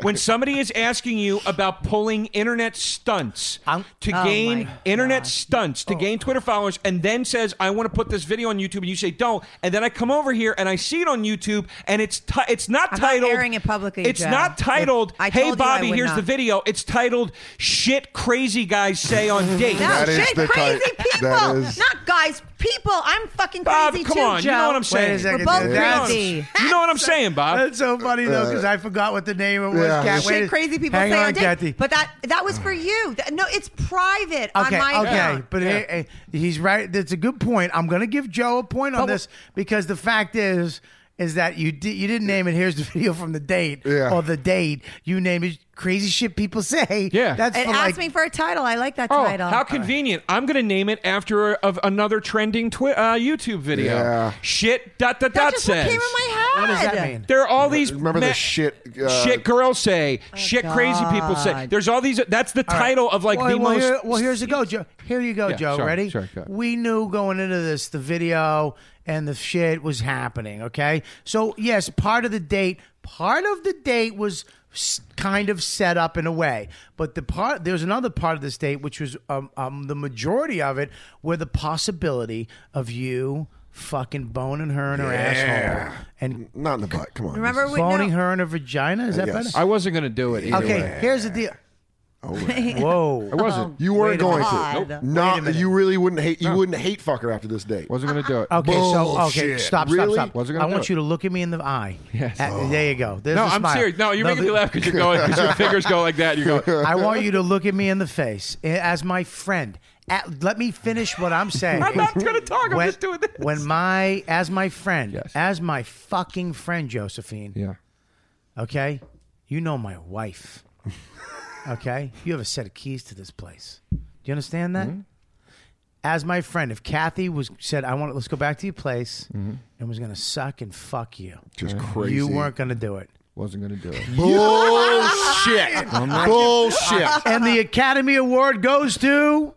[SPEAKER 4] when somebody is asking you about pulling internet stunts
[SPEAKER 1] I'm-
[SPEAKER 4] to
[SPEAKER 6] Oh
[SPEAKER 4] gain
[SPEAKER 6] my Oh.
[SPEAKER 4] internet stunts to gain Twitter followers, and then says, "I want to put this video on YouTube," and you say, "Don't," and then I come over here and I see it on YouTube, and it's ti it's not
[SPEAKER 6] I'm not
[SPEAKER 4] titled
[SPEAKER 6] airing it publicly,
[SPEAKER 4] It's
[SPEAKER 6] Joe.
[SPEAKER 4] not titled.
[SPEAKER 6] I told
[SPEAKER 4] hey,
[SPEAKER 6] you I
[SPEAKER 4] Bobby,
[SPEAKER 6] would
[SPEAKER 4] here's
[SPEAKER 6] not.
[SPEAKER 4] the video. It's titled "Shit Crazy Guys Say on Date."
[SPEAKER 6] No,
[SPEAKER 3] That is
[SPEAKER 6] shit,
[SPEAKER 3] the
[SPEAKER 6] crazy
[SPEAKER 3] type-
[SPEAKER 6] people.
[SPEAKER 3] that is-
[SPEAKER 6] Not guys, people. I'm fucking
[SPEAKER 4] Bob,
[SPEAKER 6] crazy
[SPEAKER 4] come
[SPEAKER 6] too,
[SPEAKER 4] on.
[SPEAKER 6] Joe.
[SPEAKER 4] You know what I'm saying.
[SPEAKER 1] Wait a second,
[SPEAKER 6] We're both
[SPEAKER 1] dude.
[SPEAKER 4] That's-
[SPEAKER 6] crazy.
[SPEAKER 4] You know what I'm saying, Bob?
[SPEAKER 1] That's so funny though, because I forgot what the name of it was.
[SPEAKER 3] Uh, yeah.
[SPEAKER 1] Cat- wait
[SPEAKER 6] Shit,
[SPEAKER 1] a-
[SPEAKER 6] crazy people
[SPEAKER 1] hang
[SPEAKER 6] say
[SPEAKER 1] on,
[SPEAKER 6] on date.
[SPEAKER 1] Kathy.
[SPEAKER 6] But that that was for you. Th- No, it's private
[SPEAKER 1] okay,
[SPEAKER 6] on my
[SPEAKER 1] okay,
[SPEAKER 6] account.
[SPEAKER 1] but hey, hey, he's right. That's a good point. I'm going to give Joe a point on
[SPEAKER 4] But wh-
[SPEAKER 1] this because the fact is, is that you di- you didn't name it. Here's the video from the date
[SPEAKER 3] Yeah.
[SPEAKER 1] or the date. You name it. Crazy shit people say.
[SPEAKER 4] Yeah.
[SPEAKER 1] that's
[SPEAKER 6] It
[SPEAKER 1] for
[SPEAKER 6] asked
[SPEAKER 1] like.
[SPEAKER 6] me for a title. I like that
[SPEAKER 4] Oh,
[SPEAKER 6] title.
[SPEAKER 4] how convenient! I'm going to name it after a, of another trending twi- uh, YouTube video.
[SPEAKER 3] Yeah.
[SPEAKER 4] Shit. Dot dot
[SPEAKER 6] that
[SPEAKER 4] dot
[SPEAKER 6] just
[SPEAKER 4] says.
[SPEAKER 6] what came in my head.
[SPEAKER 1] what does that mean?
[SPEAKER 4] There are all these.
[SPEAKER 3] Remember
[SPEAKER 4] ma-
[SPEAKER 3] the shit, uh,
[SPEAKER 4] shit girls say. shit crazy people say.
[SPEAKER 6] God.
[SPEAKER 4] There's all these. That's the title of like
[SPEAKER 1] well,
[SPEAKER 4] the
[SPEAKER 1] well,
[SPEAKER 4] most.
[SPEAKER 1] here- well, here's the go, Joe. Here you go,
[SPEAKER 4] Yeah,
[SPEAKER 1] Joe.
[SPEAKER 4] sorry,
[SPEAKER 1] Ready?
[SPEAKER 4] sorry, go ahead.
[SPEAKER 1] we knew going into this the video and the shit was happening. Okay, so yes, part of the date, part of the date was s- kind of set up in a way, but the part there's another part of this date which was um, um, the majority of it where the possibility of you fucking boning her in her asshole and
[SPEAKER 3] Not in the butt. Come on.
[SPEAKER 6] Remember we
[SPEAKER 1] boning
[SPEAKER 6] no.
[SPEAKER 1] her in her vagina. Is that
[SPEAKER 3] Yes.
[SPEAKER 1] better?
[SPEAKER 4] I wasn't going to do it. Either
[SPEAKER 1] Okay,
[SPEAKER 4] way.
[SPEAKER 1] here's the deal.
[SPEAKER 4] I
[SPEAKER 1] Whoa.
[SPEAKER 4] wasn't.
[SPEAKER 3] Um, You weren't
[SPEAKER 1] Oh, Wait a
[SPEAKER 3] going
[SPEAKER 6] minute.
[SPEAKER 3] to.
[SPEAKER 6] Nope.
[SPEAKER 1] Wait a
[SPEAKER 3] Not
[SPEAKER 1] minute.
[SPEAKER 3] you really wouldn't hate you wouldn't hate fuck her after this date.
[SPEAKER 4] Wasn't going to do it.
[SPEAKER 1] Okay, so okay,
[SPEAKER 3] Bullshit.
[SPEAKER 1] stop,
[SPEAKER 3] Really?
[SPEAKER 1] stop, stop.
[SPEAKER 4] Wasn't
[SPEAKER 1] I
[SPEAKER 4] gonna do
[SPEAKER 1] want
[SPEAKER 4] it.
[SPEAKER 1] you to look at me in the eye.
[SPEAKER 4] Yes. Oh.
[SPEAKER 1] Uh, There you go. There's
[SPEAKER 4] No,
[SPEAKER 1] the
[SPEAKER 4] I'm
[SPEAKER 1] smile.
[SPEAKER 4] serious. No, you're making
[SPEAKER 1] the-
[SPEAKER 4] me laugh because you're going because your fingers go like that. You're going.
[SPEAKER 1] I want you to look at me in the face eh, as my friend. At, let me finish what I'm saying.
[SPEAKER 4] I'm not gonna talk, I'm
[SPEAKER 1] When-
[SPEAKER 4] just doing this.
[SPEAKER 1] When my as my friend,
[SPEAKER 4] Yes.
[SPEAKER 1] as my fucking friend, Josephine.
[SPEAKER 4] Yeah.
[SPEAKER 1] Okay, you know my wife. Okay? You have a set of keys to this place. Do you understand that?
[SPEAKER 4] Mm-hmm.
[SPEAKER 1] As my friend, if Kathy was said, I want let's go back to your place
[SPEAKER 4] Mm-hmm.
[SPEAKER 1] and was gonna suck and fuck you.
[SPEAKER 3] Just crazy.
[SPEAKER 1] You weren't gonna do it.
[SPEAKER 4] Wasn't going to do it.
[SPEAKER 12] Bullshit. Bullshit.
[SPEAKER 1] And the Academy Award goes to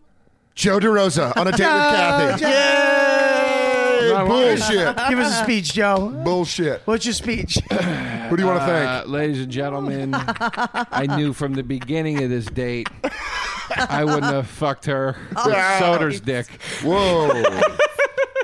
[SPEAKER 12] Joe DeRosa on a date with Kathy.
[SPEAKER 4] Not lying.
[SPEAKER 3] Bullshit.
[SPEAKER 1] Give us a speech, Joe.
[SPEAKER 3] Bullshit.
[SPEAKER 1] What's your speech?
[SPEAKER 3] Who do you want to thank?
[SPEAKER 4] Uh, ladies and gentlemen, I knew from the beginning of this date I wouldn't have fucked her with Soder's dick.
[SPEAKER 3] Whoa.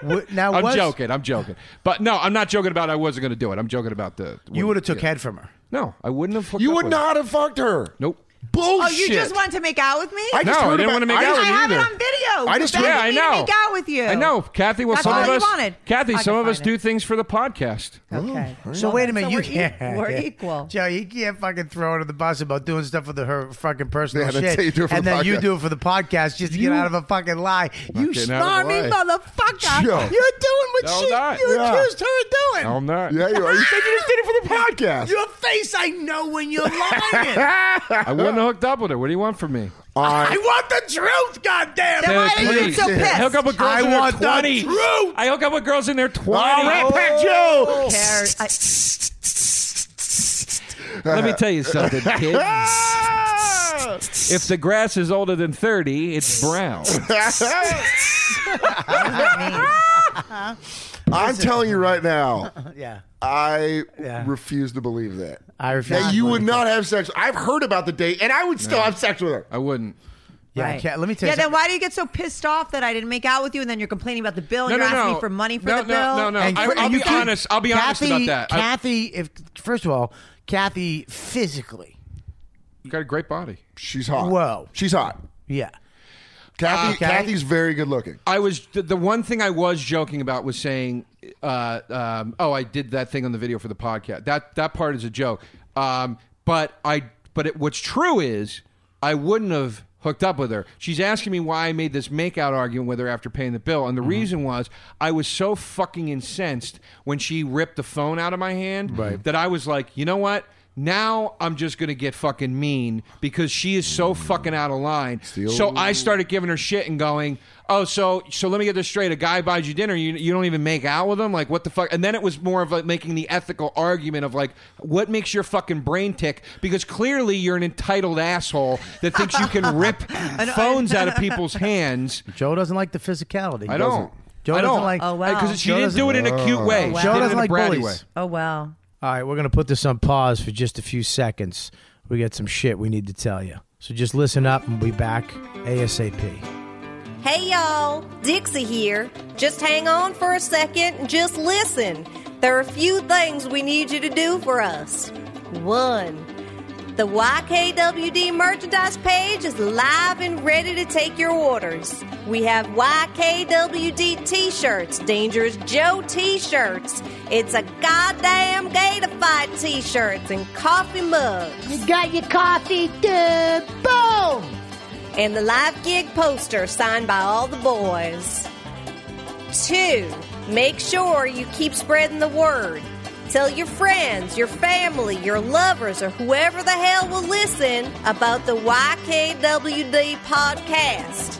[SPEAKER 1] What- now
[SPEAKER 4] I'm
[SPEAKER 1] was-
[SPEAKER 4] joking. I'm joking. But no, I'm not joking about I wasn't going to do it. I'm joking about the.
[SPEAKER 1] You would have took head from her.
[SPEAKER 4] No, I wouldn't have. hooked
[SPEAKER 12] You
[SPEAKER 4] up
[SPEAKER 12] would
[SPEAKER 4] with her.
[SPEAKER 12] not have fucked her.
[SPEAKER 4] Nope.
[SPEAKER 12] Bullshit.
[SPEAKER 6] Oh, you just wanted to make out with me?
[SPEAKER 12] I
[SPEAKER 4] No,
[SPEAKER 12] just
[SPEAKER 4] I
[SPEAKER 12] heard
[SPEAKER 4] didn't
[SPEAKER 12] about-
[SPEAKER 4] want to make
[SPEAKER 12] I
[SPEAKER 4] out
[SPEAKER 12] just-
[SPEAKER 4] with
[SPEAKER 6] I
[SPEAKER 4] you
[SPEAKER 6] have it
[SPEAKER 4] either.
[SPEAKER 6] on video.
[SPEAKER 12] I just-
[SPEAKER 6] You
[SPEAKER 4] yeah,
[SPEAKER 6] begged
[SPEAKER 4] I
[SPEAKER 6] me to
[SPEAKER 4] know.
[SPEAKER 6] make out with you.
[SPEAKER 4] I know, Kathy. Well,
[SPEAKER 6] That's
[SPEAKER 4] some
[SPEAKER 6] all
[SPEAKER 4] of
[SPEAKER 6] you
[SPEAKER 4] us,
[SPEAKER 6] wanted.
[SPEAKER 4] Kathy,
[SPEAKER 6] I
[SPEAKER 4] some
[SPEAKER 6] can
[SPEAKER 4] of us Oh,
[SPEAKER 6] find
[SPEAKER 4] do
[SPEAKER 6] it.
[SPEAKER 4] things for the podcast.
[SPEAKER 6] Okay.
[SPEAKER 1] So wait a minute,
[SPEAKER 6] So
[SPEAKER 1] you
[SPEAKER 6] we're
[SPEAKER 1] can't.
[SPEAKER 6] e- we're equal.
[SPEAKER 1] Joe. You can't fucking throw her to the bus about doing stuff with her fucking personal
[SPEAKER 3] Yeah, that's
[SPEAKER 1] shit,
[SPEAKER 3] how you do it for
[SPEAKER 1] and
[SPEAKER 3] the
[SPEAKER 1] then you
[SPEAKER 3] podcast.
[SPEAKER 1] do it for the podcast just to get out of a fucking lie. You
[SPEAKER 4] getting out of
[SPEAKER 1] smarmy
[SPEAKER 4] a lie.
[SPEAKER 1] motherfucker!
[SPEAKER 3] Joe.
[SPEAKER 1] You're doing what
[SPEAKER 4] No,
[SPEAKER 1] she
[SPEAKER 4] not.
[SPEAKER 1] you
[SPEAKER 4] Yeah.
[SPEAKER 1] accused her of doing.
[SPEAKER 4] No, I'm not.
[SPEAKER 3] Yeah, you are. You said you just did it for the podcast.
[SPEAKER 1] Your face, I know when you're lying.
[SPEAKER 4] I wouldn't have hooked up with her. What do you want from me?
[SPEAKER 1] I want the truth, goddamn.
[SPEAKER 6] Then why
[SPEAKER 4] Please.
[SPEAKER 6] are you so
[SPEAKER 4] I hook
[SPEAKER 6] pissed?
[SPEAKER 4] up with girls
[SPEAKER 1] I
[SPEAKER 4] in their
[SPEAKER 1] want the
[SPEAKER 4] twenties.
[SPEAKER 1] truth.
[SPEAKER 4] I hook up with girls in their
[SPEAKER 12] All right,
[SPEAKER 4] twenties. Oh.
[SPEAKER 12] Pat Joe.
[SPEAKER 6] Cares. I-
[SPEAKER 4] Let me tell you something, kids. If the grass is older than thirty, it's brown.
[SPEAKER 3] I'm telling you right now,
[SPEAKER 1] Yeah,
[SPEAKER 3] I
[SPEAKER 1] Yeah.
[SPEAKER 3] refuse to believe that.
[SPEAKER 1] I refuse.
[SPEAKER 3] That
[SPEAKER 1] to
[SPEAKER 3] you
[SPEAKER 1] believe
[SPEAKER 3] would
[SPEAKER 1] it.
[SPEAKER 3] not have sex. I've heard about the date, and I would still have sex with her. Um,
[SPEAKER 4] I wouldn't.
[SPEAKER 1] Yeah,
[SPEAKER 6] Right.
[SPEAKER 1] Kat, let me tell
[SPEAKER 6] yeah,
[SPEAKER 1] you.
[SPEAKER 6] then why do you get so pissed off that I didn't make out with you and then you're complaining about the bill and
[SPEAKER 4] No,
[SPEAKER 6] you're
[SPEAKER 4] no,
[SPEAKER 6] asking
[SPEAKER 4] no.
[SPEAKER 6] me for money for
[SPEAKER 4] no,
[SPEAKER 6] the
[SPEAKER 4] no,
[SPEAKER 6] bill?
[SPEAKER 4] No, no,
[SPEAKER 1] And
[SPEAKER 4] I,
[SPEAKER 1] for-
[SPEAKER 4] I'll
[SPEAKER 1] and
[SPEAKER 4] be
[SPEAKER 1] you could-
[SPEAKER 4] honest. I'll be honest
[SPEAKER 1] Kathy-
[SPEAKER 4] about that. I-
[SPEAKER 1] Kathy, if first of all, Kathy physically,
[SPEAKER 4] You got a great body.
[SPEAKER 3] She's hot.
[SPEAKER 1] Whoa.
[SPEAKER 3] She's hot.
[SPEAKER 1] yeah,
[SPEAKER 3] Kathy,
[SPEAKER 1] Okay.
[SPEAKER 3] Kathy's very good looking.
[SPEAKER 4] I was the, the one thing I was joking about was saying, uh, um, "Oh, I did that thing on the video for the podcast." That that part is a joke. Um, but I but it, what's true is I wouldn't have hooked up with her. She's asking me why I made this makeout argument with her after paying the bill, and the reason was I was so fucking incensed when she ripped the phone out of my hand that I was like, you know what? Now I'm just gonna get fucking mean because she is so fucking out of line. So I started giving her shit and going, "Oh, so so let me get this straight. A guy buys you dinner, you you don't even make out with him. Like what the fuck?" And then it was more of like making the ethical argument of like, "What makes your fucking brain tick?" Because clearly you're an entitled asshole that thinks you can rip phones out of people's hands.
[SPEAKER 1] Joe doesn't like the physicality.
[SPEAKER 4] I don't.
[SPEAKER 1] Joe
[SPEAKER 4] I
[SPEAKER 1] doesn't
[SPEAKER 4] don't.
[SPEAKER 1] like-
[SPEAKER 6] Oh, wow.
[SPEAKER 4] Because she
[SPEAKER 1] Joe
[SPEAKER 4] didn't do it in a cute way. She
[SPEAKER 1] Joe
[SPEAKER 4] did it in
[SPEAKER 1] doesn't
[SPEAKER 4] a
[SPEAKER 1] like
[SPEAKER 4] bratty
[SPEAKER 1] bullies.
[SPEAKER 4] way.
[SPEAKER 6] Oh, well.
[SPEAKER 1] All right, we're going to put this on pause for just a few seconds. We got some shit we need to tell you. So just listen up and we'll be back ASAP.
[SPEAKER 11] Hey y'all, Dixie here. Just hang on for a second and just listen. There are a few things we need you to do for us. One, the YKWD merchandise page is live and ready to take your orders. We have YKWD t shirts, Dangerous Joe t shirts, it's a goddamn gator fight t shirts, and coffee mugs.
[SPEAKER 14] You got your coffee, dude. Boom!
[SPEAKER 11] and the live gig poster signed by all the boys. Two, make sure you keep spreading the word. Tell your friends, your family, your lovers, or whoever the hell will listen about the YKWD podcast.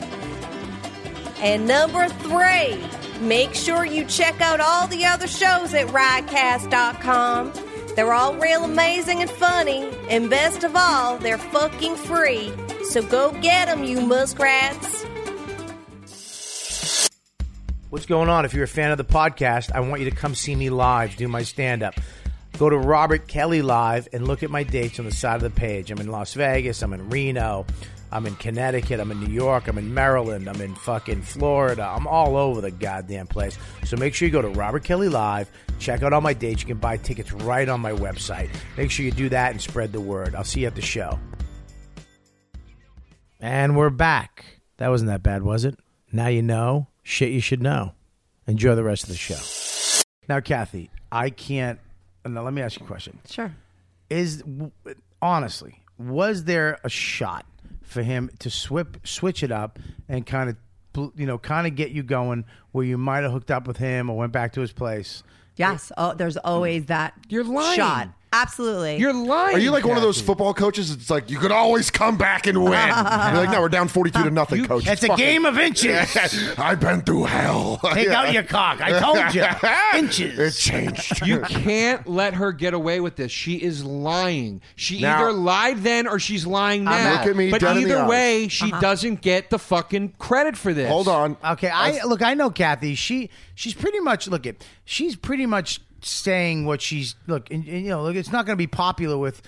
[SPEAKER 11] And number three, make sure you check out all the other shows at Ridecast.com. They're all real amazing and funny, and best of all, they're fucking free. So go get them, you muskrats.
[SPEAKER 1] What's going on? If you're a fan of the podcast, I want you to come see me live, do my stand up. Go to Robert Kelly Live and look at my dates on the side of the page. I'm in Las Vegas, I'm in Reno, I'm in Connecticut, I'm in New York, I'm in Maryland, I'm in fucking Florida, I'm all over the goddamn place. So make sure you go to Robert Kelly Live, check out all my dates. You can buy tickets right on my website. Make sure you do that and spread the word. I'll see you at the show. And we're back. That wasn't that bad, was it? Now you know shit you should know. Enjoy the rest of the show. Now, Kathy, I can't. Now, let me ask you a question.
[SPEAKER 6] Sure.
[SPEAKER 1] Is w- honestly, was there a shot for him to swip, switch it up and kind of, bl- you know, kind of get you going where you might have hooked up with him or went back to his place?
[SPEAKER 6] Yes. Oh, there's always that
[SPEAKER 4] You're lying.
[SPEAKER 6] shot. Absolutely.
[SPEAKER 4] You're lying.
[SPEAKER 3] Are you like one of those football coaches? It's like you could always come back and win. You're like, no, we're down forty-two to nothing, coach.
[SPEAKER 1] It's a
[SPEAKER 3] Fuck it.
[SPEAKER 1] game of inches.
[SPEAKER 3] I've been through hell.
[SPEAKER 1] Take
[SPEAKER 3] Yeah.
[SPEAKER 1] out your cock. I told you. Inches.
[SPEAKER 3] It changed.
[SPEAKER 4] You can't let her get away with this. She is lying. She
[SPEAKER 3] Now-
[SPEAKER 4] either lied then or she's lying now.
[SPEAKER 3] Look at me
[SPEAKER 4] but
[SPEAKER 3] dead in the
[SPEAKER 4] either
[SPEAKER 3] eyes.
[SPEAKER 4] way, she
[SPEAKER 6] Uh-huh.
[SPEAKER 4] doesn't get the fucking credit for this.
[SPEAKER 3] Hold on.
[SPEAKER 1] Um, Okay, I look. I know Kathy. She she's pretty much look it. She's pretty much saying what she's look. And, and, you know, look, it's not going to be popular with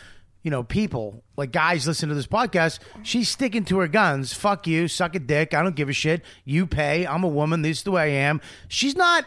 [SPEAKER 1] you know people like guys listen to this podcast. She's sticking to her guns. Fuck you. Suck a dick. I don't give a shit. You pay. I'm a woman. This is the way I am. She's not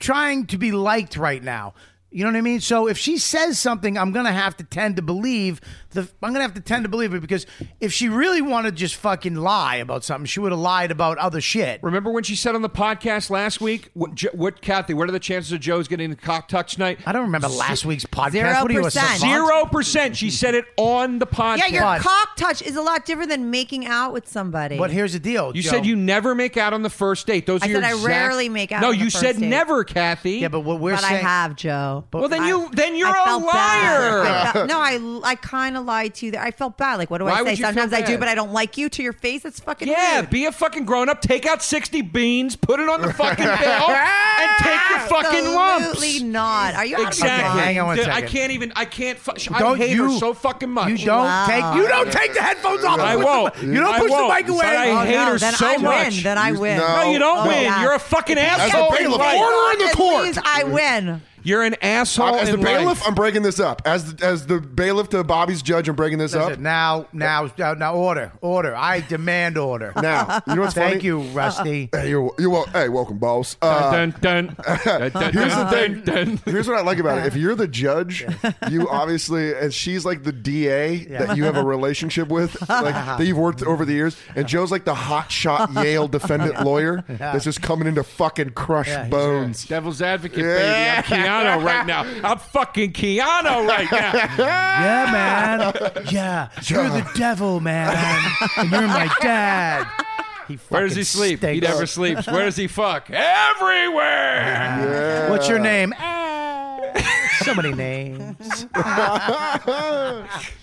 [SPEAKER 1] trying to be liked right now. You know what I mean? So if she says something, I'm gonna have to tend to believe the. I'm gonna have to tend to believe it because if she really wanted to just fucking lie about something, she would have lied about other shit.
[SPEAKER 4] Remember when she said on the podcast last week, what, Jo- what Kathy, what are the chances of Joe's getting a cock tux night?
[SPEAKER 1] I don't remember last week's podcast.
[SPEAKER 6] Zero
[SPEAKER 1] What are you, a
[SPEAKER 6] percent.
[SPEAKER 1] savant?
[SPEAKER 4] Zero percent. She said it on the podcast.
[SPEAKER 6] yeah, your
[SPEAKER 1] But-
[SPEAKER 6] cock touch is a lot different than making out with somebody.
[SPEAKER 1] But here's the deal.
[SPEAKER 4] You
[SPEAKER 1] Joe.
[SPEAKER 4] said you never make out on the first date. Those
[SPEAKER 6] I
[SPEAKER 4] are your
[SPEAKER 6] said I
[SPEAKER 4] exact-
[SPEAKER 6] rarely make out
[SPEAKER 4] No,
[SPEAKER 6] on the
[SPEAKER 4] you
[SPEAKER 6] first
[SPEAKER 4] said
[SPEAKER 6] date.
[SPEAKER 4] never, Kathy.
[SPEAKER 1] Yeah, but what we're
[SPEAKER 6] but I
[SPEAKER 1] saying.
[SPEAKER 6] have, Joe.
[SPEAKER 4] well, then
[SPEAKER 6] I-
[SPEAKER 4] you then you're
[SPEAKER 6] I
[SPEAKER 4] a
[SPEAKER 6] felt bad.
[SPEAKER 4] liar.
[SPEAKER 6] I felt- no, I I kind of lied to you. There. I felt bad. Like, what do
[SPEAKER 4] Why
[SPEAKER 6] I
[SPEAKER 4] would
[SPEAKER 6] say?
[SPEAKER 4] you feel
[SPEAKER 6] Sometimes I do,
[SPEAKER 4] bad?
[SPEAKER 6] but I don't like you to your face. That's fucking
[SPEAKER 4] Yeah,
[SPEAKER 6] rude.
[SPEAKER 4] be a fucking grown up. Take out sixty beans, put it on the fucking bill, and take your fucking
[SPEAKER 6] Absolutely
[SPEAKER 4] lumps.
[SPEAKER 6] not. Are you out of your
[SPEAKER 4] Exactly.
[SPEAKER 6] mind?
[SPEAKER 1] Hang on one
[SPEAKER 4] Dude, I
[SPEAKER 1] second.
[SPEAKER 4] can't even. I can't. Fu- sh- I
[SPEAKER 1] Don't
[SPEAKER 4] hate
[SPEAKER 1] you-
[SPEAKER 4] her so fucking
[SPEAKER 1] You
[SPEAKER 4] much.
[SPEAKER 1] don't
[SPEAKER 6] Wow.
[SPEAKER 1] take. You don't take the headphones off.
[SPEAKER 4] I
[SPEAKER 1] and put
[SPEAKER 4] won't.
[SPEAKER 1] The, you don't
[SPEAKER 4] I
[SPEAKER 1] push
[SPEAKER 4] won't.
[SPEAKER 1] the mic away.
[SPEAKER 4] But I
[SPEAKER 6] Oh,
[SPEAKER 4] hate
[SPEAKER 6] no,
[SPEAKER 4] her
[SPEAKER 6] then
[SPEAKER 4] so
[SPEAKER 6] I
[SPEAKER 4] much.
[SPEAKER 6] Win. Then I win.
[SPEAKER 4] No, you don't
[SPEAKER 6] Oh,
[SPEAKER 4] win.
[SPEAKER 6] yeah.
[SPEAKER 4] You're a fucking asshole.
[SPEAKER 3] bailiff,
[SPEAKER 4] in life.
[SPEAKER 3] order in the
[SPEAKER 6] At
[SPEAKER 3] court.
[SPEAKER 6] least I win.
[SPEAKER 4] You're an asshole.
[SPEAKER 3] as the
[SPEAKER 4] in life.
[SPEAKER 3] bailiff, I'm breaking this up. As the, as the bailiff to Bobby's judge, I'm breaking this
[SPEAKER 1] Listen,
[SPEAKER 3] up.
[SPEAKER 1] Now, now, now, now, order, order. I demand order.
[SPEAKER 3] Now, you know what's funny?
[SPEAKER 1] Thank you, Rusty.
[SPEAKER 3] Hey, you're, you're wel- hey, welcome, boss. Uh,
[SPEAKER 4] Dun, dun, dun. Dun,
[SPEAKER 3] Here's the
[SPEAKER 4] dun,
[SPEAKER 3] thing.
[SPEAKER 4] dun, dun.
[SPEAKER 3] Here's what I like about it. If you're the judge, you obviously, and she's like the DA that you have a relationship with, like that you've worked over the years, and Joe's like the hotshot Yale defendant lawyer that's just coming in to fucking crush
[SPEAKER 1] he's
[SPEAKER 3] bones.
[SPEAKER 4] Devil's advocate,
[SPEAKER 3] Yeah.
[SPEAKER 4] baby. I'm Keanu right now. I'm fucking Keanu right now.
[SPEAKER 1] Yeah, man. Yeah, you're the devil, man, and you're my dad. He
[SPEAKER 4] Where does
[SPEAKER 1] fucking
[SPEAKER 4] he sleep? He
[SPEAKER 1] stinks.
[SPEAKER 4] never sleeps. Where does he fuck? Everywhere.
[SPEAKER 1] What's your name? Eh. so many names.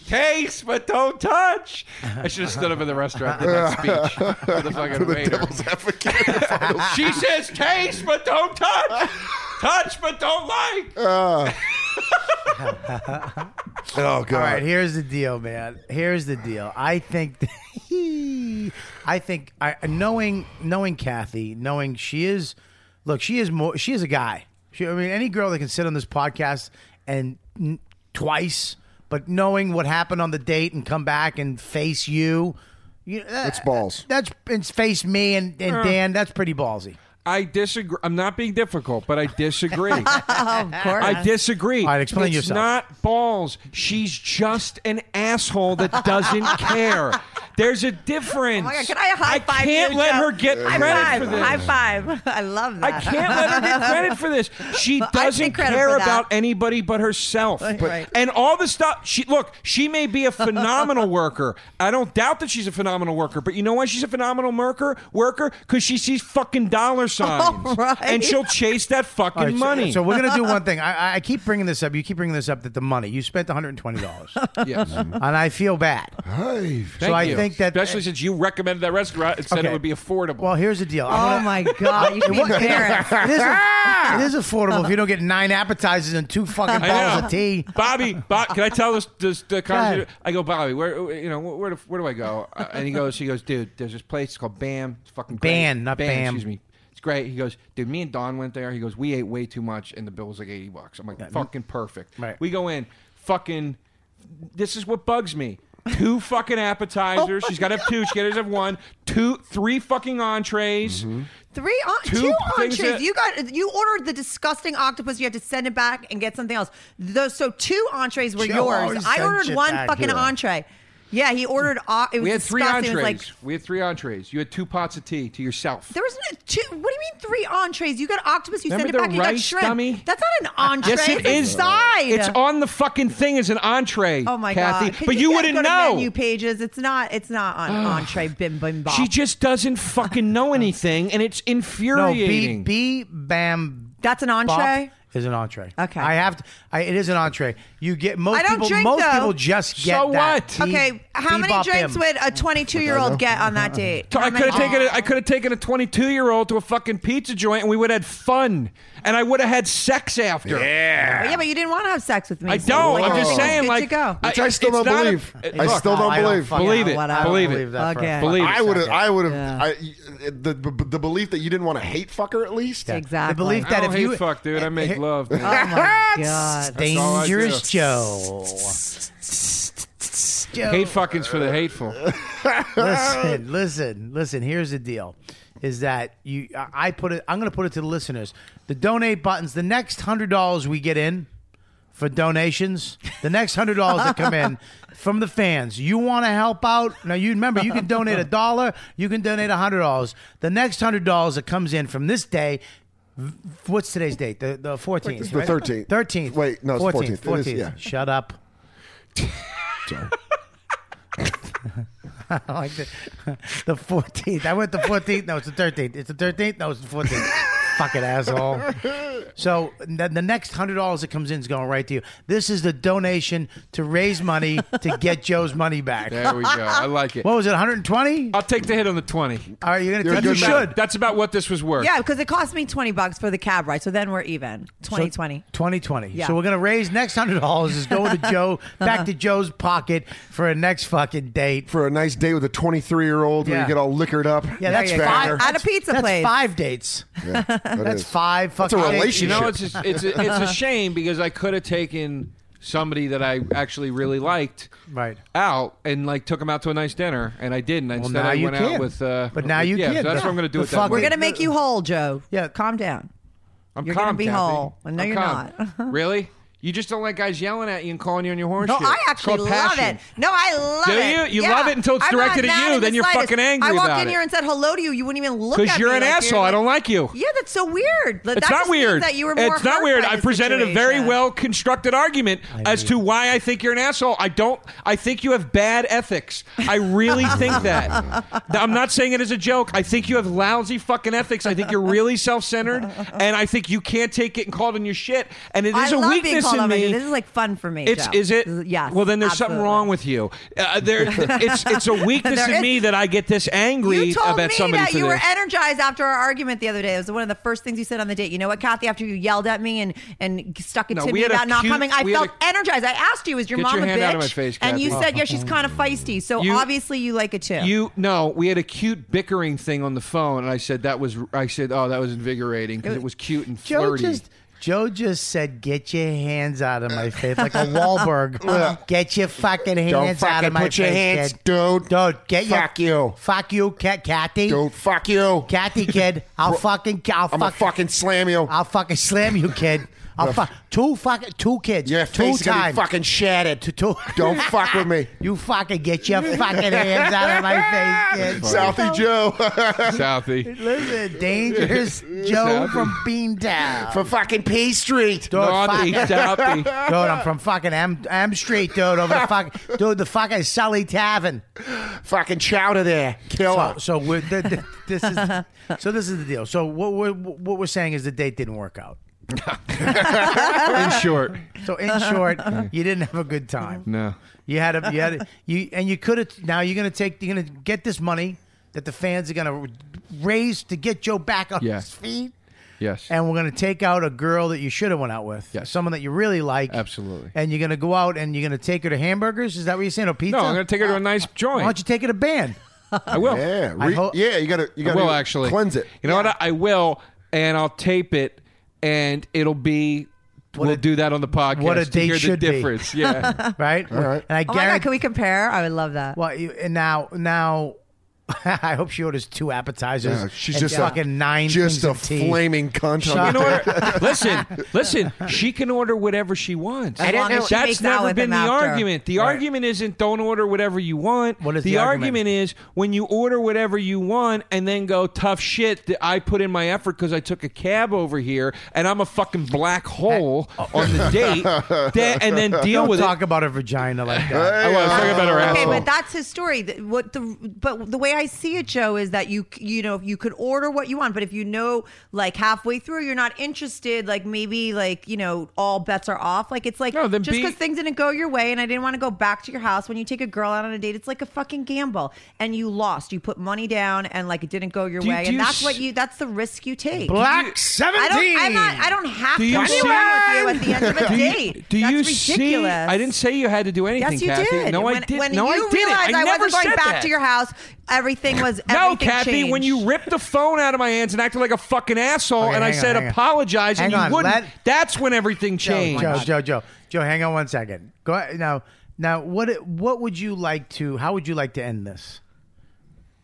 [SPEAKER 4] Taste, but don't touch. I should have stood up in the restaurant for that speech. For the fucking waiter.
[SPEAKER 3] Devil's advocate.
[SPEAKER 4] She says taste, but don't touch. Touch, but don't like.
[SPEAKER 3] oh god.
[SPEAKER 1] All right, here's the deal, man. Here's the deal. I think, I think, I knowing knowing Kathy, knowing she is, look, she is more. She is a guy. She, I mean, any girl that can sit on this podcast and n- twice, but knowing what happened on the date and come back and face you, you that's
[SPEAKER 3] balls.
[SPEAKER 1] That's and face me and, and Dan. That's pretty ballsy.
[SPEAKER 4] I disagree. I'm not being difficult, but I disagree.
[SPEAKER 6] Oh, of course.
[SPEAKER 4] I disagree.
[SPEAKER 1] All right, explain
[SPEAKER 4] it's
[SPEAKER 1] yourself.
[SPEAKER 4] Not balls. She's just an asshole that doesn't care. There's a difference.
[SPEAKER 6] Oh my God, can I high
[SPEAKER 4] I
[SPEAKER 6] five
[SPEAKER 4] can't
[SPEAKER 6] you,
[SPEAKER 4] let
[SPEAKER 6] Joe?
[SPEAKER 4] her get
[SPEAKER 6] high
[SPEAKER 4] credit
[SPEAKER 6] five.
[SPEAKER 4] for this.
[SPEAKER 6] High five. I love
[SPEAKER 4] I
[SPEAKER 6] that.
[SPEAKER 4] can't let her get credit for this. She
[SPEAKER 6] Well, I
[SPEAKER 4] doesn't
[SPEAKER 6] take credit
[SPEAKER 4] care
[SPEAKER 6] for that.
[SPEAKER 4] about anybody but herself.
[SPEAKER 6] Right.
[SPEAKER 4] And all the stuff she look, she may be a phenomenal worker. I don't doubt that she's a phenomenal worker, but you know why she's a phenomenal worker worker? Because she sees fucking dollar signs.
[SPEAKER 6] right.
[SPEAKER 4] And she'll chase that fucking
[SPEAKER 1] All right, so-
[SPEAKER 4] money.
[SPEAKER 1] So, we're gonna do one thing. I, I- I keep bringing this up. You keep bringing this up that the money you spent 120 dollars,
[SPEAKER 4] yes.
[SPEAKER 1] and I feel bad.
[SPEAKER 3] Hey,
[SPEAKER 4] Thank
[SPEAKER 1] Mm-hmm. I
[SPEAKER 4] you.
[SPEAKER 1] think that-
[SPEAKER 4] especially since you recommended that restaurant and said
[SPEAKER 1] Okay.
[SPEAKER 4] it would be affordable.
[SPEAKER 1] Well, here's the deal. I'm
[SPEAKER 6] Oh
[SPEAKER 1] gonna-
[SPEAKER 6] my God. You should be embarrassed.
[SPEAKER 1] It is,
[SPEAKER 4] Ah!
[SPEAKER 1] it is affordable if you don't get nine appetizers and two fucking bottles of tea.
[SPEAKER 4] Bobby, Bob, can I tell this? this the
[SPEAKER 1] ahead.
[SPEAKER 4] conversation? I go, Bobby, where you know where do, where do I go? Uh, and he goes, he goes, dude, there's this place called Bam. It's fucking great.
[SPEAKER 1] Ban, not Bam.
[SPEAKER 4] Excuse me. It's great. He goes, dude. Me and Don went there. He goes, we ate way too much, and the bill was like eighty bucks. I'm like, fucking perfect.
[SPEAKER 1] Right.
[SPEAKER 4] We go in, fucking. This is what bugs me. Two fucking appetizers. She's got to have two. She got to have one. Two, three fucking entrees.
[SPEAKER 1] Mm-hmm.
[SPEAKER 6] Three on,
[SPEAKER 4] Two
[SPEAKER 6] two,
[SPEAKER 4] things
[SPEAKER 6] entrees.
[SPEAKER 4] that-
[SPEAKER 6] you got you ordered the disgusting octopus. You had to send it back and get something else. Those so two entrees were
[SPEAKER 1] Joe
[SPEAKER 6] yours.
[SPEAKER 1] always
[SPEAKER 6] I
[SPEAKER 1] sends
[SPEAKER 6] ordered
[SPEAKER 1] shit
[SPEAKER 6] one
[SPEAKER 1] back
[SPEAKER 6] fucking
[SPEAKER 1] here.
[SPEAKER 6] entree. Yeah, he ordered. Uh, it was
[SPEAKER 4] We had three
[SPEAKER 6] disgusting. It was
[SPEAKER 4] entrees.
[SPEAKER 6] like
[SPEAKER 4] we had three entrees. You had two pots of tea to yourself.
[SPEAKER 6] there was no two. What do you mean three entrees? You got octopus. You
[SPEAKER 4] Remember
[SPEAKER 6] sent it back.
[SPEAKER 4] the
[SPEAKER 6] You got
[SPEAKER 4] rice,
[SPEAKER 6] shrimp.
[SPEAKER 4] dummy?
[SPEAKER 6] That's not an entree.
[SPEAKER 4] Yes, it
[SPEAKER 6] it's a
[SPEAKER 4] is.
[SPEAKER 6] Side.
[SPEAKER 4] It's on the fucking thing as an entree.
[SPEAKER 6] Oh my
[SPEAKER 4] Kathy.
[SPEAKER 6] god! Could
[SPEAKER 4] But you,
[SPEAKER 6] guys
[SPEAKER 4] wouldn't
[SPEAKER 6] go to
[SPEAKER 4] know.
[SPEAKER 6] Menu pages. It's not. It's not on entree. Bim bim bop.
[SPEAKER 4] She just doesn't fucking know anything, and it's
[SPEAKER 1] No, B,
[SPEAKER 4] infuriating.
[SPEAKER 1] B, bam.
[SPEAKER 6] That's an
[SPEAKER 1] bop
[SPEAKER 6] entree?
[SPEAKER 1] is an entree.
[SPEAKER 6] Okay.
[SPEAKER 1] I have to. I, it is an entree. You get most
[SPEAKER 6] I don't
[SPEAKER 1] people.
[SPEAKER 6] drink,
[SPEAKER 1] most
[SPEAKER 6] though.
[SPEAKER 1] people just get
[SPEAKER 4] So
[SPEAKER 1] that.
[SPEAKER 4] what?
[SPEAKER 1] Te-
[SPEAKER 6] Okay, how many
[SPEAKER 1] bebop
[SPEAKER 6] drinks
[SPEAKER 1] him.
[SPEAKER 6] would a 22 year old get on that date?
[SPEAKER 4] I
[SPEAKER 6] How
[SPEAKER 4] could have
[SPEAKER 6] many-
[SPEAKER 4] taken a, I could have taken a 22 year old to a fucking pizza joint and we would have had fun and I would have had sex after.
[SPEAKER 6] Yeah, but you didn't want to have sex with me.
[SPEAKER 4] I
[SPEAKER 6] so
[SPEAKER 4] don't. I'm
[SPEAKER 6] it's
[SPEAKER 4] just saying,
[SPEAKER 6] good
[SPEAKER 4] like,
[SPEAKER 6] to go.
[SPEAKER 4] I-
[SPEAKER 3] Which I still
[SPEAKER 4] it's
[SPEAKER 3] don't
[SPEAKER 4] not a-
[SPEAKER 3] believe.
[SPEAKER 4] it-
[SPEAKER 3] I
[SPEAKER 4] look,
[SPEAKER 3] still don't
[SPEAKER 1] I don't
[SPEAKER 3] believe.
[SPEAKER 1] fucking-
[SPEAKER 4] Believe it.
[SPEAKER 1] I don't
[SPEAKER 4] Believe it.
[SPEAKER 1] that for a
[SPEAKER 6] Okay.
[SPEAKER 1] fucking
[SPEAKER 4] Believe it.
[SPEAKER 3] I would have.
[SPEAKER 1] second.
[SPEAKER 3] I would have. The, the belief that you didn't want to hate fucker at least.
[SPEAKER 6] exactly.
[SPEAKER 1] The belief
[SPEAKER 4] I
[SPEAKER 1] that
[SPEAKER 4] don't
[SPEAKER 1] if
[SPEAKER 4] hate
[SPEAKER 1] you
[SPEAKER 4] fuck, dude. I make love. dude.
[SPEAKER 6] Oh my god.
[SPEAKER 4] all I do.
[SPEAKER 1] dangerous Joe, Joe.
[SPEAKER 4] Hate fucking's for the hateful.
[SPEAKER 1] listen, listen, listen. Here's the deal: is that you? I- I put it. I'm going to put it to the listeners. The donate buttons. The next hundred dollars we get in for donations. The next hundred dollars that come in from the fans. You want to help out? Now you remember you can donate a dollar. You can donate a hundred dollars. The next hundred dollars that comes in from this day. v- What's today's date? The the fourteenth.
[SPEAKER 3] The 13th.
[SPEAKER 1] Thirteenth.
[SPEAKER 3] Wait, no, it's 14th. It is,
[SPEAKER 1] Fourteenth.
[SPEAKER 3] yeah.
[SPEAKER 1] Shut up. I like the the fourteenth. I went the fourteenth. No, it's the thirteenth. It's the thirteenth. No, it's the fourteenth. Fucking asshole. So the, the next hundred dollars that comes in is going right to you. This is the donation to raise money to get Joe's money back.
[SPEAKER 4] There we go. I like it.
[SPEAKER 1] What was it? One hundred and twenty. All
[SPEAKER 4] I'll take the hit on the 20.
[SPEAKER 1] right, you're gonna
[SPEAKER 3] You're
[SPEAKER 1] take.
[SPEAKER 3] a
[SPEAKER 1] You
[SPEAKER 3] good man.
[SPEAKER 1] should.
[SPEAKER 4] That's about what this was worth.
[SPEAKER 6] Yeah, because it cost me 20 bucks for the cab ride, so then we're even. 2020.
[SPEAKER 1] 2020.
[SPEAKER 6] Yeah.
[SPEAKER 1] So we're gonna raise next hundred dollars is going to Joe back to Joe's pocket for a next fucking date.
[SPEAKER 3] For a nice date with a 23 year old where
[SPEAKER 1] Yeah.
[SPEAKER 3] you get all liquored up.
[SPEAKER 1] Yeah, that's
[SPEAKER 6] you go.
[SPEAKER 1] five.
[SPEAKER 6] At a
[SPEAKER 1] that's-
[SPEAKER 6] pizza
[SPEAKER 1] that's
[SPEAKER 6] place.
[SPEAKER 1] five dates.
[SPEAKER 3] Yeah, that
[SPEAKER 1] That's
[SPEAKER 3] is.
[SPEAKER 1] five
[SPEAKER 3] That's
[SPEAKER 1] fucking.
[SPEAKER 3] a
[SPEAKER 1] dates.
[SPEAKER 4] You know,
[SPEAKER 3] Shit.
[SPEAKER 4] it's a, it's a, it's a shame because I could have taken somebody that I actually really liked
[SPEAKER 1] Right.
[SPEAKER 4] out and like took them out to a nice dinner, and I didn't. Instead,
[SPEAKER 1] now
[SPEAKER 4] I
[SPEAKER 1] you
[SPEAKER 4] went
[SPEAKER 1] can.
[SPEAKER 4] out with. Uh,
[SPEAKER 1] But now
[SPEAKER 4] with-
[SPEAKER 1] you
[SPEAKER 4] yeah,
[SPEAKER 1] can.
[SPEAKER 4] So that's
[SPEAKER 1] The-
[SPEAKER 4] what I'm going to do
[SPEAKER 1] the
[SPEAKER 4] with that.
[SPEAKER 1] fuck-
[SPEAKER 4] money.
[SPEAKER 6] We're going to make you whole, Joe.
[SPEAKER 1] Yeah.
[SPEAKER 6] Calm down.
[SPEAKER 4] I'm
[SPEAKER 6] you're
[SPEAKER 4] calm,
[SPEAKER 6] gonna be
[SPEAKER 4] Kathy.
[SPEAKER 6] whole. Well, no,
[SPEAKER 4] I'm
[SPEAKER 6] you're
[SPEAKER 4] calm.
[SPEAKER 6] not.
[SPEAKER 4] really? You just don't like guys yelling at you and calling you on your horse.
[SPEAKER 6] No,
[SPEAKER 4] shit.
[SPEAKER 6] I
[SPEAKER 4] It's called
[SPEAKER 6] actually love
[SPEAKER 4] passion.
[SPEAKER 6] it. No, I love
[SPEAKER 4] Do
[SPEAKER 6] it.
[SPEAKER 4] you? You love it until it's
[SPEAKER 6] I'm
[SPEAKER 4] directed
[SPEAKER 6] not
[SPEAKER 4] at
[SPEAKER 6] mad
[SPEAKER 4] you,
[SPEAKER 6] in
[SPEAKER 4] then
[SPEAKER 6] the
[SPEAKER 4] you're
[SPEAKER 6] slightest.
[SPEAKER 4] fucking angry
[SPEAKER 6] I walked
[SPEAKER 4] about
[SPEAKER 6] in
[SPEAKER 4] it.
[SPEAKER 6] here and said hello to you. You wouldn't even look at me.
[SPEAKER 4] Because you're an
[SPEAKER 6] like
[SPEAKER 4] asshole. I don't like you.
[SPEAKER 6] Yeah, that's so weird. That-
[SPEAKER 4] It's
[SPEAKER 6] that
[SPEAKER 4] not
[SPEAKER 6] just means
[SPEAKER 4] weird.
[SPEAKER 6] That you were more
[SPEAKER 4] it's not
[SPEAKER 6] hurt
[SPEAKER 4] weird.
[SPEAKER 6] by
[SPEAKER 4] I
[SPEAKER 6] the
[SPEAKER 4] presented a very
[SPEAKER 6] situation.
[SPEAKER 4] well constructed argument as to why I think you're an asshole. I don't. I think you have bad ethics. I really think that. I'm not saying it as a joke. I think you have lousy fucking ethics. I think you're really self centered, and I think you can't take it and call it on your shit. And it is
[SPEAKER 6] I
[SPEAKER 4] a
[SPEAKER 6] love being
[SPEAKER 4] weakness
[SPEAKER 6] called
[SPEAKER 4] in
[SPEAKER 6] on my-
[SPEAKER 4] me.
[SPEAKER 6] This is like fun for me.
[SPEAKER 4] It's
[SPEAKER 6] Joe.
[SPEAKER 4] is it?
[SPEAKER 6] This is- Yes.
[SPEAKER 4] Well, then there's something
[SPEAKER 6] absolutely.
[SPEAKER 4] wrong with you. Uh, there, it's it's a weakness
[SPEAKER 6] There
[SPEAKER 4] in
[SPEAKER 6] is-
[SPEAKER 4] me that I get this angry
[SPEAKER 6] You told
[SPEAKER 4] about
[SPEAKER 6] me
[SPEAKER 4] somebody
[SPEAKER 6] that
[SPEAKER 4] for
[SPEAKER 6] you
[SPEAKER 4] this.
[SPEAKER 6] were energized after our argument the other day. It was one of the first things you said on the date. You know what, Kathy? After you yelled at me and and stuck it
[SPEAKER 4] No,
[SPEAKER 6] to
[SPEAKER 4] we
[SPEAKER 6] me
[SPEAKER 4] had a
[SPEAKER 6] about not
[SPEAKER 4] cute-
[SPEAKER 6] coming, I
[SPEAKER 4] we had
[SPEAKER 6] felt
[SPEAKER 4] a-
[SPEAKER 6] energized. I asked you, "Is your
[SPEAKER 4] Get
[SPEAKER 6] mom
[SPEAKER 4] your
[SPEAKER 6] a
[SPEAKER 4] hand
[SPEAKER 6] bitch?"
[SPEAKER 4] out of my face,
[SPEAKER 6] and you
[SPEAKER 4] Kathy.
[SPEAKER 6] said, "Yeah, she's kind of feisty." So
[SPEAKER 4] You-
[SPEAKER 6] obviously, you like it too.
[SPEAKER 4] You no, we had a cute bickering thing on the phone, and I said that was I said oh that was invigorating because it was cute and
[SPEAKER 1] Joe
[SPEAKER 4] flirty.
[SPEAKER 1] just Joe just said, "Get your hands out of my face," like a Wahlberg. get your fucking hands
[SPEAKER 12] Don't
[SPEAKER 1] out
[SPEAKER 12] fucking
[SPEAKER 1] of my
[SPEAKER 12] put
[SPEAKER 1] face,
[SPEAKER 12] your hands,
[SPEAKER 1] kid.
[SPEAKER 12] dude.
[SPEAKER 1] Dude, get your-
[SPEAKER 12] Fuck you.
[SPEAKER 1] fuck you, cat, Kathy,
[SPEAKER 12] Dude, fuck you.
[SPEAKER 1] Kathy, kid. I'll fucking, I'll
[SPEAKER 12] I'm
[SPEAKER 1] fuck,
[SPEAKER 12] a fucking slam you.
[SPEAKER 1] I'll fucking slam you, kid. I'll fuck two fucking two kids.
[SPEAKER 12] Your
[SPEAKER 1] two
[SPEAKER 12] face is gonna be
[SPEAKER 1] times.
[SPEAKER 12] fucking shattered.
[SPEAKER 1] Two- two-
[SPEAKER 12] Don't fuck with me.
[SPEAKER 1] You fucking get your fucking hands out of my face, kid.
[SPEAKER 12] Southie Joe
[SPEAKER 4] Southie.
[SPEAKER 1] Listen, dangerous Joe
[SPEAKER 12] E-
[SPEAKER 1] from Beantown.
[SPEAKER 12] for fucking P Street.
[SPEAKER 1] Dude,
[SPEAKER 4] Naughty,
[SPEAKER 1] fucking-
[SPEAKER 12] E.
[SPEAKER 4] Southie.
[SPEAKER 1] Dude, I'm from fucking M, M Street, dude. Over the fuck, dude, the fucking Sully Tavern.
[SPEAKER 12] Fucking chowder there. Killer.
[SPEAKER 1] So, so we're, th- th- this is, so this is the deal. So what we're what we're saying is the date didn't work out.
[SPEAKER 4] In short,
[SPEAKER 1] So in short, you didn't have a good time.
[SPEAKER 4] no.
[SPEAKER 1] You had a you had a, you and you could have now you're gonna take you're gonna get this money that the fans are gonna raise to get Joe back on
[SPEAKER 4] Yeah.
[SPEAKER 1] his feet.
[SPEAKER 4] Yes.
[SPEAKER 1] and we're going to take out a girl that you should have went out with,
[SPEAKER 4] Yes.
[SPEAKER 1] someone that you really like,
[SPEAKER 4] Absolutely.
[SPEAKER 1] And you're going to go out and you're going to take her to hamburgers. Is that what you're saying? Or pizza?
[SPEAKER 4] no, I'm gonna take her to a nice
[SPEAKER 1] Why don't
[SPEAKER 4] joint.
[SPEAKER 1] you take her to band?
[SPEAKER 4] I will.
[SPEAKER 3] Yeah,
[SPEAKER 1] I
[SPEAKER 3] re-
[SPEAKER 1] hope-
[SPEAKER 3] yeah. You gotta, you
[SPEAKER 4] I
[SPEAKER 3] gotta
[SPEAKER 4] will actually
[SPEAKER 3] cleanse it.
[SPEAKER 4] You know what? I will, and I'll tape it, and it'll be. we'll
[SPEAKER 1] a-
[SPEAKER 4] do that on the podcast.
[SPEAKER 1] what a
[SPEAKER 4] to
[SPEAKER 1] date
[SPEAKER 4] hear
[SPEAKER 1] should be.
[SPEAKER 4] the difference. Yeah.
[SPEAKER 1] Right. All
[SPEAKER 3] right.
[SPEAKER 1] And I
[SPEAKER 6] oh my god,
[SPEAKER 1] guarantee.
[SPEAKER 6] can we compare? I would love that.
[SPEAKER 1] well, you, and now now. I hope she orders two appetizers.
[SPEAKER 3] Yeah, she's
[SPEAKER 1] and
[SPEAKER 3] just a-
[SPEAKER 1] fucking nine.
[SPEAKER 3] just
[SPEAKER 1] things
[SPEAKER 3] a
[SPEAKER 1] of tea.
[SPEAKER 3] flaming cunt.
[SPEAKER 1] Shut
[SPEAKER 3] on the
[SPEAKER 4] You know what? listen, listen. She can order whatever she wants.
[SPEAKER 6] As long as she
[SPEAKER 4] That's
[SPEAKER 6] makes out
[SPEAKER 4] never
[SPEAKER 6] with
[SPEAKER 4] been
[SPEAKER 6] him
[SPEAKER 4] the
[SPEAKER 6] after.
[SPEAKER 4] argument. The argument isn't don't order whatever you want.
[SPEAKER 1] What is
[SPEAKER 4] the,
[SPEAKER 1] the argument?
[SPEAKER 4] argument? is when you order whatever you want and then go tough shit that I put in my effort because I took a cab over here and I'm a fucking black hole on the date then, and then deal
[SPEAKER 1] Don't
[SPEAKER 4] with
[SPEAKER 1] talk
[SPEAKER 4] it.
[SPEAKER 1] about her vagina like that.
[SPEAKER 4] I was talking about her
[SPEAKER 6] okay,
[SPEAKER 4] asshole.
[SPEAKER 6] but that's his story. The- What the but the way I I see it, Joe, is that you you know you could order what you want, but if you know like halfway through you're not interested, like maybe like you know all bets are off. Like it's like
[SPEAKER 4] No, then
[SPEAKER 6] just
[SPEAKER 4] be-
[SPEAKER 6] because things didn't go your way and I didn't want to go back to your house. When you take a girl out on a date, it's like a fucking gamble, and you lost. You put money down, and like it didn't go your
[SPEAKER 4] Do you-
[SPEAKER 6] way,
[SPEAKER 4] do
[SPEAKER 6] and
[SPEAKER 4] you
[SPEAKER 6] that's what
[SPEAKER 4] s-
[SPEAKER 6] you that's the risk you take.
[SPEAKER 1] Black
[SPEAKER 6] I
[SPEAKER 1] seventeen.
[SPEAKER 6] don't. I'm not. I don't have
[SPEAKER 4] Do
[SPEAKER 6] to
[SPEAKER 4] you
[SPEAKER 6] go
[SPEAKER 4] see-
[SPEAKER 6] out with you at the end of a
[SPEAKER 4] Do you-
[SPEAKER 6] date.
[SPEAKER 4] do
[SPEAKER 6] That's
[SPEAKER 4] you
[SPEAKER 6] ridiculous.
[SPEAKER 4] see? I didn't say you had to do anything,
[SPEAKER 6] Yes, you
[SPEAKER 4] Kathy.
[SPEAKER 6] did.
[SPEAKER 4] No,
[SPEAKER 6] when,
[SPEAKER 4] I didn't.
[SPEAKER 6] When
[SPEAKER 4] no,
[SPEAKER 6] you
[SPEAKER 4] I didn't.
[SPEAKER 6] realized
[SPEAKER 4] I,
[SPEAKER 6] I,
[SPEAKER 4] never
[SPEAKER 6] wasn't going
[SPEAKER 4] said
[SPEAKER 6] back
[SPEAKER 4] that.
[SPEAKER 6] to your house, everything was
[SPEAKER 4] No,
[SPEAKER 6] everything
[SPEAKER 4] Kathy,
[SPEAKER 6] changed.
[SPEAKER 4] when you ripped the phone out of my hands and acted like a fucking asshole,
[SPEAKER 1] Okay,
[SPEAKER 4] and I
[SPEAKER 1] hang on,
[SPEAKER 4] said
[SPEAKER 1] hang on.
[SPEAKER 4] apologize,
[SPEAKER 1] Hang
[SPEAKER 4] and you
[SPEAKER 1] on,
[SPEAKER 4] wouldn't,
[SPEAKER 1] let-
[SPEAKER 4] that's when everything
[SPEAKER 1] Joe,
[SPEAKER 4] changed.
[SPEAKER 1] Joe, Joe, Joe, Joe, hang on one second. Go ahead. now. Now, what what would you like to? How would you like to end this,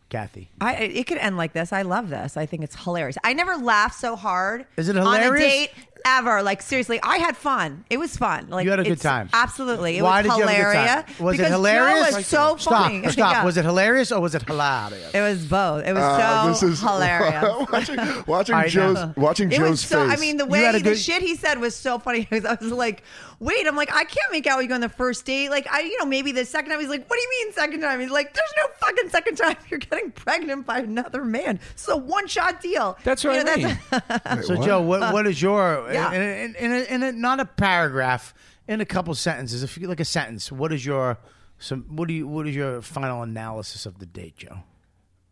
[SPEAKER 1] Kathy?
[SPEAKER 6] I, it could end like this. I love this. I think it's hilarious. I never laughed so hard.
[SPEAKER 1] Is it
[SPEAKER 6] on a
[SPEAKER 1] hilarious?
[SPEAKER 6] date ever? Like seriously, I had fun. It was fun. Like
[SPEAKER 1] You had a good
[SPEAKER 6] it's-
[SPEAKER 1] time.
[SPEAKER 6] Absolutely. It
[SPEAKER 1] Why
[SPEAKER 6] was
[SPEAKER 1] did you have a good time?
[SPEAKER 6] hilarious.
[SPEAKER 1] Was
[SPEAKER 6] because
[SPEAKER 1] it hilarious?
[SPEAKER 6] Joe was so
[SPEAKER 1] stop,
[SPEAKER 6] funny.
[SPEAKER 1] Stop.
[SPEAKER 6] Yeah.
[SPEAKER 1] Was it hilarious or was it hilarious?
[SPEAKER 6] It was both. It was
[SPEAKER 3] Uh,
[SPEAKER 6] so hilarious.
[SPEAKER 3] watching, watching
[SPEAKER 1] I know.
[SPEAKER 3] Joe's watching
[SPEAKER 6] It
[SPEAKER 3] Joe's
[SPEAKER 6] was so.
[SPEAKER 3] face.
[SPEAKER 6] I mean, the
[SPEAKER 1] You
[SPEAKER 6] way
[SPEAKER 1] had a
[SPEAKER 6] the
[SPEAKER 1] good-
[SPEAKER 6] shit he said was so funny. I was, I was like, "Wait!" I'm like, "I can't make out with you on the first date." Like, I, you know, maybe the second time. He's like, "What do you mean second time?" He's like, "There's no fucking second time. You're getting pregnant by another man. It's a one shot deal."
[SPEAKER 4] That's what
[SPEAKER 6] You know,
[SPEAKER 4] I mean.
[SPEAKER 1] So, Joe, what what is your
[SPEAKER 6] Uh, Yeah.
[SPEAKER 1] in, in, in, a, in a, not a paragraph, in a couple sentences, if you like a sentence, what is your some what do you what is your final analysis of the date, Joe?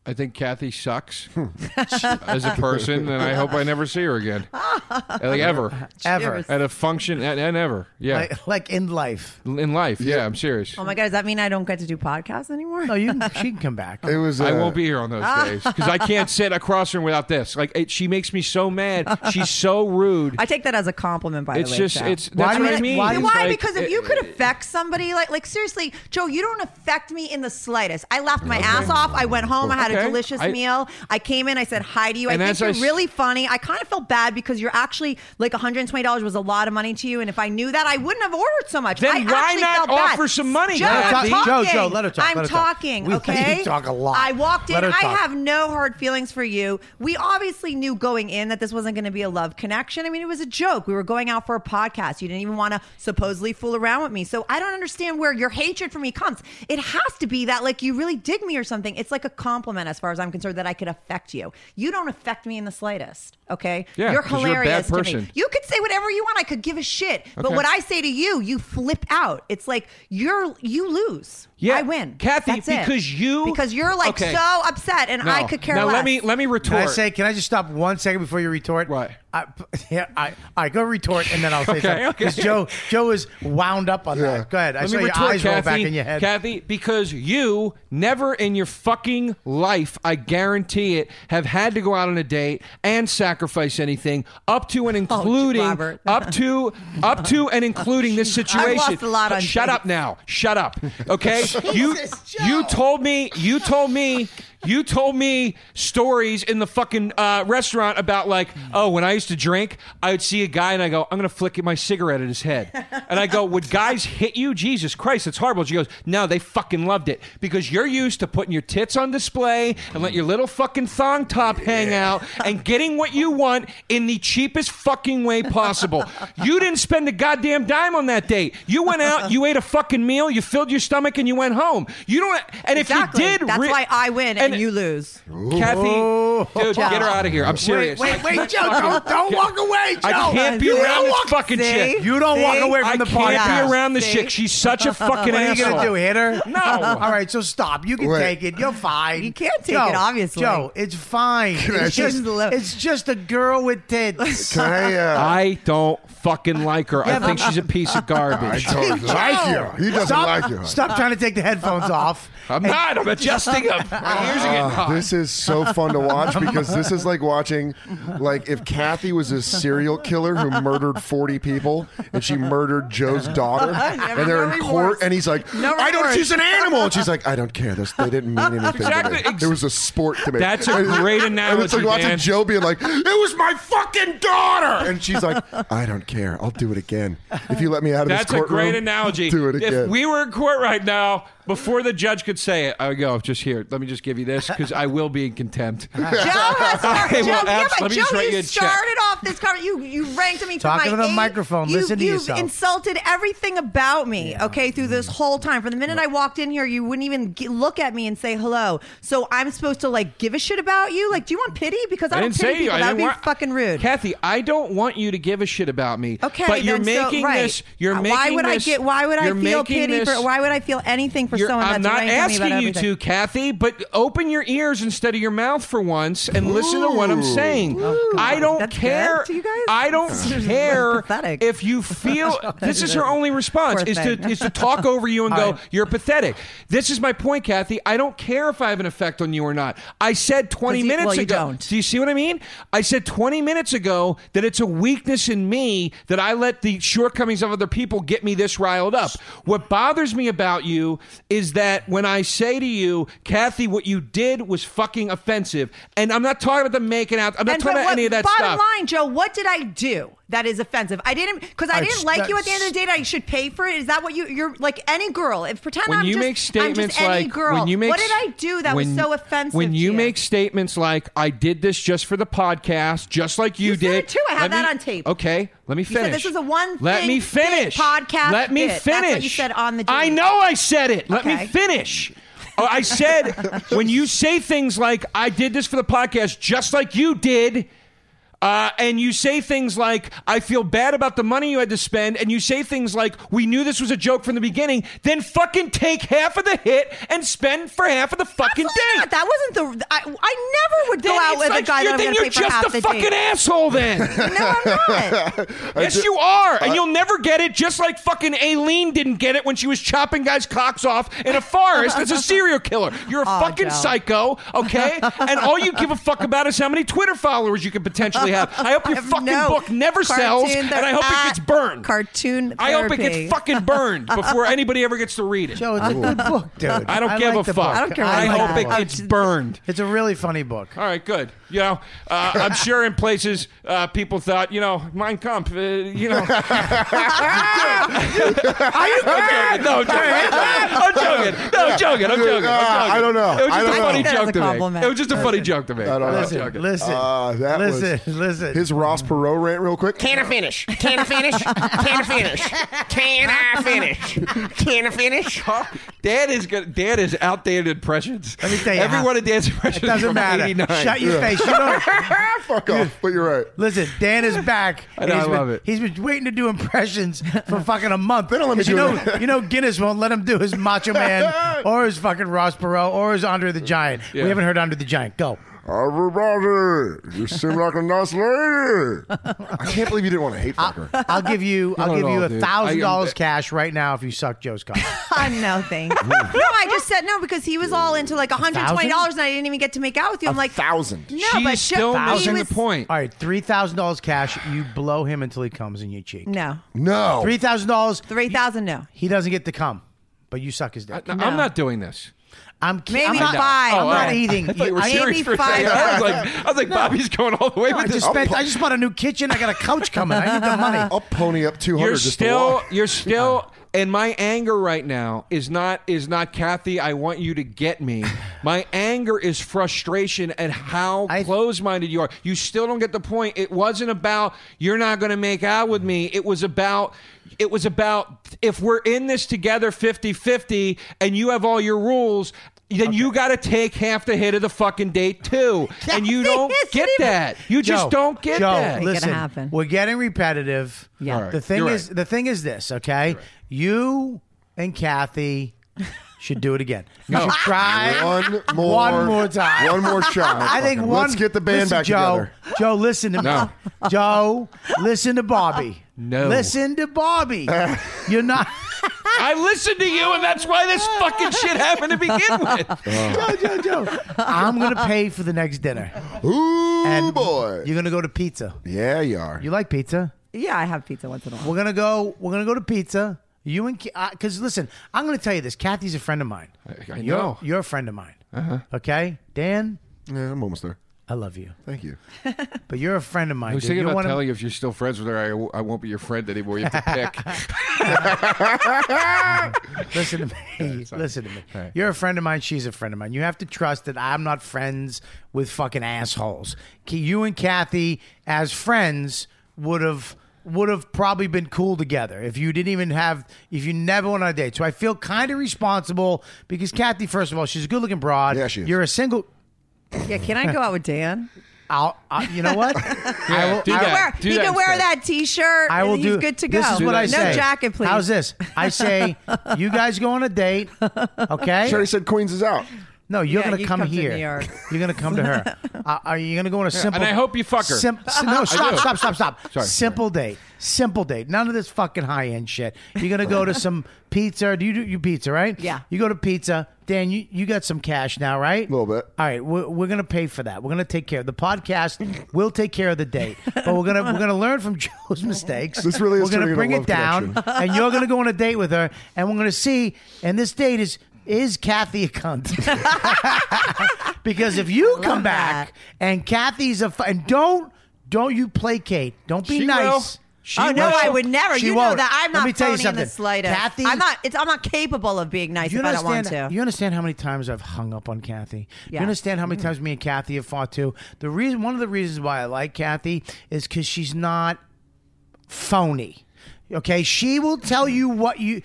[SPEAKER 4] I think Kathy sucks as a person, and I hope I never see her again, like ever,
[SPEAKER 1] Ever
[SPEAKER 4] at a function, and, and ever, yeah,
[SPEAKER 1] like, like in life?
[SPEAKER 4] in life. Yeah, I'm serious.
[SPEAKER 6] Oh my god, does that mean I don't get to do podcasts anymore?
[SPEAKER 1] No, you can, she can come back.
[SPEAKER 3] it was. Uh,
[SPEAKER 4] I won't be here on those days because I can't sit across from her without this. Like, it, she makes me so mad. She's so rude.
[SPEAKER 6] I take that as a compliment, by
[SPEAKER 4] it's
[SPEAKER 6] the way.
[SPEAKER 4] just,
[SPEAKER 6] Joe.
[SPEAKER 4] it's
[SPEAKER 1] Why
[SPEAKER 4] that's
[SPEAKER 1] do you-
[SPEAKER 4] what I mean.
[SPEAKER 1] why do
[SPEAKER 6] Why?
[SPEAKER 4] It's like-
[SPEAKER 6] because if you could affect somebody, like like seriously, Joe, you don't affect me in the slightest. I laughed my ass off. I went home. I had a
[SPEAKER 4] Okay.
[SPEAKER 6] delicious
[SPEAKER 4] I-
[SPEAKER 6] meal. I came in. I said hi to you. I
[SPEAKER 4] And
[SPEAKER 6] think
[SPEAKER 4] as I
[SPEAKER 6] you're
[SPEAKER 4] s-
[SPEAKER 6] really funny. I kind of felt bad because you're actually like 120 dollars was a lot of money to you, and if I knew that, I wouldn't have ordered so much.
[SPEAKER 4] Then
[SPEAKER 6] I
[SPEAKER 4] why
[SPEAKER 6] actually
[SPEAKER 4] not
[SPEAKER 6] felt bad.
[SPEAKER 4] offer some money,
[SPEAKER 6] Joe?
[SPEAKER 4] Let her
[SPEAKER 6] I'm
[SPEAKER 4] talk.
[SPEAKER 6] talking.
[SPEAKER 1] Joe, Joe, let her talk,
[SPEAKER 6] I'm
[SPEAKER 1] let her talk.
[SPEAKER 6] talking.
[SPEAKER 1] We let you
[SPEAKER 6] okay,
[SPEAKER 1] talk a lot.
[SPEAKER 6] I walked in.
[SPEAKER 1] Let her
[SPEAKER 6] I
[SPEAKER 1] talk.
[SPEAKER 6] have no hard feelings for you. We obviously knew going in that this wasn't going to be a love connection. I mean, it was a joke. We were going out for a podcast. You didn't even want to supposedly fool around with me. So I don't understand where your hatred for me comes. It has to be that like you really dig me or something. It's like a compliment as far as I'm concerned that I could affect you. You don't affect me in the slightest. Okay.
[SPEAKER 4] Yeah,
[SPEAKER 6] you're
[SPEAKER 4] 'cause you're a bad
[SPEAKER 6] hilarious to me.
[SPEAKER 4] person.
[SPEAKER 6] You could say whatever you want. I could give a shit. But
[SPEAKER 4] Okay.
[SPEAKER 6] what I say to you, you flip out. It's like you're you lose.
[SPEAKER 4] Yeah,
[SPEAKER 6] I win.
[SPEAKER 4] Kathy,
[SPEAKER 6] That's it.
[SPEAKER 4] because you-
[SPEAKER 6] because you're like
[SPEAKER 4] Okay.
[SPEAKER 6] so upset, and
[SPEAKER 4] No.
[SPEAKER 6] I could care
[SPEAKER 4] Now
[SPEAKER 6] less.
[SPEAKER 4] let me let me
[SPEAKER 1] Can I
[SPEAKER 4] retort.
[SPEAKER 1] say? Can I just stop one second before you retort?
[SPEAKER 4] Right.
[SPEAKER 1] I, yeah. I, I go retort and then I'll say
[SPEAKER 4] Okay,
[SPEAKER 1] something.
[SPEAKER 4] okay.
[SPEAKER 1] 'Cause Joe Joe is wound up on that. Go ahead. I
[SPEAKER 4] Let
[SPEAKER 1] saw
[SPEAKER 4] me
[SPEAKER 1] your
[SPEAKER 4] retort,
[SPEAKER 1] eyes
[SPEAKER 4] Kathy,
[SPEAKER 1] roll back in your head.
[SPEAKER 4] Kathy, because you never in your fucking life, I guarantee it, have had to go out on a date and sacrifice anything up to and including
[SPEAKER 6] Robert.
[SPEAKER 4] up to up to and including this situation.
[SPEAKER 6] I've lost a lot on
[SPEAKER 4] Shut
[SPEAKER 6] dates.
[SPEAKER 4] up now. Shut up. Okay? you you told me you told me you told me stories in the fucking uh, restaurant about like, oh, when I used to drink, I would see a guy and I go, I'm gonna flick my cigarette at his head, and I go, would guys hit you? Jesus Christ, it's horrible. She goes, no, they fucking loved it because you're used to putting your tits on display and let your little fucking thong top hang out and getting what you want in the cheapest fucking way possible. You didn't spend a goddamn dime on that date. You went out, you ate a fucking meal, you filled your stomach, and you went home. You don't. And
[SPEAKER 6] exactly.
[SPEAKER 4] if you did,
[SPEAKER 6] that's
[SPEAKER 4] re-
[SPEAKER 6] why I win and, you lose.
[SPEAKER 4] Kathy, dude, get her out of here. I'm serious.
[SPEAKER 1] Wait, wait,
[SPEAKER 4] Like,
[SPEAKER 1] Joe! Don't, don't walk away, Joe.
[SPEAKER 4] I can't be
[SPEAKER 6] you
[SPEAKER 4] around
[SPEAKER 6] don't
[SPEAKER 4] this
[SPEAKER 6] walk-
[SPEAKER 4] fucking
[SPEAKER 6] See?
[SPEAKER 4] chick.
[SPEAKER 1] You don't walk
[SPEAKER 6] See?
[SPEAKER 1] away from
[SPEAKER 4] I
[SPEAKER 1] the
[SPEAKER 4] can't
[SPEAKER 1] podcast.
[SPEAKER 4] be around this
[SPEAKER 6] See?
[SPEAKER 4] chick. She's such a fucking
[SPEAKER 1] What are you
[SPEAKER 4] asshole.
[SPEAKER 1] gonna do? Hit her?
[SPEAKER 4] No.
[SPEAKER 1] All right. So stop. You can
[SPEAKER 3] Wait.
[SPEAKER 1] take it. You're fine.
[SPEAKER 6] You can't take
[SPEAKER 1] Joe,
[SPEAKER 6] it, obviously.
[SPEAKER 1] Joe, it's fine.
[SPEAKER 3] I
[SPEAKER 1] It's just,
[SPEAKER 6] just-
[SPEAKER 1] it's just a girl with tits.
[SPEAKER 3] Can I? Uh,
[SPEAKER 4] I don't fucking like her. I think she's a piece of
[SPEAKER 3] I
[SPEAKER 4] garbage.
[SPEAKER 3] don't like you. He doesn't
[SPEAKER 1] Stop,
[SPEAKER 3] like you.
[SPEAKER 1] stop trying to take the headphones off.
[SPEAKER 4] I'm not. I'm adjusting them. Ah. My ears are getting hot.
[SPEAKER 3] Ah, This is so fun to watch because this is like watching, like if Kathy was a serial killer who murdered forty people and she murdered Joe's daughter, and they're in
[SPEAKER 6] no
[SPEAKER 3] court,
[SPEAKER 6] remorse.
[SPEAKER 3] and he's like,
[SPEAKER 6] No
[SPEAKER 3] "I don't.
[SPEAKER 6] remorse."
[SPEAKER 3] She's an animal," and she's like, "I don't care. This, they didn't mean anything.
[SPEAKER 4] Exactly.
[SPEAKER 3] To me. It was a sport to me."
[SPEAKER 4] That's a
[SPEAKER 3] And-
[SPEAKER 4] great
[SPEAKER 3] And it's
[SPEAKER 4] analogy,
[SPEAKER 3] like watching
[SPEAKER 4] man.
[SPEAKER 3] Joe being like, "It was my fucking daughter," and she's like, "I don't care. I'll do it again if you let me out of
[SPEAKER 4] That's
[SPEAKER 3] this
[SPEAKER 4] a
[SPEAKER 3] courtroom."
[SPEAKER 4] great analogy.
[SPEAKER 3] Do it again.
[SPEAKER 4] If we were in court right now, Before the judge could say it, I would go, just here, let me just give you this because I will be in contempt. Joe
[SPEAKER 6] Joe has
[SPEAKER 4] I will
[SPEAKER 6] Joe, yeah,
[SPEAKER 4] abs-
[SPEAKER 6] but
[SPEAKER 4] let me
[SPEAKER 6] Joe,
[SPEAKER 4] just write you
[SPEAKER 6] you
[SPEAKER 4] a check.
[SPEAKER 6] started off this conversation. You you ranked me for
[SPEAKER 1] Talking
[SPEAKER 6] my
[SPEAKER 1] to the
[SPEAKER 6] eight.
[SPEAKER 1] microphone.
[SPEAKER 6] You,
[SPEAKER 1] Listen to
[SPEAKER 6] you've
[SPEAKER 1] yourself. Mm.
[SPEAKER 6] insulted everything about me. Okay, through this whole time. From the minute I walked in here, you wouldn't even g- look at me and say hello. So I'm supposed to like give a shit about you? Like, do you want pity? Because I,
[SPEAKER 4] I
[SPEAKER 6] don't
[SPEAKER 4] didn't
[SPEAKER 6] pity
[SPEAKER 4] say you.
[SPEAKER 6] people.
[SPEAKER 4] I
[SPEAKER 6] That
[SPEAKER 4] didn't
[SPEAKER 6] would be
[SPEAKER 4] want-
[SPEAKER 6] fucking rude.
[SPEAKER 4] Kathy, I don't want you to give a shit about me.
[SPEAKER 6] Okay,
[SPEAKER 4] but you're
[SPEAKER 6] then, so-
[SPEAKER 4] making
[SPEAKER 6] right.
[SPEAKER 4] this. You're
[SPEAKER 6] Uh,
[SPEAKER 4] making
[SPEAKER 6] Why would
[SPEAKER 4] this-
[SPEAKER 6] I get? Why would I
[SPEAKER 4] you're
[SPEAKER 6] feel
[SPEAKER 4] making
[SPEAKER 6] pity
[SPEAKER 4] this-
[SPEAKER 6] for? Why would I feel anything for
[SPEAKER 4] you're-
[SPEAKER 6] someone
[SPEAKER 4] I'm
[SPEAKER 6] that's
[SPEAKER 4] not
[SPEAKER 6] ranting me about
[SPEAKER 4] asking you
[SPEAKER 6] everything?
[SPEAKER 4] to, Kathy, but open your ears instead of your mouth for once and listen to what I'm saying. I don't
[SPEAKER 6] Oh, That's
[SPEAKER 4] care.
[SPEAKER 6] good to you guys?
[SPEAKER 4] I don't
[SPEAKER 6] This is
[SPEAKER 4] care
[SPEAKER 6] pathetic.
[SPEAKER 4] if you feel. This is her only response
[SPEAKER 6] Poor
[SPEAKER 4] is to
[SPEAKER 6] thing.
[SPEAKER 4] is to talk over you and go,
[SPEAKER 1] right.
[SPEAKER 4] "You're pathetic." This is my point, Kathy. I don't care if I have an effect on you or not. I said 20
[SPEAKER 6] 'Cause you-
[SPEAKER 4] minutes
[SPEAKER 6] well, you
[SPEAKER 4] ago.
[SPEAKER 6] don't.
[SPEAKER 4] Do you see what I mean? I said 20 minutes ago that it's a weakness in me that I let the shortcomings of other people get me this riled up. What bothers me about you is that when I say to you, Kathy, what you did was fucking offensive, and I'm not talking about the making out, I'm not
[SPEAKER 6] And
[SPEAKER 4] talking
[SPEAKER 6] but
[SPEAKER 4] about
[SPEAKER 6] what-
[SPEAKER 4] any of that
[SPEAKER 6] bottom
[SPEAKER 4] stuff.
[SPEAKER 6] line, Joe, what did I do that is offensive? I didn't because I
[SPEAKER 1] I-
[SPEAKER 6] didn't like you at the end of the day. that I should pay for it. Is that what you? You're like any girl. If pretend
[SPEAKER 4] when
[SPEAKER 6] I'm
[SPEAKER 4] you
[SPEAKER 6] just,
[SPEAKER 4] make statements
[SPEAKER 6] I'm just
[SPEAKER 4] like
[SPEAKER 6] any girl.
[SPEAKER 4] when you make
[SPEAKER 6] what did I do that
[SPEAKER 4] when-
[SPEAKER 6] was so offensive?
[SPEAKER 4] When
[SPEAKER 6] to
[SPEAKER 4] you
[SPEAKER 6] you
[SPEAKER 4] make statements like I did this just for the podcast, just like you,
[SPEAKER 6] You said
[SPEAKER 4] did
[SPEAKER 6] it too. I have
[SPEAKER 4] Let
[SPEAKER 6] that
[SPEAKER 4] me-
[SPEAKER 6] on tape.
[SPEAKER 4] Okay, let me
[SPEAKER 6] said
[SPEAKER 4] finish.
[SPEAKER 6] this is a one
[SPEAKER 4] Let
[SPEAKER 6] thing
[SPEAKER 4] me
[SPEAKER 6] bit
[SPEAKER 4] finish
[SPEAKER 6] podcast
[SPEAKER 4] Let me
[SPEAKER 6] bit.
[SPEAKER 4] finish.
[SPEAKER 6] That's what you said on the
[SPEAKER 4] I
[SPEAKER 6] Judy.
[SPEAKER 4] know Oh, I said it. Let me
[SPEAKER 6] Okay.
[SPEAKER 4] finish. Oh, I said when you say things like I did this for the podcast, just like you did. Uh, and you say things like, I feel bad about the money you had to spend. And you say things like, we knew this was a joke from the beginning. Then fucking take half of the hit and spend for half of the fucking
[SPEAKER 6] Absolutely
[SPEAKER 4] date.
[SPEAKER 6] not. That wasn't the. I, I never would go
[SPEAKER 4] Then
[SPEAKER 6] out
[SPEAKER 4] it's
[SPEAKER 6] with
[SPEAKER 4] like
[SPEAKER 6] a guy
[SPEAKER 4] you're-
[SPEAKER 6] that I'm
[SPEAKER 4] then
[SPEAKER 6] going to
[SPEAKER 4] you're
[SPEAKER 6] pay for
[SPEAKER 4] just
[SPEAKER 6] half
[SPEAKER 4] a
[SPEAKER 6] the
[SPEAKER 4] fucking
[SPEAKER 6] date.
[SPEAKER 4] asshole then.
[SPEAKER 6] No, I'm not.
[SPEAKER 4] yes, you are. And you'll never get it, just like fucking Aileen didn't get it when she was chopping guys' cocks off in a forest as a serial killer. You're a
[SPEAKER 6] Aw,
[SPEAKER 4] fucking
[SPEAKER 6] Joe.
[SPEAKER 4] psycho, okay? and all you give a fuck about is how many Twitter followers you could potentially have. I hope your
[SPEAKER 6] I've
[SPEAKER 4] fucking
[SPEAKER 6] no
[SPEAKER 4] book never
[SPEAKER 6] cartoon
[SPEAKER 4] sells, and I hope
[SPEAKER 6] ther-
[SPEAKER 4] it gets burned.
[SPEAKER 6] Cartoon.
[SPEAKER 4] I hope it
[SPEAKER 6] therapy.
[SPEAKER 4] gets fucking burned before anybody ever gets to read it.
[SPEAKER 1] Joe, it's a good book, dude.
[SPEAKER 4] I don't give
[SPEAKER 1] like
[SPEAKER 4] a
[SPEAKER 1] the
[SPEAKER 4] fuck.
[SPEAKER 1] book.
[SPEAKER 6] I don't care what
[SPEAKER 4] I
[SPEAKER 6] you
[SPEAKER 4] hope
[SPEAKER 6] like.
[SPEAKER 4] it
[SPEAKER 6] I'm
[SPEAKER 4] gets
[SPEAKER 6] just-
[SPEAKER 4] burned.
[SPEAKER 1] It's a really funny book.
[SPEAKER 4] All right, good. You know, uh, I'm sure in places uh, people thought, you know, Mein Kampf, uh, you know. Are you joking? No, I'm joking. I'm joking. No, I'm joking. I'm joking. I'm joking.
[SPEAKER 3] Uh, I don't know.
[SPEAKER 4] It was
[SPEAKER 3] I
[SPEAKER 4] just
[SPEAKER 3] don't
[SPEAKER 4] a funny
[SPEAKER 6] know. That was a
[SPEAKER 4] joke to me.
[SPEAKER 6] compliment.
[SPEAKER 4] It was just a funny joke to me.
[SPEAKER 3] I don't know.
[SPEAKER 1] Listen, listen,
[SPEAKER 3] Uh, that was-
[SPEAKER 1] listen, listen.
[SPEAKER 3] His Ross Perot rant, real quick.
[SPEAKER 12] Can I finish? Can I finish? Can I finish? Can I finish? Can I finish?
[SPEAKER 4] Dad is good. Dad is outdated impressions.
[SPEAKER 1] Let me tell you
[SPEAKER 4] Every
[SPEAKER 1] how-
[SPEAKER 4] one of Dad's impressions
[SPEAKER 1] it doesn't
[SPEAKER 4] from
[SPEAKER 1] matter.
[SPEAKER 4] 89.
[SPEAKER 1] Shut your face. You don't.
[SPEAKER 3] Fuck off. But you're right.
[SPEAKER 1] Listen, Dan is back.
[SPEAKER 4] I know,
[SPEAKER 1] He's
[SPEAKER 4] I
[SPEAKER 1] been-
[SPEAKER 4] love it.
[SPEAKER 1] He's been waiting to do impressions for fucking a month.
[SPEAKER 3] They don't let me
[SPEAKER 1] 'Cause you
[SPEAKER 3] do
[SPEAKER 1] know,
[SPEAKER 3] it.
[SPEAKER 1] You know, Guinness won't let him do his Macho Man or his fucking Ross Perot or his Andre the Giant.
[SPEAKER 4] Yeah.
[SPEAKER 1] We haven't heard Andre the Giant. Go.
[SPEAKER 3] Everybody, you seem like a nice lady. I can't believe you didn't want to hate fuck her.
[SPEAKER 1] I'll give you. I'll
[SPEAKER 4] Not at
[SPEAKER 1] give you
[SPEAKER 4] all,
[SPEAKER 1] a
[SPEAKER 4] dude.
[SPEAKER 1] thousand
[SPEAKER 4] I- um,
[SPEAKER 1] dollars cash right now if you suck Joe's cock.
[SPEAKER 6] Uh, no, thanks. no, I just said no because he was all into like $120 and I didn't even get to make out with you. I'm like,
[SPEAKER 12] thousand.
[SPEAKER 6] No,
[SPEAKER 4] She's
[SPEAKER 6] but Joe-
[SPEAKER 4] still
[SPEAKER 6] he
[SPEAKER 4] missing
[SPEAKER 6] was-
[SPEAKER 4] the point.
[SPEAKER 1] All right, three thousand dollars cash. You blow him until he comes in your cheek.
[SPEAKER 6] No,
[SPEAKER 3] No.
[SPEAKER 1] Three thousand dollars.
[SPEAKER 6] 3000 no.
[SPEAKER 1] He doesn't get to come, but you suck his dick.
[SPEAKER 4] No, I'm not doing this.
[SPEAKER 1] I'm ki-
[SPEAKER 6] Maybe
[SPEAKER 1] I'm not,
[SPEAKER 6] five.
[SPEAKER 1] I'm
[SPEAKER 6] Oh,
[SPEAKER 1] not
[SPEAKER 6] oh.
[SPEAKER 1] eating.
[SPEAKER 4] I thought you were
[SPEAKER 1] I-
[SPEAKER 4] serious
[SPEAKER 6] maybe
[SPEAKER 4] for a second.
[SPEAKER 6] five.
[SPEAKER 4] I was like, I was like, Bobby's going all the way
[SPEAKER 1] I
[SPEAKER 4] with this.
[SPEAKER 1] just spent. I just bought a new kitchen. I got a couch coming. I need the money.
[SPEAKER 3] I'll pony up 200
[SPEAKER 4] You're
[SPEAKER 3] just to
[SPEAKER 4] still,
[SPEAKER 3] walk.
[SPEAKER 4] you're still, and my anger right now is not is not Kathy. I want you to get me. My anger is frustration at how
[SPEAKER 1] I-
[SPEAKER 4] close-minded you are. You still don't get the point. It wasn't about you're not going to make out with me. It was about. It was about if we're in this together 50-50 and you have all your rules, then you got to take half the hit of the fucking date too. And you
[SPEAKER 6] Kathy,
[SPEAKER 4] don't
[SPEAKER 6] isn't
[SPEAKER 4] get
[SPEAKER 6] it-
[SPEAKER 4] that. You just
[SPEAKER 1] Joe,
[SPEAKER 4] don't get
[SPEAKER 1] Joe,
[SPEAKER 4] that.
[SPEAKER 6] Ain't gonna
[SPEAKER 1] Listen,
[SPEAKER 6] happen.
[SPEAKER 1] we're getting repetitive.
[SPEAKER 6] Yeah. All right,
[SPEAKER 1] The thing
[SPEAKER 4] you're
[SPEAKER 1] is,
[SPEAKER 4] right.
[SPEAKER 1] the thing is this. Okay, you and Kathy should do it again. You should try
[SPEAKER 3] One more,
[SPEAKER 1] one more time.
[SPEAKER 3] One more shot.
[SPEAKER 1] I think
[SPEAKER 3] Let's
[SPEAKER 1] one.
[SPEAKER 3] get the band
[SPEAKER 1] listen,
[SPEAKER 3] back
[SPEAKER 1] Joe,
[SPEAKER 3] together.
[SPEAKER 1] Joe, listen to me.
[SPEAKER 4] No.
[SPEAKER 1] Joe, listen to Bobby.
[SPEAKER 4] No.
[SPEAKER 1] Listen to Bobby. You're not.
[SPEAKER 4] I listened to you, and that's why this fucking shit happened to begin with.
[SPEAKER 1] Joe, Joe, Joe. I'm going to pay for the next dinner.
[SPEAKER 3] Ooh,
[SPEAKER 1] And
[SPEAKER 3] boy.
[SPEAKER 1] You're going to go to pizza.
[SPEAKER 3] yeah, you are.
[SPEAKER 1] You like pizza?
[SPEAKER 6] Yeah, I have pizza once in a while.
[SPEAKER 1] We're gonna go. We're gonna go to pizza. You and because listen, I'm gonna tell you this. Kathy's a friend of mine.
[SPEAKER 4] I
[SPEAKER 1] you're,
[SPEAKER 4] know. Uh-huh.
[SPEAKER 1] You're a friend of mine. Okay, Dan.
[SPEAKER 3] yeah, I'm almost there.
[SPEAKER 1] I love you,
[SPEAKER 3] Thank you.
[SPEAKER 1] but you're a friend of mine.
[SPEAKER 4] I was
[SPEAKER 1] dude.
[SPEAKER 4] thinking
[SPEAKER 1] You're
[SPEAKER 4] about
[SPEAKER 1] one of-
[SPEAKER 4] telling you if you're still friends with her, I, w- I won't be your friend anymore. You have to pick.
[SPEAKER 1] Listen to me. Listen to me. You're a friend of mine. She's a friend of mine. You have to trust that I'm not friends with fucking assholes. K- You and Kathy, as friends, would have would have probably been cool together if you didn't even have if you never went on a date. So I feel kind of responsible because Kathy, first of all, she's a good looking broad.
[SPEAKER 3] Yeah, she is.
[SPEAKER 1] You're a single.
[SPEAKER 6] Yeah, can I go out with Dan?
[SPEAKER 1] I'll, i you know what? I will.
[SPEAKER 4] do
[SPEAKER 1] I will-
[SPEAKER 4] that.
[SPEAKER 6] Wear,
[SPEAKER 4] do
[SPEAKER 6] he can wear
[SPEAKER 4] instead.
[SPEAKER 6] that T-shirt.
[SPEAKER 1] I will
[SPEAKER 6] and
[SPEAKER 1] do.
[SPEAKER 6] He's good to go.
[SPEAKER 1] This is what I say.
[SPEAKER 6] No jacket, please.
[SPEAKER 1] How's this? I say, you guys go on a date, okay?
[SPEAKER 3] Sherry said Queens is out.
[SPEAKER 1] No, you're
[SPEAKER 6] Yeah,
[SPEAKER 1] gonna
[SPEAKER 6] you
[SPEAKER 1] come,
[SPEAKER 6] come to
[SPEAKER 1] here.
[SPEAKER 6] New York.
[SPEAKER 1] You're gonna come to her. uh, are you gonna go on a simple?
[SPEAKER 4] and I hope you fuck her.
[SPEAKER 1] Sim- si- no, stop,
[SPEAKER 4] do.
[SPEAKER 1] stop, stop, stop.
[SPEAKER 4] Sorry,
[SPEAKER 1] simple date. Simple date. None of this fucking high end shit. You're gonna go to some pizza. Do you do you pizza right?
[SPEAKER 6] Yeah.
[SPEAKER 1] You go to pizza. Dan, you, you got some cash now, right? A
[SPEAKER 3] Little bit.
[SPEAKER 1] All right, we're, we're gonna pay for that. We're gonna take care of the podcast. will take care of the date, but we're gonna we're gonna learn from Joe's mistakes.
[SPEAKER 3] This really
[SPEAKER 1] we're
[SPEAKER 3] is
[SPEAKER 1] gonna
[SPEAKER 3] turning into
[SPEAKER 1] bring it
[SPEAKER 3] love
[SPEAKER 1] down,
[SPEAKER 3] connection.
[SPEAKER 1] and you're gonna go on a date with her, and we're gonna see. And this date is is Kathy a cunt? Because if you come back and Kathy's a fu- and don't don't you placate. Don't be
[SPEAKER 4] She
[SPEAKER 1] nice.
[SPEAKER 4] will.
[SPEAKER 1] She
[SPEAKER 6] oh no,
[SPEAKER 1] will.
[SPEAKER 6] I would never.
[SPEAKER 1] She
[SPEAKER 6] you know
[SPEAKER 1] won't.
[SPEAKER 6] that I'm
[SPEAKER 1] Let
[SPEAKER 6] not
[SPEAKER 1] me tell you
[SPEAKER 6] phony in the
[SPEAKER 1] something.
[SPEAKER 6] slightest.
[SPEAKER 1] Kathy,
[SPEAKER 6] I'm not. It's, I'm not capable of being nice
[SPEAKER 1] You
[SPEAKER 6] if I don't want
[SPEAKER 1] understand?
[SPEAKER 6] to.
[SPEAKER 1] You understand how many times I've hung up on Kathy?
[SPEAKER 6] Yeah. Mm-hmm.
[SPEAKER 1] You understand how many times me and Kathy have fought too? The reason, one of the reasons why I like Kathy is because she's not phony. Okay, she will tell you what you.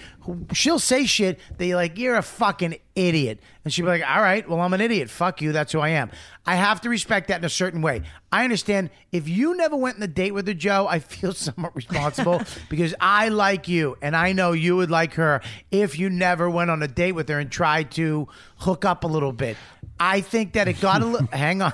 [SPEAKER 1] She'll say shit that you're like, you're a fucking idiot, and she'll be like, all right, well, I'm an idiot. Fuck you. That's who I am. I have to respect that in a certain way. I understand if you never went on the date with her, Joe. I feel somewhat responsible because I like you, and I know you would like her if you never went on a date with her and tried to hook up a little bit. I think that it got a little. hang on.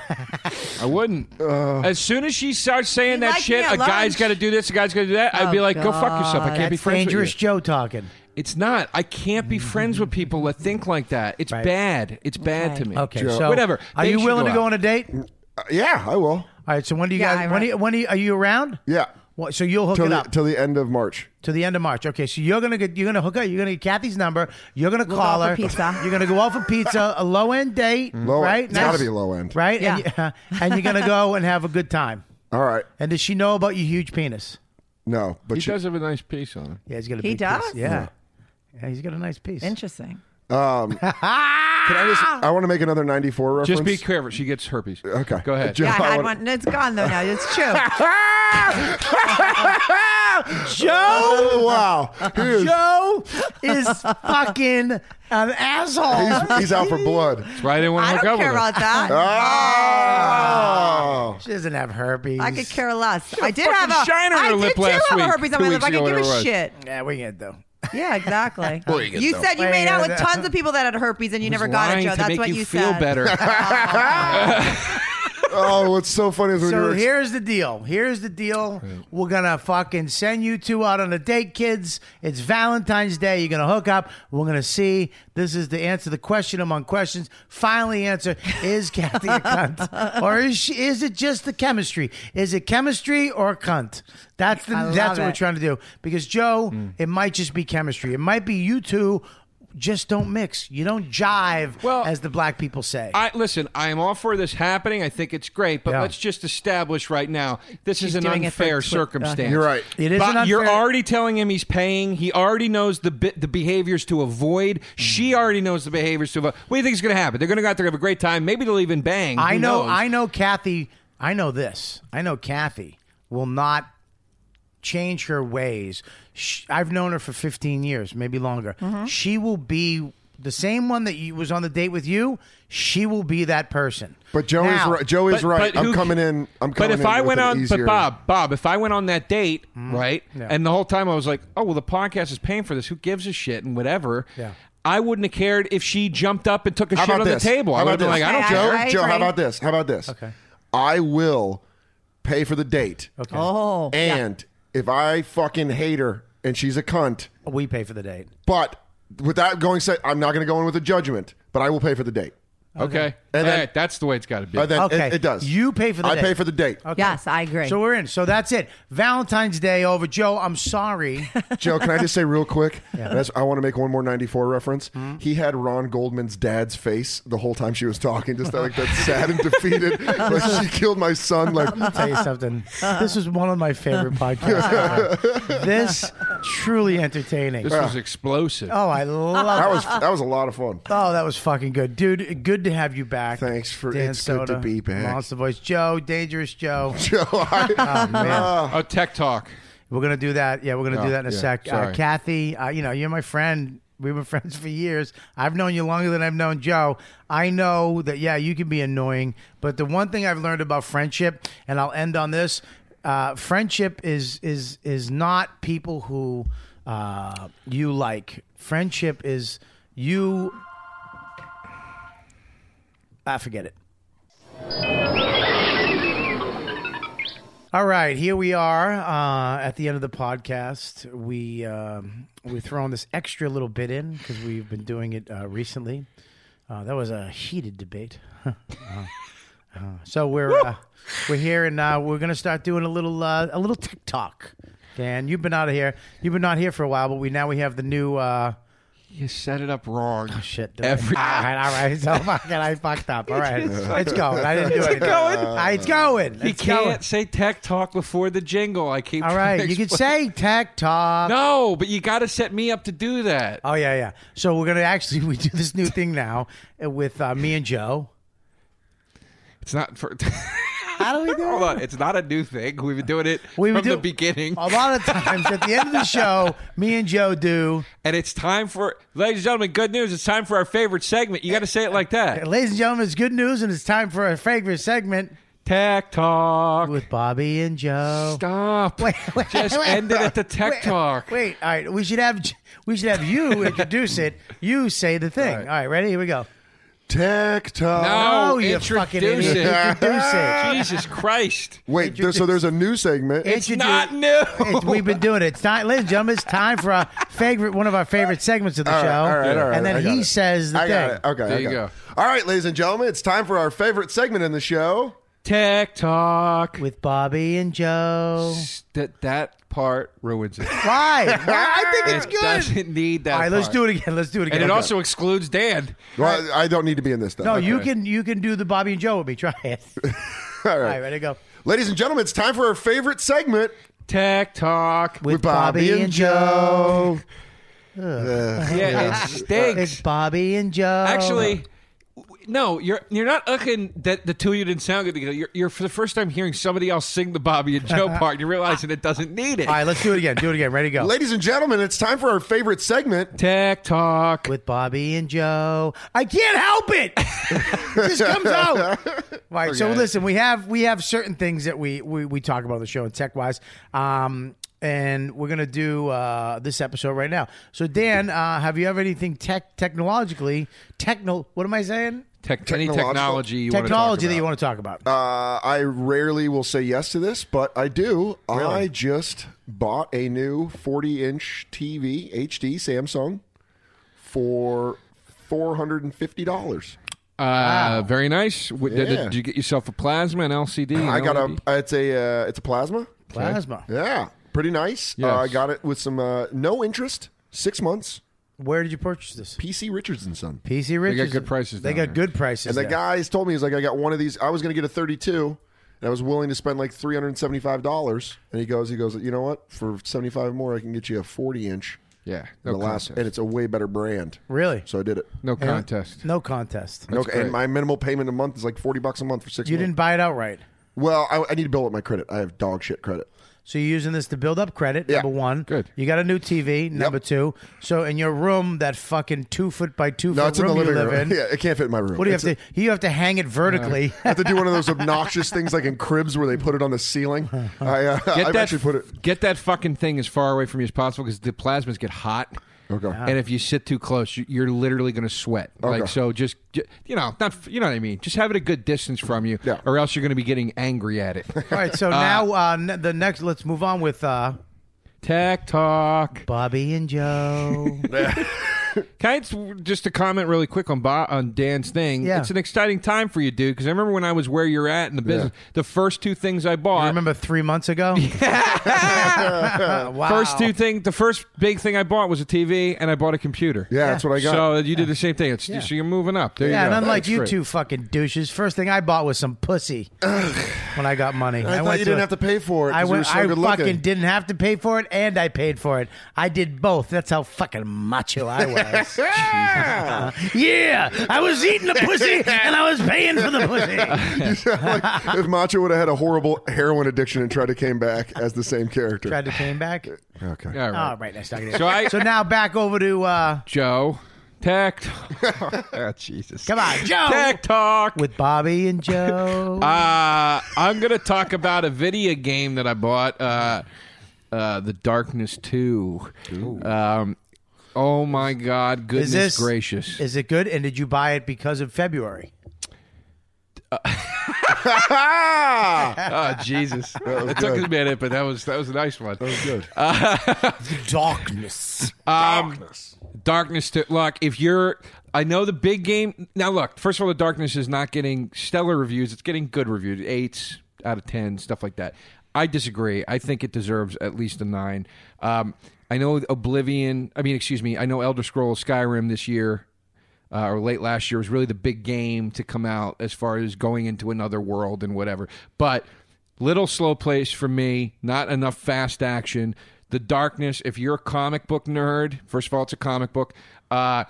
[SPEAKER 4] I wouldn't. as soon as she starts saying
[SPEAKER 6] You
[SPEAKER 4] that
[SPEAKER 6] like
[SPEAKER 4] shit,
[SPEAKER 6] me
[SPEAKER 4] a
[SPEAKER 6] at
[SPEAKER 4] guy's
[SPEAKER 6] lunch?
[SPEAKER 4] got to do this, a guy's got to do that. I'd be
[SPEAKER 6] Oh,
[SPEAKER 4] like, go fuck yourself. I can't be
[SPEAKER 1] That's
[SPEAKER 4] friends
[SPEAKER 1] dangerous,
[SPEAKER 4] with you.
[SPEAKER 1] Joe talking.
[SPEAKER 4] It's not. I can't be friends with people that think like that. It's bad. It's bad to me.
[SPEAKER 1] Okay, so
[SPEAKER 4] whatever.
[SPEAKER 1] Are
[SPEAKER 4] They
[SPEAKER 1] you
[SPEAKER 4] should
[SPEAKER 1] willing
[SPEAKER 4] go
[SPEAKER 1] to go
[SPEAKER 4] out.
[SPEAKER 1] on a date?
[SPEAKER 3] Uh, yeah, I will.
[SPEAKER 1] All right. So when do you
[SPEAKER 6] Yeah,
[SPEAKER 1] guys?
[SPEAKER 6] I'm
[SPEAKER 1] When,
[SPEAKER 6] right.
[SPEAKER 1] do you, when do you, are you around?
[SPEAKER 3] Yeah.
[SPEAKER 1] What, so you'll hook
[SPEAKER 3] Till
[SPEAKER 1] it
[SPEAKER 3] the,
[SPEAKER 1] up
[SPEAKER 3] till the end of March.
[SPEAKER 1] to the end of March. Okay. So you're gonna get you're gonna hook up. You're gonna get Kathy's number. You're gonna
[SPEAKER 6] go
[SPEAKER 1] call
[SPEAKER 6] out for
[SPEAKER 1] her.
[SPEAKER 6] pizza.
[SPEAKER 1] You're gonna go out for pizza. A low end date.
[SPEAKER 3] Low
[SPEAKER 1] right.
[SPEAKER 3] End. Mm-hmm. It's got to be low end.
[SPEAKER 1] Right.
[SPEAKER 6] Yeah.
[SPEAKER 1] And, you, and you're gonna go and have a good time.
[SPEAKER 3] All right.
[SPEAKER 1] And does she know about your huge penis?
[SPEAKER 3] No, but
[SPEAKER 4] He
[SPEAKER 3] she,
[SPEAKER 4] does have a nice piece on him.
[SPEAKER 1] Yeah, he's got a
[SPEAKER 6] He
[SPEAKER 1] big
[SPEAKER 6] does?
[SPEAKER 1] piece. Yeah. Yeah, he's got a nice piece.
[SPEAKER 6] Interesting.
[SPEAKER 3] can I just? I want to make another '94 reference.
[SPEAKER 4] Just be careful. She gets herpes.
[SPEAKER 3] Okay.
[SPEAKER 4] Go ahead.
[SPEAKER 3] Joe,
[SPEAKER 6] Yeah, I
[SPEAKER 3] I
[SPEAKER 6] had
[SPEAKER 3] wanna-
[SPEAKER 6] one. It's gone though. Now it's true.
[SPEAKER 3] Oh wow, He is-
[SPEAKER 1] Joe is fucking an asshole.
[SPEAKER 3] he's, he's out for blood.
[SPEAKER 4] That's why I didn't want to
[SPEAKER 6] I
[SPEAKER 4] hook
[SPEAKER 6] don't
[SPEAKER 4] up
[SPEAKER 6] care
[SPEAKER 4] with her.
[SPEAKER 6] about that.
[SPEAKER 4] Ah!
[SPEAKER 3] Oh,
[SPEAKER 1] She doesn't have herpes.
[SPEAKER 6] I could care less. I did have
[SPEAKER 4] fucking
[SPEAKER 6] a
[SPEAKER 4] shine on
[SPEAKER 6] I
[SPEAKER 4] her
[SPEAKER 6] did
[SPEAKER 4] lip
[SPEAKER 6] do
[SPEAKER 4] last
[SPEAKER 6] have a
[SPEAKER 4] week,
[SPEAKER 6] herpes on
[SPEAKER 4] two
[SPEAKER 6] my lip.
[SPEAKER 4] weeks
[SPEAKER 6] I could
[SPEAKER 4] ago,
[SPEAKER 6] give
[SPEAKER 4] whatever it
[SPEAKER 6] a
[SPEAKER 4] was.
[SPEAKER 6] shit.
[SPEAKER 1] Yeah, we can though.
[SPEAKER 6] Yeah, exactly.
[SPEAKER 13] you get,
[SPEAKER 6] you
[SPEAKER 13] though?
[SPEAKER 6] said you
[SPEAKER 1] Wait,
[SPEAKER 6] made
[SPEAKER 1] yeah,
[SPEAKER 6] out with
[SPEAKER 1] that-
[SPEAKER 6] tons of people that had herpes and you never got it,
[SPEAKER 4] Lying
[SPEAKER 6] Joe.
[SPEAKER 4] to
[SPEAKER 6] That's
[SPEAKER 4] make
[SPEAKER 6] what
[SPEAKER 4] you,
[SPEAKER 6] you,
[SPEAKER 4] feel
[SPEAKER 6] said.
[SPEAKER 4] better.
[SPEAKER 3] oh! What's so funny is when
[SPEAKER 1] So
[SPEAKER 3] you're
[SPEAKER 1] here's the deal. Here's the deal. We're gonna fucking send you two out on a date, kids. It's Valentine's Day. You're gonna hook up. We're gonna see. This is the answer the question among questions. Finally, answer is Kathy a cunt, or is she? Is it just the chemistry? Is it chemistry or cunt? That's the,
[SPEAKER 6] I love
[SPEAKER 1] that's what we're
[SPEAKER 6] it.
[SPEAKER 1] trying to do. Because Joe, it might just be chemistry. It might be you two. Just don't mix. You don't jive,
[SPEAKER 4] Well,
[SPEAKER 1] as the black people say.
[SPEAKER 4] I listen. I am all for this happening. I think it's great, but
[SPEAKER 1] Yeah.
[SPEAKER 4] let's just establish right now this
[SPEAKER 6] She's
[SPEAKER 4] is an
[SPEAKER 6] doing it for
[SPEAKER 4] unfair
[SPEAKER 6] twi-
[SPEAKER 4] circumstance.
[SPEAKER 3] You're right.
[SPEAKER 1] It is
[SPEAKER 4] But
[SPEAKER 1] an
[SPEAKER 4] you're
[SPEAKER 1] unfair-
[SPEAKER 4] already telling him he's paying. He already knows the bi- the behaviors to avoid. She already knows the behaviors to avoid. What do you think is going to happen? They're going to go out there have a great time. Maybe they'll even bang.
[SPEAKER 1] I
[SPEAKER 4] Who
[SPEAKER 1] know.
[SPEAKER 4] knows?
[SPEAKER 1] I know. Kathy. I know this. I know Kathy will not change her ways. Sh I've known her for 15 years, maybe longer.
[SPEAKER 4] Mm-hmm.
[SPEAKER 1] She will be the same one that you, was on the date with you. She will be that person.
[SPEAKER 3] But Joe is
[SPEAKER 1] Now-
[SPEAKER 3] right. Joe is
[SPEAKER 4] But-
[SPEAKER 3] right.
[SPEAKER 4] but
[SPEAKER 3] I'm
[SPEAKER 4] who-
[SPEAKER 3] coming in. I'm coming
[SPEAKER 4] But if
[SPEAKER 3] in
[SPEAKER 4] I
[SPEAKER 3] with
[SPEAKER 4] went
[SPEAKER 3] an
[SPEAKER 4] on,
[SPEAKER 3] easier-
[SPEAKER 4] but Bob, Bob, if I went on that date, right, and the whole time I was like, oh well, the podcast is paying for this. Who gives a shit and whatever.
[SPEAKER 1] Yeah.
[SPEAKER 4] I wouldn't have cared if she jumped up and took a
[SPEAKER 3] How
[SPEAKER 4] shit
[SPEAKER 3] about
[SPEAKER 4] on
[SPEAKER 3] this?
[SPEAKER 4] the table.
[SPEAKER 3] How
[SPEAKER 4] I would
[SPEAKER 3] about this?
[SPEAKER 4] have been like, I don't
[SPEAKER 6] Okay,
[SPEAKER 4] care.
[SPEAKER 3] Joe,
[SPEAKER 6] I- I
[SPEAKER 3] Joe, how
[SPEAKER 6] agree.
[SPEAKER 3] about this? How about this? Okay. I will pay for the date.
[SPEAKER 1] Okay.
[SPEAKER 6] Oh,
[SPEAKER 3] And if I fucking hate her and she's a cunt,
[SPEAKER 1] We pay for the date.
[SPEAKER 3] but without going, sa- I'm not going to go in with a judgment. But I will pay for the date.
[SPEAKER 4] Okay.
[SPEAKER 3] And then-
[SPEAKER 4] All right, that's the way it's got to be.
[SPEAKER 3] Uh, then it-
[SPEAKER 1] Okay.
[SPEAKER 3] it, does.
[SPEAKER 1] You pay for the
[SPEAKER 3] I
[SPEAKER 1] date.
[SPEAKER 3] pay for the date.
[SPEAKER 6] Yes, I agree.
[SPEAKER 1] So we're in. So that's it. Valentine's Day over. Joe, I'm sorry.
[SPEAKER 3] Joe, can I just say real quick? That's, I want to make one more 94 reference.
[SPEAKER 1] Mm-hmm.
[SPEAKER 3] He had Ron Goldman's dad's face the whole time she was talking, just like that sad and defeated. like she killed my son. Like
[SPEAKER 1] tell you something. This is one of my favorite podcasts. ever. this truly entertaining.
[SPEAKER 4] this
[SPEAKER 3] Ah.
[SPEAKER 4] was explosive.
[SPEAKER 1] Oh, I
[SPEAKER 3] that
[SPEAKER 1] love it.
[SPEAKER 3] was that was a lot of fun.
[SPEAKER 1] Oh, that was fucking good, dude. Good to have you back.
[SPEAKER 3] Thanks for-
[SPEAKER 1] Dan
[SPEAKER 3] it's good to
[SPEAKER 1] Soda,
[SPEAKER 3] be back.
[SPEAKER 1] Monster Voice, Joe, Dangerous Joe.
[SPEAKER 3] Joe, I,
[SPEAKER 4] oh, tech talk.
[SPEAKER 1] We're gonna do that. Yeah, we're gonna do that in a
[SPEAKER 4] Oh, yeah,
[SPEAKER 1] sec. Uh,
[SPEAKER 4] sorry.
[SPEAKER 1] Kathy, uh, you know, you're my friend. We were friends for years. I've known you longer than I've known Joe. I know that. Yeah, you can be annoying, but the one thing I've learned about friendship, and I'll end on this: uh, friendship is is is not people who uh, you like. Friendship is you. I forget it. All right, here we are uh, at the end of the podcast. We um, we're throwing this extra little bit in because we've been doing it uh, recently. Uh, that was a heated debate. Uh, uh, so we're uh, we're here and uh, we're gonna start doing a little uh, a little TikTok. Dan, you've been out of here. You've been not here for a while, but we now we have the new. Uh,
[SPEAKER 4] You set it up wrong.
[SPEAKER 1] Shit. did I-
[SPEAKER 4] Every-
[SPEAKER 1] all right, all right. So fucking I fucked up. All right. It's going. I didn't do it. It's
[SPEAKER 4] going?
[SPEAKER 1] It's going.
[SPEAKER 4] You
[SPEAKER 1] It's
[SPEAKER 4] can't
[SPEAKER 1] going.
[SPEAKER 4] say tech talk before the jingle. I keep.
[SPEAKER 1] All
[SPEAKER 4] trying
[SPEAKER 1] right.
[SPEAKER 4] to
[SPEAKER 1] You can
[SPEAKER 4] explain-
[SPEAKER 1] say tech talk.
[SPEAKER 4] no, but you got to set me up to do that.
[SPEAKER 1] Oh yeah, yeah. So we're gonna actually we do this new thing now uh, with uh, me and Joe.
[SPEAKER 4] It's not for.
[SPEAKER 1] How do we do
[SPEAKER 4] Hold
[SPEAKER 1] it?
[SPEAKER 4] on, it's not a new thing. We've been doing it
[SPEAKER 1] We
[SPEAKER 4] from
[SPEAKER 1] do-
[SPEAKER 4] the beginning,
[SPEAKER 1] A lot of times at the end of the show, me and Joe do.
[SPEAKER 4] and it's time for, ladies and gentlemen, good news. It's time for our favorite segment. You got to say it like that.
[SPEAKER 1] Ladies and gentlemen, it's good news, and it's time for a favorite segment
[SPEAKER 4] Tech talk.
[SPEAKER 1] with Bobby and Joe.
[SPEAKER 4] Stop.
[SPEAKER 1] Wait, wait,
[SPEAKER 4] Just
[SPEAKER 1] wait.
[SPEAKER 4] end it at the tech
[SPEAKER 1] Wait,
[SPEAKER 4] talk.
[SPEAKER 1] Wait, all right. We should have we should have you introduce it. You say the thing. All right, ready? Here we go.
[SPEAKER 3] tech talk.
[SPEAKER 4] No,
[SPEAKER 1] Oh, you fucking
[SPEAKER 4] introduce
[SPEAKER 1] idiot.
[SPEAKER 4] it.
[SPEAKER 1] Introduce it.
[SPEAKER 4] Jesus Christ.
[SPEAKER 3] Wait, there, so there's a new segment.
[SPEAKER 1] It's
[SPEAKER 4] Not new.
[SPEAKER 1] It's, we've been doing it. It's time, ladies and gentlemen. It's time for our favorite, one of our favorite segments of the
[SPEAKER 3] All
[SPEAKER 1] show.
[SPEAKER 3] right, all right, all right,
[SPEAKER 1] and then
[SPEAKER 3] I got
[SPEAKER 1] he
[SPEAKER 3] it.
[SPEAKER 1] says the
[SPEAKER 3] I
[SPEAKER 1] thing.
[SPEAKER 3] got it. Okay,
[SPEAKER 4] There
[SPEAKER 3] I
[SPEAKER 4] you
[SPEAKER 3] got it.
[SPEAKER 4] go.
[SPEAKER 3] All right, ladies and gentlemen, it's time for our favorite segment in the show.
[SPEAKER 4] Tech talk.
[SPEAKER 1] With Bobby and Joe.
[SPEAKER 4] That that part ruins it.
[SPEAKER 1] Why? Why? I think it's
[SPEAKER 4] it
[SPEAKER 1] good.
[SPEAKER 4] doesn't need that.
[SPEAKER 1] All right, let's
[SPEAKER 4] part.
[SPEAKER 1] do it again. Let's do it again.
[SPEAKER 4] And it
[SPEAKER 1] Okay.
[SPEAKER 4] also excludes Dan.
[SPEAKER 3] Well, I don't need to be in this though.
[SPEAKER 1] no,
[SPEAKER 3] Okay.
[SPEAKER 1] you can you can do the Bobby and Joe with me. Try it.
[SPEAKER 3] All
[SPEAKER 1] All
[SPEAKER 3] right.
[SPEAKER 1] right, ready go.
[SPEAKER 3] Ladies and gentlemen, it's time for our favorite segment
[SPEAKER 4] Tech talk.
[SPEAKER 1] With, Bobby, and Joe.
[SPEAKER 4] Yeah, it
[SPEAKER 1] It's
[SPEAKER 4] stinks.
[SPEAKER 1] Bobby and Joe.
[SPEAKER 4] Actually,
[SPEAKER 3] Oh.
[SPEAKER 4] w- no, you're you're not looking that the two of you didn't sound good together. You're, you're for the first time hearing somebody else sing the Bobby and Joe part. and You're realizing it doesn't need it.
[SPEAKER 1] all right, let's do it again. Do it again. Ready go.
[SPEAKER 3] Ladies and gentlemen, it's time for our favorite segment.
[SPEAKER 4] Tech talk.
[SPEAKER 1] with Bobby and Joe. I can't help it. it just comes out. Right. So listen, we have we have certain things that we we, we talk about on the show and tech wise. Um and we're gonna do uh, this episode right now. So Dan, uh, have you ever anything tech technologically techno? What am I saying?
[SPEAKER 4] Tech, any
[SPEAKER 3] Technological-
[SPEAKER 4] technology you want
[SPEAKER 1] Technology
[SPEAKER 4] to
[SPEAKER 1] that you want to talk about.
[SPEAKER 3] Uh, I rarely will say yes to this, but I do. I just bought a new 40 inch TV, HD Samsung, for $450.
[SPEAKER 4] Uh, Very nice. W- did-
[SPEAKER 3] Yeah.
[SPEAKER 4] Did, you get yourself a plasma, an LCD? an E
[SPEAKER 3] I got a,
[SPEAKER 4] LED?
[SPEAKER 3] it's a, uh, it's a plasma.
[SPEAKER 1] Plasma.
[SPEAKER 3] Yeah, pretty nice.
[SPEAKER 4] Yes.
[SPEAKER 3] Uh, I got it with some, uh, no interest, six months,
[SPEAKER 1] Where did you purchase this?
[SPEAKER 3] PC Richardson son.
[SPEAKER 1] PC Richards.
[SPEAKER 4] good prices
[SPEAKER 1] They
[SPEAKER 4] down
[SPEAKER 1] got
[SPEAKER 4] there.
[SPEAKER 1] good prices.
[SPEAKER 3] And the
[SPEAKER 1] there.
[SPEAKER 3] guys told me, he's like, I got one of these. I was going to get a 32, and I was willing to spend like $375. And he goes, he goes, you know what? For 75 more, I can get you a 40 inch.
[SPEAKER 4] Yeah,
[SPEAKER 3] And
[SPEAKER 4] no
[SPEAKER 3] the last,
[SPEAKER 4] contest.
[SPEAKER 3] and it's a way better brand.
[SPEAKER 1] Really?
[SPEAKER 3] So I did it.
[SPEAKER 4] no contest.
[SPEAKER 1] no contest.
[SPEAKER 3] No, and
[SPEAKER 4] great.
[SPEAKER 3] my minimal payment a month is like 40 bucks a month for six
[SPEAKER 1] You
[SPEAKER 3] months.
[SPEAKER 1] didn't buy it outright.
[SPEAKER 3] Well, I, I need to build up my credit. I have dog shit credit.
[SPEAKER 1] So you're using this to build up credit.
[SPEAKER 3] Yeah.
[SPEAKER 1] Number one,
[SPEAKER 4] Good.
[SPEAKER 1] You got a new TV. Number two. So in your room, that fucking two foot by two
[SPEAKER 3] No,
[SPEAKER 1] foot
[SPEAKER 3] it's in
[SPEAKER 1] room
[SPEAKER 3] the
[SPEAKER 1] you
[SPEAKER 3] living
[SPEAKER 1] live
[SPEAKER 3] room.
[SPEAKER 1] in.
[SPEAKER 3] Yeah, it can't fit in my room.
[SPEAKER 1] What do you have
[SPEAKER 3] It's Uh,
[SPEAKER 1] to? You have to hang it vertically.
[SPEAKER 3] a- I have to do one of those obnoxious things like in cribs where they put it on the ceiling. I, uh,
[SPEAKER 4] Get
[SPEAKER 3] I've
[SPEAKER 4] that,
[SPEAKER 3] actually put it.
[SPEAKER 4] get that fucking thing as far away from you as possible because the plasmas get hot.
[SPEAKER 3] Okay. Yeah.
[SPEAKER 4] And if you sit too close, you- you're literally going to sweat. Like so, just ju- you know, not you know what I mean. Just have it a good distance from you,
[SPEAKER 3] Yeah.
[SPEAKER 4] or else you're going to be getting angry at it.
[SPEAKER 1] All right. So now uh, ne- the next. Let's move on with uh,
[SPEAKER 4] Tech talk.
[SPEAKER 1] Bobby and Joe.
[SPEAKER 4] Can I s- just to comment really quick on Bob, on Dan's thing?
[SPEAKER 1] Yeah.
[SPEAKER 4] It's an exciting time for you, dude. Because I remember when I was where you're at in the business, the first two things I bought.
[SPEAKER 1] I remember three months ago. wow.
[SPEAKER 4] First two thing, the first big thing I bought was a TV, and I bought a computer.
[SPEAKER 3] Yeah, that's what I got.
[SPEAKER 4] So you did the same thing. It's, So you're moving up. There
[SPEAKER 1] Yeah,
[SPEAKER 4] you
[SPEAKER 1] and
[SPEAKER 4] go.
[SPEAKER 1] unlike
[SPEAKER 4] That's
[SPEAKER 1] you
[SPEAKER 4] great.
[SPEAKER 1] two fucking douches, first thing I bought was some pussy when I got money.
[SPEAKER 3] I, thought you didn't have to pay for it. 'cause
[SPEAKER 1] I
[SPEAKER 3] you were
[SPEAKER 1] went.
[SPEAKER 3] so
[SPEAKER 1] I
[SPEAKER 3] good looking.
[SPEAKER 1] fucking didn't have to pay for it, and I paid for it. I did both. That's how fucking macho I was. yeah, I was eating the pussy, and I was paying for the pussy.
[SPEAKER 3] You sound like if Macho would have had a horrible heroin addiction and tried to came back as the same character.
[SPEAKER 1] Tried to came back.
[SPEAKER 3] okay.
[SPEAKER 4] All right.
[SPEAKER 1] All right, nice talking to you.
[SPEAKER 4] So I-
[SPEAKER 1] so now back over to uh,
[SPEAKER 4] Joe, tech. oh, Jesus.
[SPEAKER 1] come on, Joe,
[SPEAKER 4] Tech talk.
[SPEAKER 1] with Bobby and Joe.
[SPEAKER 4] Uh, I'm going to talk about a video game that I bought, uh, uh, The Darkness 2. Um, oh, my God. Goodness
[SPEAKER 1] is this
[SPEAKER 4] gracious.
[SPEAKER 1] Is it good? And did you buy it because of February?
[SPEAKER 4] oh, Jesus. That took a minute, but that was, that was a nice one. That was good.
[SPEAKER 3] Uh,
[SPEAKER 12] Darkness.
[SPEAKER 4] darkness. Darkness. To, look, if you're, I know the big game. Now, look. First of all, the darkness is not getting stellar reviews. It's getting good reviews, eights out of ten, stuff like that. I disagree. I think it deserves at least a nine. Um, I know Oblivion. I mean, excuse me. I know Elder Scrolls Skyrim this year. Uh, or late last year was really the big game to come out as far as going into another world and whatever. But little slow pace for me, not enough fast action. The darkness, if you're a comic book nerd, first of all, it's a comic book, uh,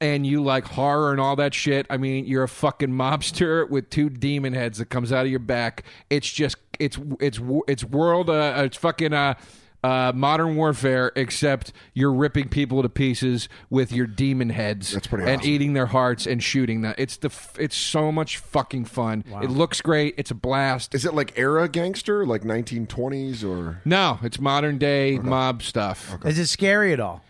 [SPEAKER 4] and you like horror and all that shit, I mean, you're a fucking mobster with two demon heads that comes out of your back. It's just, it's, it's, it's world, uh, it's fucking, uh, uh, modern warfare, except you're ripping people to pieces with your demon heads That's
[SPEAKER 3] pretty
[SPEAKER 4] and
[SPEAKER 3] awesome.
[SPEAKER 4] eating their hearts and shooting them. It's the f- it's so much fucking fun. It looks great. It's a blast.
[SPEAKER 3] Is it like era gangster, like 1920s or?
[SPEAKER 4] no, it's modern day mob stuff.
[SPEAKER 1] Is it scary at all?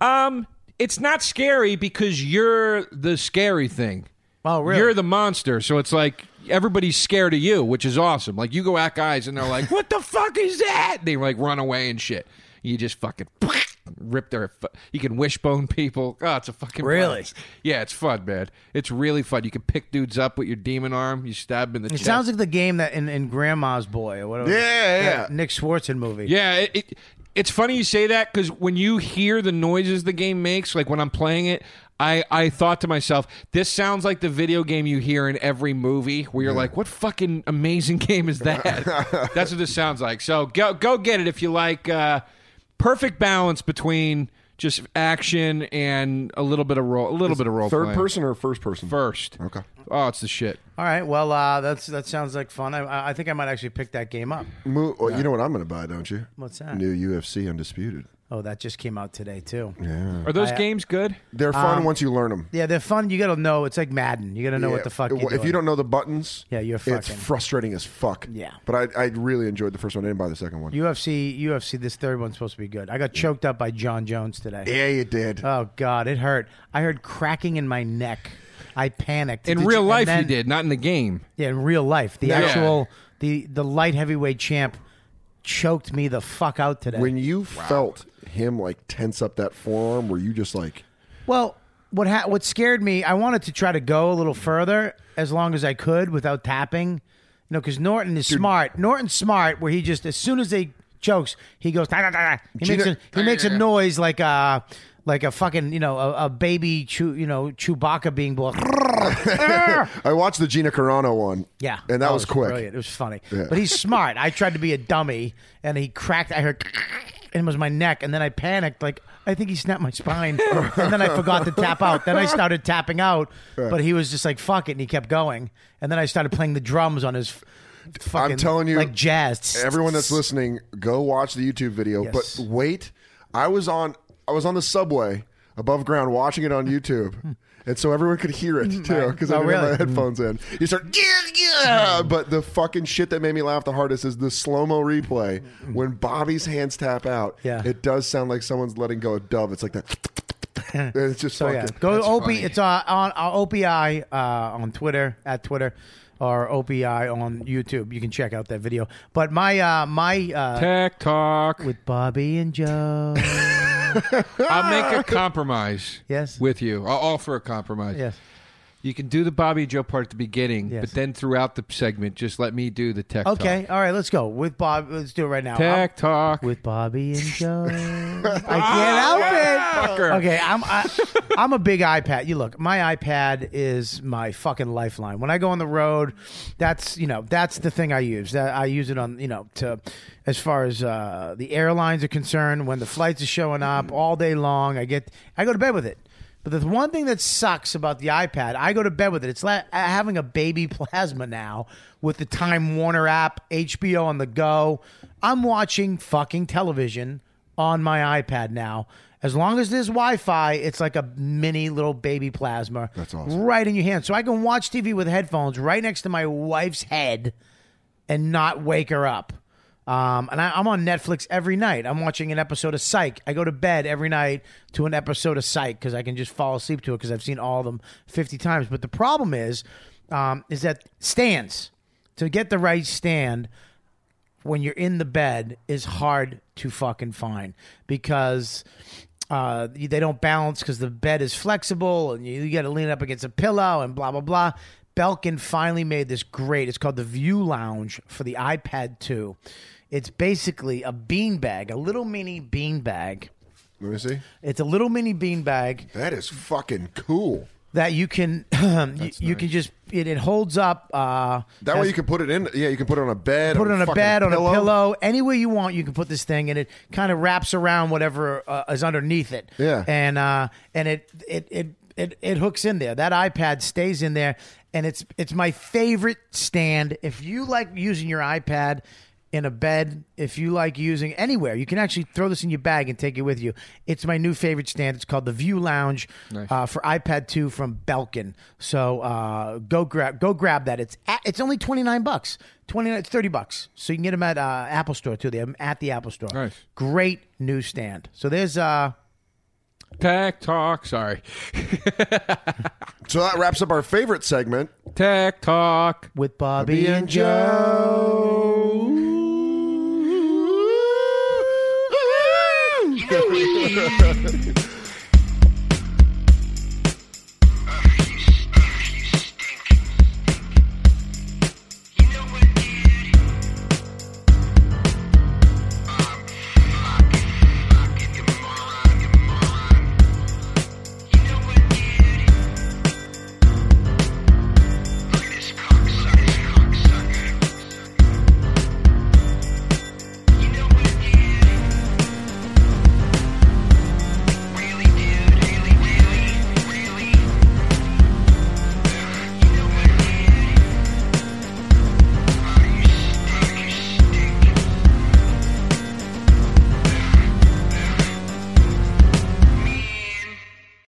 [SPEAKER 4] Um, it's not scary because you're the scary thing.
[SPEAKER 1] Oh, really?
[SPEAKER 4] You're the monster, so it's like everybody's scared of you, which is awesome. Like you go at guys and they're like, "What the fuck is that?" They like run away and shit. You just fucking rip their. Fu- you can wishbone people. Oh, it's a fucking
[SPEAKER 1] Really?
[SPEAKER 4] blast. Yeah, it's fun, man. It's really fun. You can pick dudes up with your demon arm. You stab 'em in the
[SPEAKER 1] It
[SPEAKER 4] chest.
[SPEAKER 1] sounds like the game that in, in Grandma's Boy or whatever.
[SPEAKER 3] Yeah, yeah, yeah.
[SPEAKER 1] That Nick Swartzen movie.
[SPEAKER 4] Yeah, it, it, it's funny you say that because when you hear the noises the game makes, like when I'm playing it, I, I thought to myself, this sounds like the video game you hear in every movie where you're like, what fucking amazing game is that? That's what this sounds like. So go go get it if you like. Uh, perfect balance between just action and a little bit of role, a little bit of role.
[SPEAKER 3] Third
[SPEAKER 4] playing.
[SPEAKER 3] person or first person?
[SPEAKER 4] first.
[SPEAKER 3] Okay.
[SPEAKER 4] Oh, it's the shit.
[SPEAKER 1] All right. Well, uh, that's that sounds like fun. I- I, I think I might actually pick that game up.
[SPEAKER 3] Mo- well, You know what I'm going to buy, don't you?
[SPEAKER 1] What's that?
[SPEAKER 3] New UFC Undisputed.
[SPEAKER 1] Oh, that just came out today too. Yeah,
[SPEAKER 4] Are
[SPEAKER 1] uh,
[SPEAKER 4] those games good?
[SPEAKER 3] They're fun once you learn them.
[SPEAKER 1] they're fun. You got to know. It's like Madden. You got to Um, know what the fuck. You're
[SPEAKER 3] If you don't know the buttons,
[SPEAKER 1] Yeah, you're
[SPEAKER 3] It's
[SPEAKER 1] fucking-
[SPEAKER 3] frustrating as fuck.
[SPEAKER 1] Yeah.
[SPEAKER 3] But I, I really enjoyed the first one. I didn't buy the second one.
[SPEAKER 1] UFC, UFC. This third one's supposed to be good. I got choked up by John Jones today.
[SPEAKER 3] yeah, you did.
[SPEAKER 1] Oh God, it hurt. I heard cracking in my neck. I panicked.
[SPEAKER 4] In
[SPEAKER 1] Did
[SPEAKER 4] real
[SPEAKER 1] and
[SPEAKER 4] life,
[SPEAKER 1] then-
[SPEAKER 4] you did, not in the game.
[SPEAKER 1] Yeah, in real life, the
[SPEAKER 4] Yeah.
[SPEAKER 1] actual the the light heavyweight champ choked me the fuck out today.
[SPEAKER 3] when you felt him like tense up that forearm, were you just like,
[SPEAKER 1] Well, what ha- what scared me, I wanted to try to go a little further as long as I could without tapping. You know, because Norton is smart. Norton's smart, where he just as soon as they chokes, he goes. "Da, da, da, da." He makes a, he makes a noise like a like a fucking you know a, a baby chew you know Chewbacca being born.
[SPEAKER 3] I watched the Gina Carano one.
[SPEAKER 1] Yeah,
[SPEAKER 3] And that
[SPEAKER 1] Oh, it
[SPEAKER 3] was, quick.
[SPEAKER 1] Brilliant. It was funny,
[SPEAKER 3] Yeah.
[SPEAKER 1] but he's smart. I tried to be a dummy, and he cracked. I heard, and it was my neck, and then I panicked. Like I think he snapped my spine, and then I forgot to tap out. Then I started tapping out, but he was just like fuck it, and he kept going. And then I started playing the drums on his. f- Fucking,
[SPEAKER 3] I'm telling you,
[SPEAKER 1] like jazz.
[SPEAKER 3] Everyone that's listening, go watch the YouTube video.
[SPEAKER 1] Yes.
[SPEAKER 3] But wait, I was on I was on the subway above ground watching it on YouTube. And so everyone could hear it too because I
[SPEAKER 1] Oh,
[SPEAKER 3] didn't have
[SPEAKER 1] really? Hmm.
[SPEAKER 3] my headphones in. You start, yeah, yeah. But the fucking shit that made me laugh the hardest is the slow mo replay when Bobby's hands tap out.
[SPEAKER 1] Hmm. Yeah.
[SPEAKER 3] it does sound like someone's letting go a dove. It's like that. And it's just
[SPEAKER 1] So
[SPEAKER 3] fucking.
[SPEAKER 1] yeah, go to Opie. It's uh, on uh, OPI uh, on Twitter at Twitter or OPI on YouTube. You can check out that video. But my uh, my uh,
[SPEAKER 4] Tech talk.
[SPEAKER 1] with Bobby and Joe.
[SPEAKER 4] I'll make a compromise.
[SPEAKER 1] Ah. Yes.
[SPEAKER 4] With you, I'll offer a compromise.
[SPEAKER 1] Yes.
[SPEAKER 4] You can do the Bobby and Joe part at the beginning,
[SPEAKER 1] Yes.
[SPEAKER 4] but then throughout the segment, just let me do the tech.
[SPEAKER 1] Okay.
[SPEAKER 4] talk.
[SPEAKER 1] All right. Let's go with Bob. Let's do it right now. I'm-
[SPEAKER 4] Tech talk.
[SPEAKER 1] with Bobby and Joe. I can't help it.
[SPEAKER 4] Fucker.
[SPEAKER 1] Okay, I'm I, I'm a big iPad. You look, my iPad is my fucking lifeline. When I go on the road, that's you know that's the thing I use. That I use it on you know to as far as uh, the airlines are concerned. When the flights are showing up all day long, I get I go to bed with it. But the one thing that sucks about the iPad, I go to bed with it. It's like having a baby plasma now with the Time Warner app, HBO on the go. I'm watching fucking television on my iPad now. As long as there's Wi Fi, it's like a mini little baby plasma. That's awesome. Right in your hand. So I can watch TV with headphones right next to my wife's head and not wake her up. Um, and I, I'm on Netflix every night. I'm watching an episode of Psych. I go to bed every night to an episode of Psych because I can just fall asleep to it because I've seen all of them 50 times. But the problem is, um, is that stands to get the right stand when you're in the bed is hard to fucking find because uh, you- they don't balance because the bed is flexible and you, you got to lean up against a pillow and blah blah blah. Belkin finally made this great. It's called the View Lounge for the iPad 2. It's basically a beanbag, a little mini beanbag.
[SPEAKER 3] Let me see.
[SPEAKER 1] It's a little mini beanbag
[SPEAKER 3] That is fucking cool.
[SPEAKER 1] that you can you, you can just it, it holds up. Uh,
[SPEAKER 3] That way you can put it in. Yeah, you can put it on a bed.
[SPEAKER 1] put it on a
[SPEAKER 3] fucking
[SPEAKER 1] bed, on a pillow, anywhere you want. You can put this thing, and it kind of wraps around whatever uh, is underneath it.
[SPEAKER 3] Yeah.
[SPEAKER 1] and uh, and it it it it it hooks in there. That iPad stays in there, and it's it's my favorite stand. If you like using your iPad. In a bed, if you like using anywhere, you can actually throw this in your bag and take it with you. It's my new favorite stand. It's called the View Lounge uh, for iPad 2 from Belkin. So uh, go grab go grab that. It's at, it's only twenty nine bucks. 29 it's 30 bucks so you can get them at uh, apple store too they're at the apple store
[SPEAKER 4] Nice.
[SPEAKER 1] great newsstand so there's uh
[SPEAKER 4] Tech talk. Sorry.
[SPEAKER 3] So that wraps up our favorite segment.
[SPEAKER 4] Tech talk.
[SPEAKER 1] with bobby, and
[SPEAKER 3] Joe.